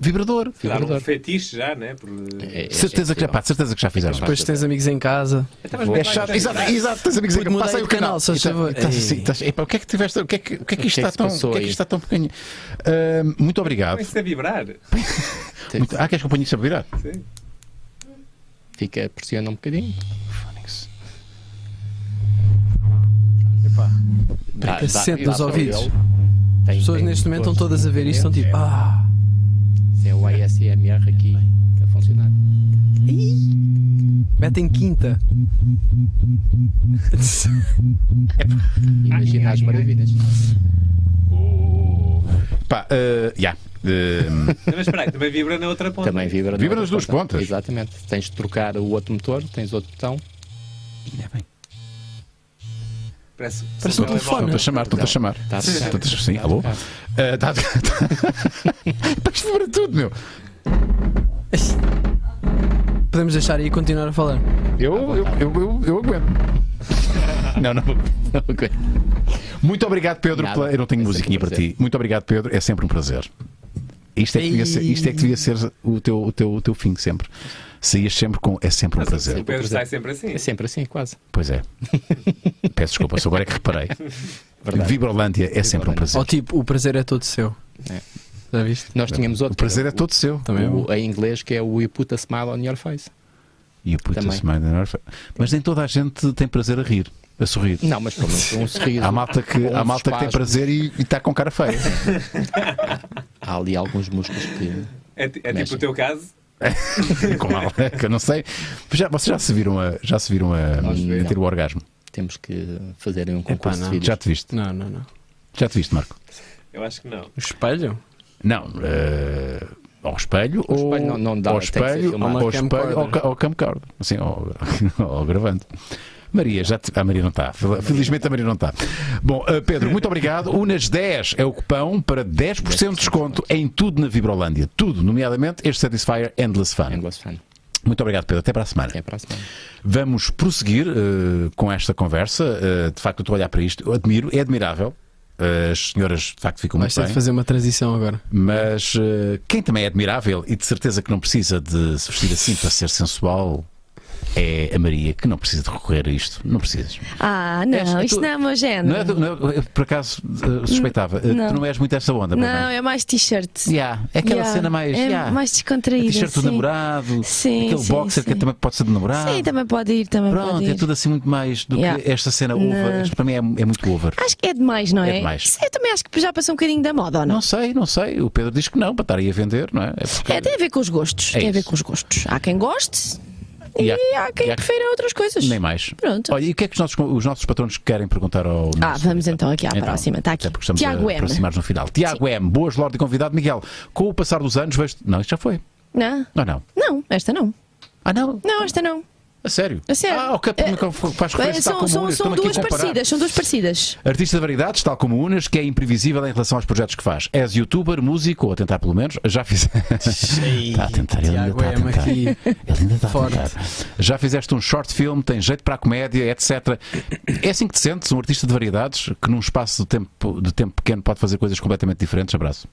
Speaker 1: vibrador.
Speaker 5: Claro, um
Speaker 3: Vibrador.
Speaker 5: fetiche já, né? Por...
Speaker 3: É- é-
Speaker 1: certeza,
Speaker 3: é
Speaker 1: que, pá, certeza que já fizeram.
Speaker 2: Depois tens amigos em casa.
Speaker 5: Então, mas
Speaker 1: É
Speaker 5: vai-
Speaker 1: chato,
Speaker 5: vai-
Speaker 1: exato, exato, tens amigos aí que
Speaker 2: Puto,
Speaker 1: passa aí
Speaker 2: mudei
Speaker 1: o
Speaker 2: de
Speaker 1: canal.
Speaker 2: canal, só
Speaker 1: E tá-
Speaker 2: estava-
Speaker 1: e tá
Speaker 2: Ei.
Speaker 1: assim, tá- epá, O que é que tiveste? O que é que, o que, é que isto
Speaker 3: que
Speaker 1: está
Speaker 3: é que se
Speaker 1: tão. O
Speaker 3: passou
Speaker 1: que é que
Speaker 3: aí?
Speaker 1: isto está tão pequeno? Ahm, muito obrigado.
Speaker 5: Põe-se a vibrar.
Speaker 3: Sim,
Speaker 1: Muito... Ah, queres que eu ponha isso a virar?
Speaker 3: Fica, pressiona um bocadinho.
Speaker 1: Fónix.
Speaker 3: Dá- dá-
Speaker 2: Cacete
Speaker 3: dá
Speaker 2: nos
Speaker 3: para
Speaker 2: ouvidos.
Speaker 3: ele. Tem-
Speaker 2: As pessoas
Speaker 3: tem
Speaker 2: neste momento estão
Speaker 3: gosto
Speaker 2: todas a ver isto, estão
Speaker 3: de
Speaker 2: tipo,
Speaker 3: ver.
Speaker 2: ah,
Speaker 3: É o ASMR aqui a funcionar.
Speaker 2: metem quinta.
Speaker 3: Imagina as maravilhas.
Speaker 1: Pá, eh, já. Eh,
Speaker 5: Mas espera aí, também vibra na outra ponta.
Speaker 3: Também vibra. na
Speaker 1: Vibra
Speaker 3: outra
Speaker 1: nas duas
Speaker 3: ponta.
Speaker 1: pontas.
Speaker 3: Exatamente. Tens de trocar o outro motor, tens outro
Speaker 1: [LAUGHS]
Speaker 3: botão.
Speaker 1: ainda bem.
Speaker 5: Parece,
Speaker 2: Parece um
Speaker 1: Estou
Speaker 2: telefone.
Speaker 1: a chamar, estou a chamar.
Speaker 3: Tá a tocar.
Speaker 1: Estou-te a- Sim, alô?
Speaker 3: Tá a
Speaker 1: Eh, Está Está isto para tudo, meu.
Speaker 2: Podemos deixar aí e continuar a falar.
Speaker 1: Eu, eu, eu, eu, eu aguento. Não, não, não aguento. Muito obrigado, Pedro.
Speaker 3: Nada.
Speaker 1: pela- Eu não tenho
Speaker 3: É
Speaker 1: musiquinha
Speaker 3: sempre um
Speaker 1: para ti. Muito obrigado, Pedro. É sempre um prazer. Isto é que devia ser,
Speaker 2: Ei.
Speaker 1: isto é que devia ser o, teu, o, teu, o teu fim sempre. Saías sempre com. É sempre um prazer.
Speaker 5: O Pedro sai sempre assim.
Speaker 3: É sempre assim, quase.
Speaker 1: Pois
Speaker 3: [LAUGHS]
Speaker 1: é. Peço desculpa, só agora é que reparei.
Speaker 3: Verdade.
Speaker 1: Vibrolândia é sempre um prazer.
Speaker 2: Ou tipo, o prazer é todo seu.
Speaker 3: É.
Speaker 2: Já viste?
Speaker 3: Nós tínhamos outro.
Speaker 1: O prazer
Speaker 3: que
Speaker 1: é todo seu.
Speaker 2: Também é bom.
Speaker 3: o- em inglês, que é o You Put a Smile on Your Face.
Speaker 1: E o puta
Speaker 3: Também.
Speaker 1: semana na orfa- Mas nem toda a gente tem prazer a rir, a sorrir.
Speaker 3: Não, mas pelo menos um sorriso.
Speaker 1: Há malta que,
Speaker 3: Ou
Speaker 1: há
Speaker 3: uns
Speaker 1: malta que tem
Speaker 3: espasmos.
Speaker 1: prazer e está com cara
Speaker 3: [LAUGHS]
Speaker 1: feia.
Speaker 3: Há ali alguns músculos que.
Speaker 5: É, ti- é
Speaker 3: Mexe.
Speaker 5: tipo o teu caso.
Speaker 1: com mal, é que eu não sei. Já, vocês já se viram a, já se viram a, a ter o orgasmo?
Speaker 3: Temos que fazer um concurso
Speaker 2: não.
Speaker 3: de vídeos.
Speaker 1: Já te viste?
Speaker 2: Não, não, não.
Speaker 1: Já te viste, Marco?
Speaker 5: Eu acho que não.
Speaker 2: O espelho?
Speaker 1: Não. eh, ao espelho,
Speaker 3: O
Speaker 1: ou
Speaker 3: espelho não- não dá,
Speaker 1: ao
Speaker 3: tem que ser
Speaker 1: espelho,
Speaker 3: filmado.
Speaker 1: ao
Speaker 2: Uma camcorder.
Speaker 1: espelho, ao, ca- ao camcorder, assim, ao, [LAUGHS] ao gravante. Maria, já te... a Maria não está. Fel- Felizmente a Maria não está. Bom, eh, Pedro, muito obrigado. Unas 10 é o cupão para 10% de desconto em tudo na Vibrolândia. Tudo, nomeadamente este Satisfyer Endless Fun.
Speaker 3: Endless Fan.
Speaker 1: Muito obrigado, Pedro. Até para a semana.
Speaker 3: um Até para a semana.
Speaker 1: Vamos prosseguir eh, com esta conversa. Eh, de facto, eu estou a olhar para isto. Eu admiro, é admirável. Eh, as senhoras, de facto, ficam
Speaker 2: Vais
Speaker 1: muito
Speaker 2: ter de
Speaker 1: bem.
Speaker 2: fazer uma transição agora.
Speaker 1: Mas eh, quem também é admirável e de certeza que não precisa de se vestir assim para ser sensual é a Maria, que não precisa de recorrer a isto. Não precisas.
Speaker 4: Ah, não,
Speaker 1: És
Speaker 4: isto
Speaker 1: tu-
Speaker 4: não é o meu género.
Speaker 1: Não é, não é- eu, por acaso, eh, suspeitava. Eh,
Speaker 4: Não.
Speaker 1: Tu não és muito essa onda, pois
Speaker 4: Não, é mais t-shirt.
Speaker 1: Yeah, É aquela
Speaker 4: Yeah,
Speaker 1: cena mais.
Speaker 4: é
Speaker 1: yeah,
Speaker 4: mais
Speaker 1: a
Speaker 4: descontraída.
Speaker 1: t-shirt do
Speaker 4: sim.
Speaker 1: namorado,
Speaker 4: Sim,
Speaker 1: aquele
Speaker 4: sim,
Speaker 1: boxer que
Speaker 4: sim.
Speaker 1: também pode ser de namorado.
Speaker 4: Sim, também pode ir, também
Speaker 1: Pronto,
Speaker 4: pode ir.
Speaker 1: é tudo assim muito mais do que
Speaker 4: Yeah.
Speaker 1: esta cena over.
Speaker 4: Não.
Speaker 1: Isto para mim é, é muito over.
Speaker 4: Acho que é demais, não
Speaker 1: É
Speaker 4: é?
Speaker 1: demais.
Speaker 4: Sim, Eu também acho que já passou um bocadinho da moda, ou não?
Speaker 1: Não sei, não sei. O Pedro diz que não, para estar aí a vender, não é? É porque-
Speaker 4: É, tem a ver com os gostos.
Speaker 1: É
Speaker 4: tem a ver
Speaker 1: isso.
Speaker 4: com os gostos. Há quem goste
Speaker 1: E
Speaker 4: e,
Speaker 1: há-
Speaker 4: há quem
Speaker 1: e há-
Speaker 4: prefira outras coisas.
Speaker 1: Nem mais.
Speaker 4: Pronto.
Speaker 1: Olha, e o que é que os nossos, os nossos patronos querem perguntar ao.
Speaker 4: ah,
Speaker 1: nosso-
Speaker 4: vamos então aqui à
Speaker 1: Então,
Speaker 4: próxima. Está
Speaker 1: Até
Speaker 4: aqui.
Speaker 1: porque estamos
Speaker 4: Tiago
Speaker 1: a
Speaker 4: M.
Speaker 1: aproximar no final. Tiago M, boas Lorde e convidado. Miguel, com o passar dos anos vejo. Não, isto já foi.
Speaker 4: Não,
Speaker 1: Não, não.
Speaker 4: não, esta não.
Speaker 1: Ah, não?
Speaker 4: Não, esta não.
Speaker 1: A sério?
Speaker 4: A sério.
Speaker 1: Ah, ok, porque
Speaker 4: Eh,
Speaker 1: faz
Speaker 4: Bem,
Speaker 1: referência tal
Speaker 4: são
Speaker 1: como
Speaker 4: são-
Speaker 1: o Unas.
Speaker 4: são
Speaker 1: Estou-me aqui a
Speaker 4: duas
Speaker 1: comparar.
Speaker 4: parecidas, são duas parecidas.
Speaker 1: Artista de variedades, tal como o Unas, que é imprevisível em relação aos projetos que faz. És youtuber, músico, ou a tentar pelo menos, já fiz. Está a tentar, ele ainda
Speaker 2: Tiago
Speaker 1: está a
Speaker 2: M
Speaker 1: tentar.
Speaker 2: aqui.
Speaker 1: Ele ainda está
Speaker 2: Forte.
Speaker 1: a tentar. Já fizeste um short film, tem jeito para a comédia, etc. É assim que te sentes, um artista de variedades, que num espaço de tempo, de tempo pequeno pode fazer coisas completamente diferentes. Abraço.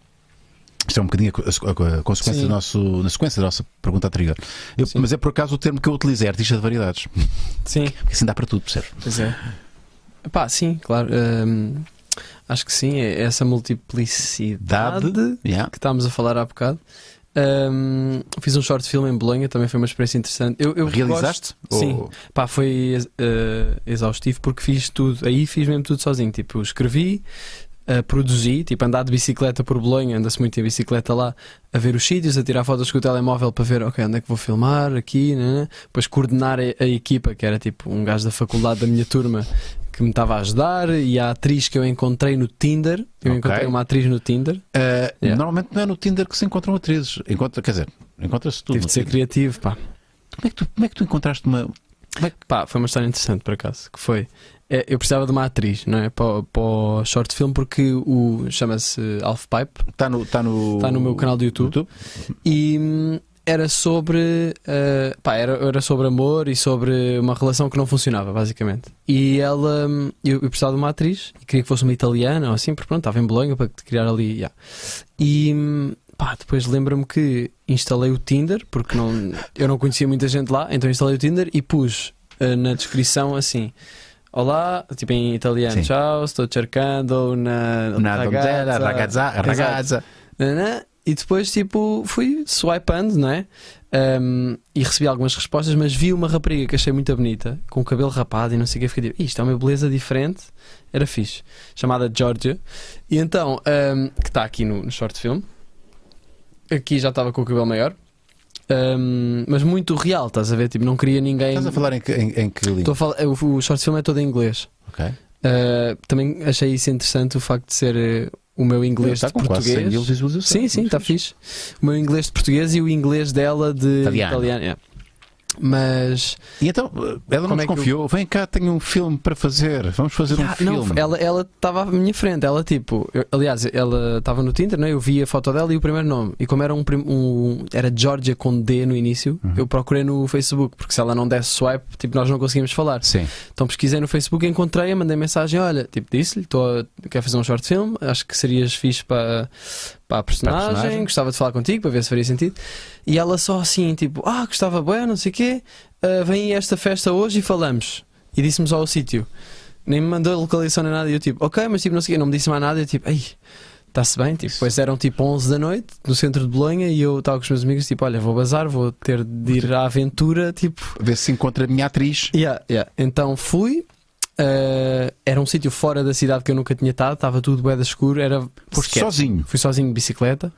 Speaker 1: Isto é um bocadinho a, co- a co- a consequência
Speaker 2: Sim.
Speaker 1: do nosso, na sequência da nossa pergunta anterior. Eu- mas é por acaso o termo que eu utilizei, artista de variedades. Porque
Speaker 2: Sim.
Speaker 1: assim dá para tudo, percebes?
Speaker 2: Pois é. Pá, sim, claro. hum, acho que sim, é essa multiplicidade
Speaker 1: Dade. Yeah.
Speaker 2: que estávamos a falar há bocado. Hum, fiz um short film em Bolonha, também foi uma experiência interessante. Eu, eu
Speaker 1: Realizaste?
Speaker 2: gosto- Sim.
Speaker 1: Ou-
Speaker 2: Pá, foi ex- eh, exaustivo porque fiz tudo, aí fiz mesmo tudo sozinho. Tipo, escrevi, eh, produzi, tipo, andar de bicicleta por Bolonha, anda-se muito em bicicleta lá, a ver os sítios, a tirar fotos com o telemóvel para ver, ok, onde é que vou filmar, aqui, né? né. depois coordenar a, a equipa, que era tipo um gajo da faculdade da minha turma que me estava a ajudar, e a atriz que eu encontrei no Tinder, eu
Speaker 1: Ok.
Speaker 2: encontrei uma atriz no Tinder,
Speaker 1: Uh,
Speaker 2: Yeah.
Speaker 1: Normalmente não é no Tinder que se encontram atrizes. Encontra, quer dizer, encontra-se tudo.
Speaker 2: tive
Speaker 1: no
Speaker 2: de ser
Speaker 1: Tinder.
Speaker 2: criativo, pá.
Speaker 1: Como, é que tu, como é que tu encontraste uma.
Speaker 2: Pá, foi uma história interessante por acaso. Que foi. é, eu precisava de uma atriz, não é? Para, o- para o short film, porque o chama-se Alf Pipe
Speaker 1: Está tá no, está no...
Speaker 2: Está Tá no meu canal do YouTube. e hum, era sobre. ah, pá, era, era sobre amor e sobre uma relação que não funcionava, basicamente. E ela. hum, eu, eu precisava de uma atriz e queria que fosse uma italiana ou assim, porque pronto, estava em Bolonha para criar ali. yeah. E. hum, Pá, depois lembro-me que instalei o Tinder, porque não, eu não conhecia muita gente lá, então instalei o Tinder e pus ah, na descrição assim: Olá, tipo em italiano,
Speaker 1: Sim.
Speaker 2: ciao, estou cercando na
Speaker 1: Na Donzella, Ragazza.
Speaker 2: Exato.
Speaker 1: Ragazza.
Speaker 2: Nanã. E depois, tipo, fui swipando, não é? Um, e recebi algumas respostas, mas vi uma rapariga que achei muito bonita, com o cabelo rapado e não sei o que. Fiquei tipo, isto é uma beleza diferente, era fixe, chamada Georgia. E então, um, que está aqui no, no short film, aqui já estava com o cabelo maior, um, mas muito real, estás a ver? Tipo, não queria ninguém.
Speaker 1: Estás a falar assim. em que, em, em que língua?
Speaker 2: Estou a falar- o, o short film é todo em inglês.
Speaker 1: Ok.
Speaker 2: Uh, também achei isso interessante o facto de ser uh, o meu inglês
Speaker 1: Está
Speaker 2: de
Speaker 1: tá com quase 100
Speaker 2: português.
Speaker 1: mil visualizações.
Speaker 2: Sim, sim,
Speaker 1: Muito
Speaker 2: está fixe. O meu inglês de português e o inglês dela de
Speaker 1: Italiano.
Speaker 2: italiano. é. Mas
Speaker 1: E então, ela não
Speaker 2: Como é que
Speaker 1: desconfiou. Vem cá, tenho um filme para fazer. Vamos fazer um
Speaker 2: Ah,
Speaker 1: filme.
Speaker 2: não, ela ela estava à minha frente. Ela tipo, eu- aliás, ela estava no Tinder, né? eu vi a foto dela e o primeiro nome. E como era um, prim- um- era Georgia com D no início, eu procurei no Facebook, porque se ela não desse swipe, tipo, nós não conseguíamos falar.
Speaker 1: Sim.
Speaker 2: Então pesquisei no Facebook, encontrei-a, mandei mensagem, olha, tipo, disse-lhe, tô a- quero fazer um short film, acho que serias fixe para para a personagem,
Speaker 1: personagem.
Speaker 2: gostava de falar contigo para ver se faria sentido. E ela só assim, tipo, ah, gostava bem, não sei o quê, ah, vem a esta festa hoje e falamos. E disse-me só o sítio. Nem me mandou a localização nem nada, e eu tipo, ok, mas tipo, não sei o quê, não me disse mais nada, e eu tipo, ai, está-se bem, tipo, pois eram tipo 11 da noite, no centro de Bolonha, e eu estava com os meus amigos, tipo, olha, vou bazar, vou ter de ir à aventura, tipo,
Speaker 1: Ver se encontra a minha atriz.
Speaker 2: Yeah, yeah. Então fui. eh, era um sítio fora da cidade que eu nunca tinha estado, estava tudo bué da escuro, era
Speaker 1: Foste sozinho.
Speaker 2: fui sozinho de bicicleta.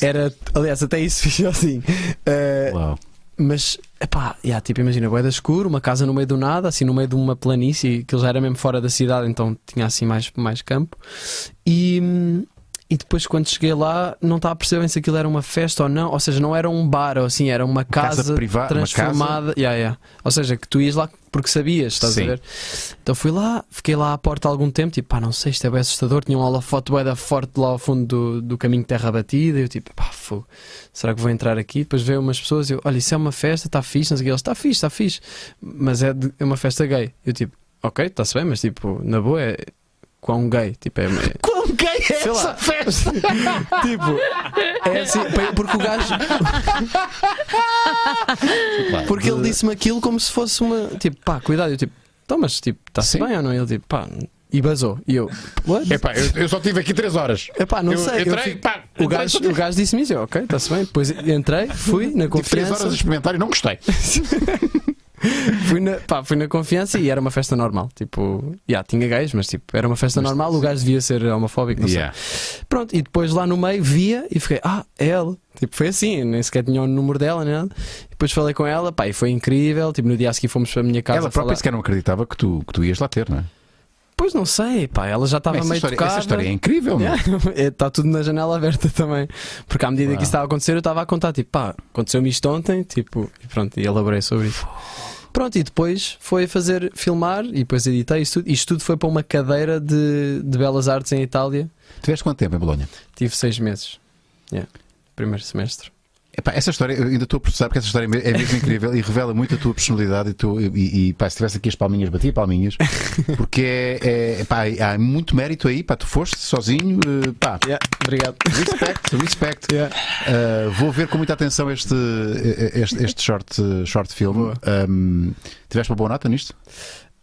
Speaker 2: Era, aliás, até isso [LAUGHS] fui sozinho. Eh,
Speaker 1: Uau.
Speaker 2: mas, epá, yeah, tipo, imagina, bué da escuro, uma casa no meio do nada, assim, no meio de uma planície, que já era mesmo fora da cidade, então tinha assim mais, mais campo. E, hum, e depois, quando cheguei lá, não estava a perceber bem se aquilo era uma festa ou não, ou seja, não era um bar ou assim, era uma
Speaker 1: casa
Speaker 2: casa,
Speaker 1: privada- uma casa?
Speaker 2: transformada. Yeah, yeah. Ou seja, que tu ias lá porque sabias, estás
Speaker 1: Sim.
Speaker 2: a ver? Então fui lá, fiquei lá à porta há algum tempo, tipo, pá, não sei, isto é bem assustador. Tinha um holofote bué da forte lá ao fundo do, do caminho de terra batida. E eu, tipo, pá, fogo, será que vou entrar aqui? Depois veio umas pessoas e eu, olha, isso é uma festa, está fixe, não sei o que. Eles, está fixe, está fixe, mas é, de- é uma festa gay. Eu, tipo, ok, está-se bem, mas tipo, na boa é. Quão gay, tipo, é. é-
Speaker 1: Com quem é
Speaker 2: Sei lá.
Speaker 1: festa?
Speaker 2: tipo, é assim, pa- porque o gajo. Porque ele disse-me aquilo como se fosse uma. Tipo, pá, cuidado. Eu, tipo, então, mas tipo, está-se
Speaker 1: Sim. É,
Speaker 2: bem ou não? Ele, tipo, pá, e basou. E eu,
Speaker 1: [LAUGHS]
Speaker 2: what?
Speaker 1: Epá, eu, eu só estive aqui 3 horas.
Speaker 2: Epá, não
Speaker 1: eu,
Speaker 2: sei. eu
Speaker 1: Entrei,
Speaker 2: fico-
Speaker 1: pá,
Speaker 2: o, gajo, o gajo disse-me isso, eu, ok, está-se bem. Depois entrei, fui na
Speaker 1: Tive 3
Speaker 2: confiança.
Speaker 1: Tipo, horas a experimentar e não gostei.
Speaker 2: fui, na, pá, fui na confiança e era uma festa normal. Tipo, já tinha gays, mas tipo, era uma festa normal. O gajo devia ser homofóbico, não sei.
Speaker 1: Yeah.
Speaker 2: Pronto, e depois lá no meio via e fiquei, ah, é ela. Tipo, foi assim, nem sequer tinha o número dela, nem nada. Depois falei com ela, pá, e foi incrível. Tipo, no dia a seguir fomos para a minha casa.
Speaker 1: Ela própria
Speaker 2: falar.
Speaker 1: sequer não acreditava que tu, que tu ias lá ter, não é?
Speaker 2: Pois não sei, pá, ela já estava
Speaker 1: essa,
Speaker 2: meio
Speaker 1: história,
Speaker 2: tocada.
Speaker 1: essa história é incrível,
Speaker 2: [LAUGHS]
Speaker 1: não é?
Speaker 2: Está tudo na janela aberta também. Porque à medida que isso estava a acontecer, eu estava a contar, tipo, pá, aconteceu-me isto ontem, tipo, e pronto, e elaborei sobre isso. Pronto, e depois foi fazer filmar e depois editei isso tudo. Isto tudo foi para uma cadeira de, de belas artes em Itália.
Speaker 1: Tiveste quanto tempo em Bolonha?
Speaker 2: Tive seis meses. Yeah. Primeiro semestre.
Speaker 1: Epá, essa história, eu ainda estou a processar porque essa história é me- é
Speaker 2: [LAUGHS]
Speaker 1: mesmo incrível e revela muito a tua personalidade. E, tu, e, e, pá, se tivesse aqui as palminhas, batia
Speaker 2: [LAUGHS]
Speaker 1: palminhas, porque é, é, pá, há muito mérito aí. Pá, tu foste sozinho, eh, pá,
Speaker 2: Yeah, obrigado. [LAUGHS]
Speaker 1: respect, respect.
Speaker 2: Yeah.
Speaker 1: Uh, vou ver com muita atenção este, eh, este, este short, eh, short film. Um, tiveste uma boa nota nisto?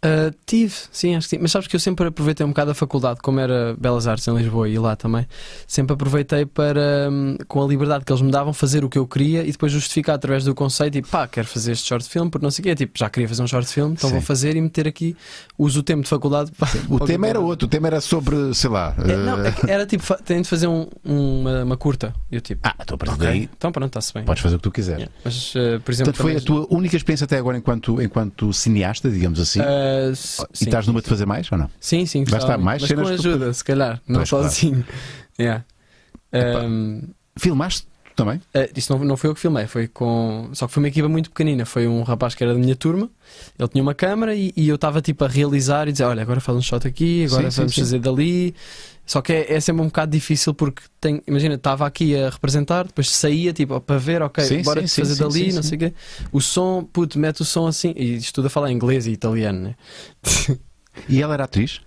Speaker 2: Uh, tive, sim, acho que sim. Mas sabes que eu sempre aproveitei um bocado a faculdade, como era Belas Artes em Lisboa e lá também, sempre aproveitei para, hum, com a liberdade que eles me davam, fazer o que eu queria e depois justificar através do conceito e pá, quero fazer este short film, porque não sei o quê. Tipo, já queria fazer um short film, então
Speaker 1: Sim.
Speaker 2: vou fazer e meter aqui, uso o tempo de faculdade.
Speaker 1: [LAUGHS]
Speaker 2: para-
Speaker 1: O
Speaker 2: para
Speaker 1: tema
Speaker 2: que-
Speaker 1: era outro, o tema era sobre, sei lá.
Speaker 2: É, não, é
Speaker 1: uh,
Speaker 2: que era tipo, fa- tenho de fazer um- uma, uma curta. Eu tipo,
Speaker 1: Ah, estou a partir
Speaker 2: ok,
Speaker 1: daí.
Speaker 2: então pronto, está-se bem.
Speaker 1: Podes fazer o que tu quiseres.
Speaker 2: Yeah. Mas, uh, por exemplo,
Speaker 1: Portanto, foi a
Speaker 2: também-
Speaker 1: tua única experiência até agora enquanto, enquanto cineasta, digamos assim.
Speaker 2: Uh, s-
Speaker 1: e
Speaker 2: sim.
Speaker 1: estás numa de fazer mais ou não?
Speaker 2: Sim, sim,
Speaker 1: Vai
Speaker 2: gostava
Speaker 1: estar tá mais
Speaker 2: muito, mas
Speaker 1: cenas
Speaker 2: com
Speaker 1: que tu-
Speaker 2: ajuda, se calhar, não
Speaker 1: Pois, claro.
Speaker 2: sozinho. [LAUGHS] Yeah.
Speaker 1: Epá.
Speaker 2: Um,
Speaker 1: Filmaste tu também?
Speaker 2: eh, isso não, não foi eu que filmei, foi com. Só que foi uma equipa muito pequenina. Foi um rapaz que era da minha turma, ele tinha uma câmara e, e eu estava tipo a realizar e dizer: Olha, agora faz um shot aqui, agora
Speaker 1: Sim, sim,
Speaker 2: vamos
Speaker 1: sim.
Speaker 2: fazer dali. Só que é, é sempre um bocado difícil porque tem, imagina, estava aqui a representar, depois saía tipo ó, para ver, ok,
Speaker 1: Sim,
Speaker 2: bora
Speaker 1: sim, sim,
Speaker 2: fazer
Speaker 1: sim,
Speaker 2: dali,
Speaker 1: sim,
Speaker 2: não
Speaker 1: sim.
Speaker 2: sei o quê. O som, puto, mete o som assim, e isto tudo a falar inglês e italiano, né?
Speaker 1: E ela era atriz?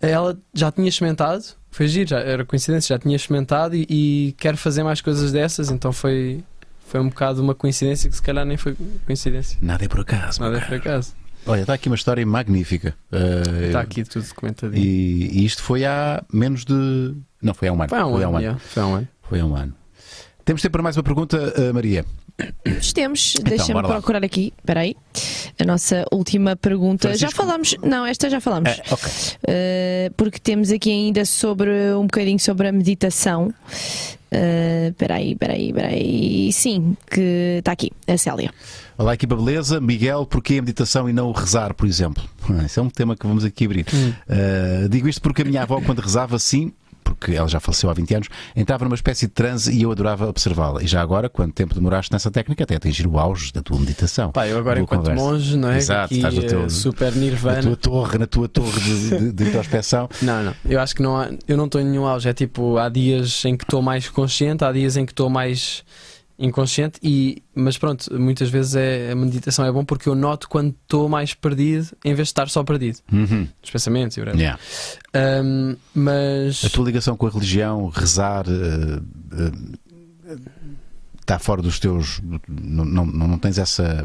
Speaker 2: Ela já tinha experimentado, foi giro, já, era coincidência, já tinha experimentado e, e quer fazer mais coisas dessas, então foi, foi um bocado uma coincidência que se calhar nem foi coincidência.
Speaker 1: Nada é por acaso.
Speaker 2: Nada é
Speaker 1: meu
Speaker 2: por
Speaker 1: caro.
Speaker 2: acaso.
Speaker 1: Olha, está aqui uma história magnífica. Uh,
Speaker 2: Está aqui tudo documentadinho.
Speaker 1: E, e isto foi há menos de. Não, foi há um ano.
Speaker 2: Foi há
Speaker 1: Foi há um
Speaker 2: um ano.
Speaker 1: ano.
Speaker 2: yeah, Foi há um ano.
Speaker 1: Foi há um ano. Temos tempo para mais uma pergunta, eh, Maria.
Speaker 4: Temos, temos. Deixa-me
Speaker 1: Então, bora lá.
Speaker 4: procurar aqui. Espera aí. A nossa última pergunta. Já
Speaker 1: Francisco.
Speaker 4: falámos. Não, esta já falámos.
Speaker 1: Ah, ok.
Speaker 4: Uh, porque temos aqui ainda sobre um bocadinho sobre a meditação. Uh, Espera aí, espera aí, espera aí. Sim, que está aqui, a Célia.
Speaker 1: Olá, equipa beleza. Miguel, porquê a meditação e não o rezar, por exemplo? Ah, Esse é um tema que vamos aqui abrir. Ah, digo isto porque a minha avó, quando rezava assim, porque ela já faleceu há 20 anos, entrava numa espécie de transe e eu adorava observá-la. E já agora, quanto tempo demoraste nessa técnica até atingir o auge da tua meditação?
Speaker 2: Pá, eu agora,
Speaker 1: Boa
Speaker 2: enquanto
Speaker 1: conversa.
Speaker 2: monge, não é?
Speaker 1: Exato,
Speaker 2: Aqui,
Speaker 1: estás no
Speaker 2: eh,
Speaker 1: teu-
Speaker 2: super
Speaker 1: Na
Speaker 2: nirvana.
Speaker 1: tua torre, na tua torre de, de, de introspecção.
Speaker 2: Não, não. Eu acho que não há, eu não estou em nenhum auge. É tipo, há dias em que estou mais consciente, há dias em que estou mais inconsciente e mas pronto, muitas vezes é, a meditação é bom porque eu noto quando estou mais perdido em vez de estar só perdido
Speaker 1: Uhum.
Speaker 2: nos pensamentos e whatever.
Speaker 1: Yeah.
Speaker 2: Ahm, mas
Speaker 1: A tua ligação com a religião, rezar, eh, eh, está fora dos teus. Não, não, não tens essa,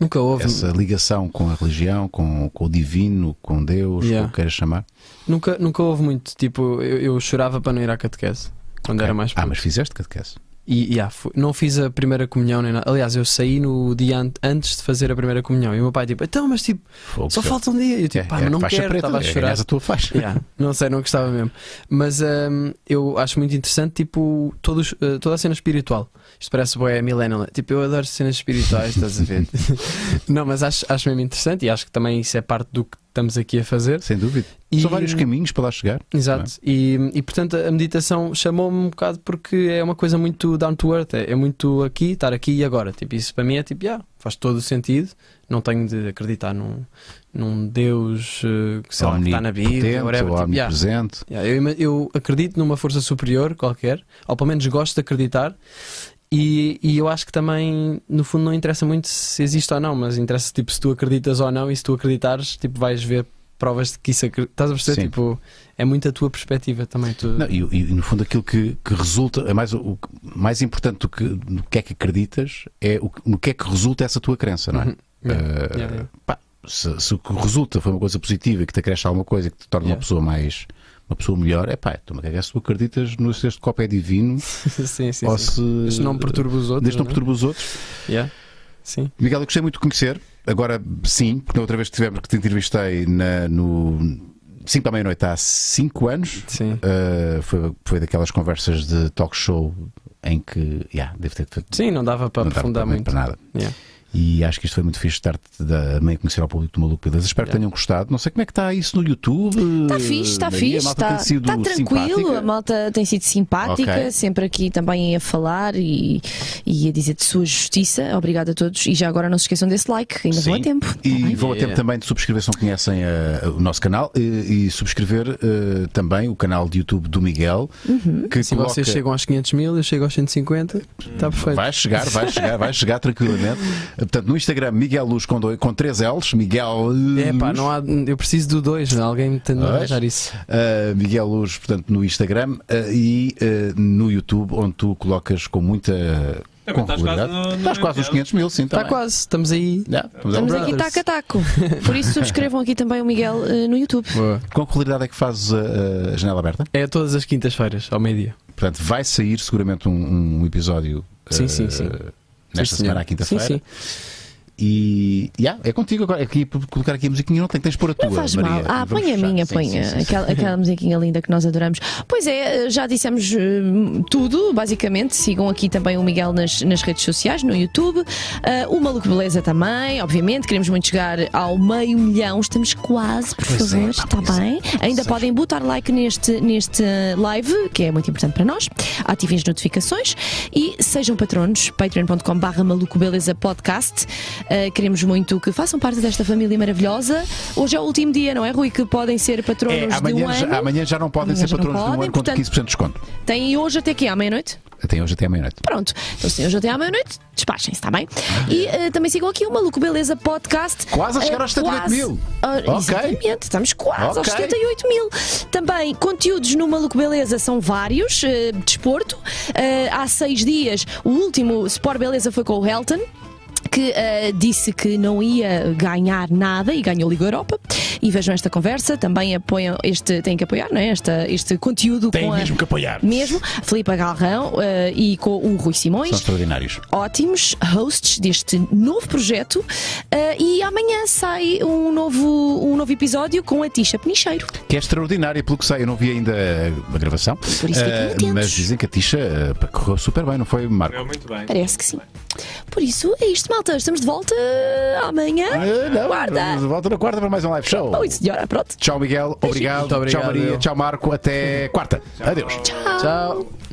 Speaker 2: nunca houve um-
Speaker 1: essa ligação com a religião, com, com o divino, com Deus,
Speaker 2: Yeah.
Speaker 1: como queiras chamar.
Speaker 2: nunca nunca houve muito tipo eu, eu chorava para não ir à catequese quando era mais
Speaker 1: Ah,
Speaker 2: puto.
Speaker 1: mas fizeste catequese.
Speaker 2: E e, ah, fui- não fiz a primeira comunhão nem nada. Aliás, eu saí no dia an- antes de fazer a primeira comunhão. E o meu pai, tipo, então, mas tipo,
Speaker 1: Fogo,
Speaker 2: só
Speaker 1: seu.
Speaker 2: falta um dia. E eu, tipo,
Speaker 1: É,
Speaker 2: pá,
Speaker 1: é
Speaker 2: mas não
Speaker 1: faixa
Speaker 2: quero,
Speaker 1: preta,
Speaker 2: estava a
Speaker 1: é,
Speaker 2: chorar.
Speaker 1: ganhas a tua faixa.
Speaker 2: Yeah, [LAUGHS] Não sei, não gostava mesmo. Mas hum, eu acho muito interessante, tipo, todos, eh, toda a cena espiritual. Isto parece boé millennial. Tipo, eu adoro cenas espirituais, estás
Speaker 1: [LAUGHS]
Speaker 2: a ver? não, mas acho, acho mesmo interessante e acho que também isso é parte do que estamos aqui a fazer.
Speaker 1: [LAUGHS] Sem dúvida.
Speaker 2: E-
Speaker 1: São vários caminhos é? para lá chegar.
Speaker 2: Exato, e, e portanto a meditação chamou-me um bocado porque é uma coisa muito down to earth, é, é muito aqui, estar aqui e agora. Tipo, isso para mim é tipo, yeah, faz todo o sentido. Não tenho de acreditar num, num Deus eh, que, sei lá, que está na
Speaker 1: Omnipotente
Speaker 2: Bíblia, whatever.
Speaker 1: ou
Speaker 2: Tipo, yeah.
Speaker 1: omnipresente.
Speaker 2: Yeah, eu, ima- eu acredito numa força superior qualquer, ou pelo menos gosto de acreditar, e, e eu acho que também, no fundo, não interessa muito se existe ou não, mas interessa tipo, se tu acreditas ou não, e se tu acreditares, tipo, vais ver provas de que isso acre- Estás a perceber?
Speaker 1: Sim.
Speaker 2: Tipo, é muito a tua perspectiva também. Tu...
Speaker 1: Não, e, e, no fundo aquilo que, que resulta, é mais, o- o que- mais importante do que, do que é que acreditas é o, que- no que é que resulta essa tua crença, não é?
Speaker 2: Uhum. Yeah.
Speaker 1: Eh,
Speaker 2: Yeah, yeah. [LAUGHS]
Speaker 1: pá, se, se o que resulta foi uma coisa positiva e que te acresce alguma coisa e que te torna uma
Speaker 2: Yeah.
Speaker 1: pessoa mais uma pessoa melhor, é pá, tu me cagas se tu acreditas no se este copo é divino
Speaker 2: sim, sim.
Speaker 1: ou
Speaker 2: sim.
Speaker 1: se
Speaker 2: Isso não perturba os outros.
Speaker 1: desde não
Speaker 2: né?
Speaker 1: perturba os outros.
Speaker 2: Yeah. Sim.
Speaker 1: Miguel, eu gostei muito de conhecer, agora sim, porque na outra vez que tivemos que te entrevistei na, no 5 para a meia-noite há 5 anos.
Speaker 2: Sim.
Speaker 1: Uh, foi, foi daquelas conversas de talk show em que, yeah, deve ter feito.
Speaker 2: Sim, não dava para
Speaker 1: não dava
Speaker 2: aprofundar
Speaker 1: propriamente
Speaker 2: muito.
Speaker 1: Para nada.
Speaker 2: Yeah.
Speaker 1: E acho que isto foi muito fixe estar-te da- também a conhecer ao público do Maluco Beleza. Espero que
Speaker 2: Yeah.
Speaker 1: tenham gostado. Não sei como é que está isso no YouTube.
Speaker 4: Está fixe, está
Speaker 1: Eh, Maria,
Speaker 4: fixe,
Speaker 1: a malta
Speaker 4: está
Speaker 1: tem sido
Speaker 4: tá tranquilo,
Speaker 1: simpática.
Speaker 4: a malta tem sido simpática,
Speaker 1: Ok.
Speaker 4: sempre aqui também a falar e, e a dizer de sua justiça. Obrigada a todos. E já agora não se esqueçam desse like, ainda vão a
Speaker 1: Sim.
Speaker 4: tempo.
Speaker 1: E
Speaker 4: Tá bem?
Speaker 1: vão a tempo
Speaker 2: Yeah.
Speaker 1: também de subscrever, se não conhecem eh, o nosso canal, e, e subscrever eh, também o canal de YouTube do Miguel.
Speaker 4: Uhum.
Speaker 1: Que
Speaker 2: Se
Speaker 1: coloca...
Speaker 2: vocês chegam aos 500 mil, eu chego aos 150,
Speaker 1: Hum.
Speaker 2: está tá perfeito.
Speaker 1: Vai chegar, vai chegar, vai chegar tranquilamente. Portanto, no Instagram, Miguel Luz com, dois, com três L's, Miguel
Speaker 2: É pá,
Speaker 1: Luz.
Speaker 2: não há, eu preciso do 2, alguém me tem de
Speaker 1: Dois?
Speaker 2: arranjar isso.
Speaker 1: Uh, Miguel Luz, portanto, no Instagram uh, e uh, no YouTube, onde tu colocas com muita.
Speaker 5: Também
Speaker 1: com
Speaker 5: estás
Speaker 1: regularidade.
Speaker 5: quase no- no
Speaker 1: Estás quase
Speaker 5: Miguel.
Speaker 1: nos 500 mil, sim. tá
Speaker 2: Está Tá quase, estamos aí.
Speaker 4: Tá Estamos
Speaker 2: Brothers.
Speaker 4: aqui taco
Speaker 1: [LAUGHS]
Speaker 4: a taco. Por isso subscrevam aqui também o Miguel eh, no YouTube.
Speaker 1: Com que regularidade é que fazes eh, a, a janela aberta?
Speaker 2: É todas as quintas-feiras, ao meio-dia.
Speaker 1: Portanto, vai sair seguramente um, um episódio.
Speaker 2: Sim,
Speaker 1: uh,
Speaker 2: sim, sim.
Speaker 1: Nesta
Speaker 2: Sim, senhor.
Speaker 1: semana, à quinta-feira.
Speaker 2: Sim, sim.
Speaker 1: E yeah, é contigo agora. É que ia colocar aqui a musiquinha, não tem tens de pôr a tua.
Speaker 4: Não faz
Speaker 1: Maria.
Speaker 4: mal. Ah,
Speaker 1: Vamos
Speaker 4: põe a
Speaker 1: fechar.
Speaker 4: minha,
Speaker 1: Sim,
Speaker 4: põe
Speaker 1: sim, sim, sim.
Speaker 4: aquela, aquela musiquinha linda que nós adoramos. Pois é, eh, já dissemos eh, tudo, basicamente. Sigam aqui também o Miguel nas, nas redes sociais, no YouTube. Ah, o Maluco Beleza também, obviamente. Queremos muito chegar ao meio milhão. Estamos quase, por
Speaker 1: Pois é,
Speaker 4: favor.
Speaker 1: pá,
Speaker 4: Está
Speaker 1: pois é.
Speaker 4: bem? Ainda podem botar like neste, neste live, que é muito importante para nós. Ativem as notificações e sejam patronos. patreon.com.br Maluco Beleza Podcast. Uh, queremos muito que façam parte desta família maravilhosa. Hoje é o último dia, não é, Rui? Que podem ser patronos
Speaker 1: É,
Speaker 4: de um
Speaker 1: amanhã, já,
Speaker 4: ano.
Speaker 1: amanhã já não podem
Speaker 4: Amanhã
Speaker 1: ser
Speaker 4: já não
Speaker 1: patronos de um
Speaker 4: podem,
Speaker 1: ano com
Speaker 4: portanto-
Speaker 1: 15% de desconto.
Speaker 4: Têm hoje até aqui à meia-noite.
Speaker 1: Até hoje, até à meia-noite.
Speaker 4: Pronto. Então, se hoje até à meia-noite, despachem-se, está bem? E uh, também sigam aqui o Maluco Beleza Podcast.
Speaker 1: Ah. Quase a chegar
Speaker 4: Uh,
Speaker 1: aos 78
Speaker 4: quase-
Speaker 1: mil.
Speaker 4: Ah,
Speaker 1: Ok.
Speaker 4: Exatamente, estamos quase aos
Speaker 1: Ok.
Speaker 4: 78 mil. Também, conteúdos no Maluco Beleza são vários. eh, desporto. Eh, há seis dias, o último Sport Beleza foi com o Helton. que eh, disse que não ia ganhar nada e ganhou a Liga Europa. E vejam esta conversa, também apoiam este, têm que apoiar, não é? Esta, este conteúdo
Speaker 1: Tem
Speaker 4: com a-
Speaker 1: mesmo que apoiar.
Speaker 4: mesmo, Filipe Galrão eh, e com o Rui
Speaker 1: São
Speaker 4: Simões
Speaker 1: extraordinários.
Speaker 4: ótimos hosts deste novo projeto eh, e amanhã sai um novo, um novo episódio com a Tisha Penicheiro.
Speaker 1: Que é extraordinária, pelo que sei, eu não vi ainda a gravação.
Speaker 4: Por isso fiquem
Speaker 1: Eh,
Speaker 4: atentos.
Speaker 1: mas dizem que a Tisha eh, pá, correu super bem, não foi, Marco?
Speaker 5: Correu muito bem.
Speaker 4: Parece que sim. Por isso é isto, malta. Estamos de volta amanhã.
Speaker 1: Eh, não,
Speaker 4: Guarda.
Speaker 1: Volta na quarta para mais um live show.
Speaker 4: Oi, senhora, pronto.
Speaker 1: Tchau, Miguel. Obrigado.
Speaker 2: Muito obrigado,
Speaker 1: Tchau, Maria.
Speaker 2: eu.
Speaker 1: Tchau, Marco. Até quarta. Adeus.
Speaker 4: Tchau.
Speaker 2: Tchau.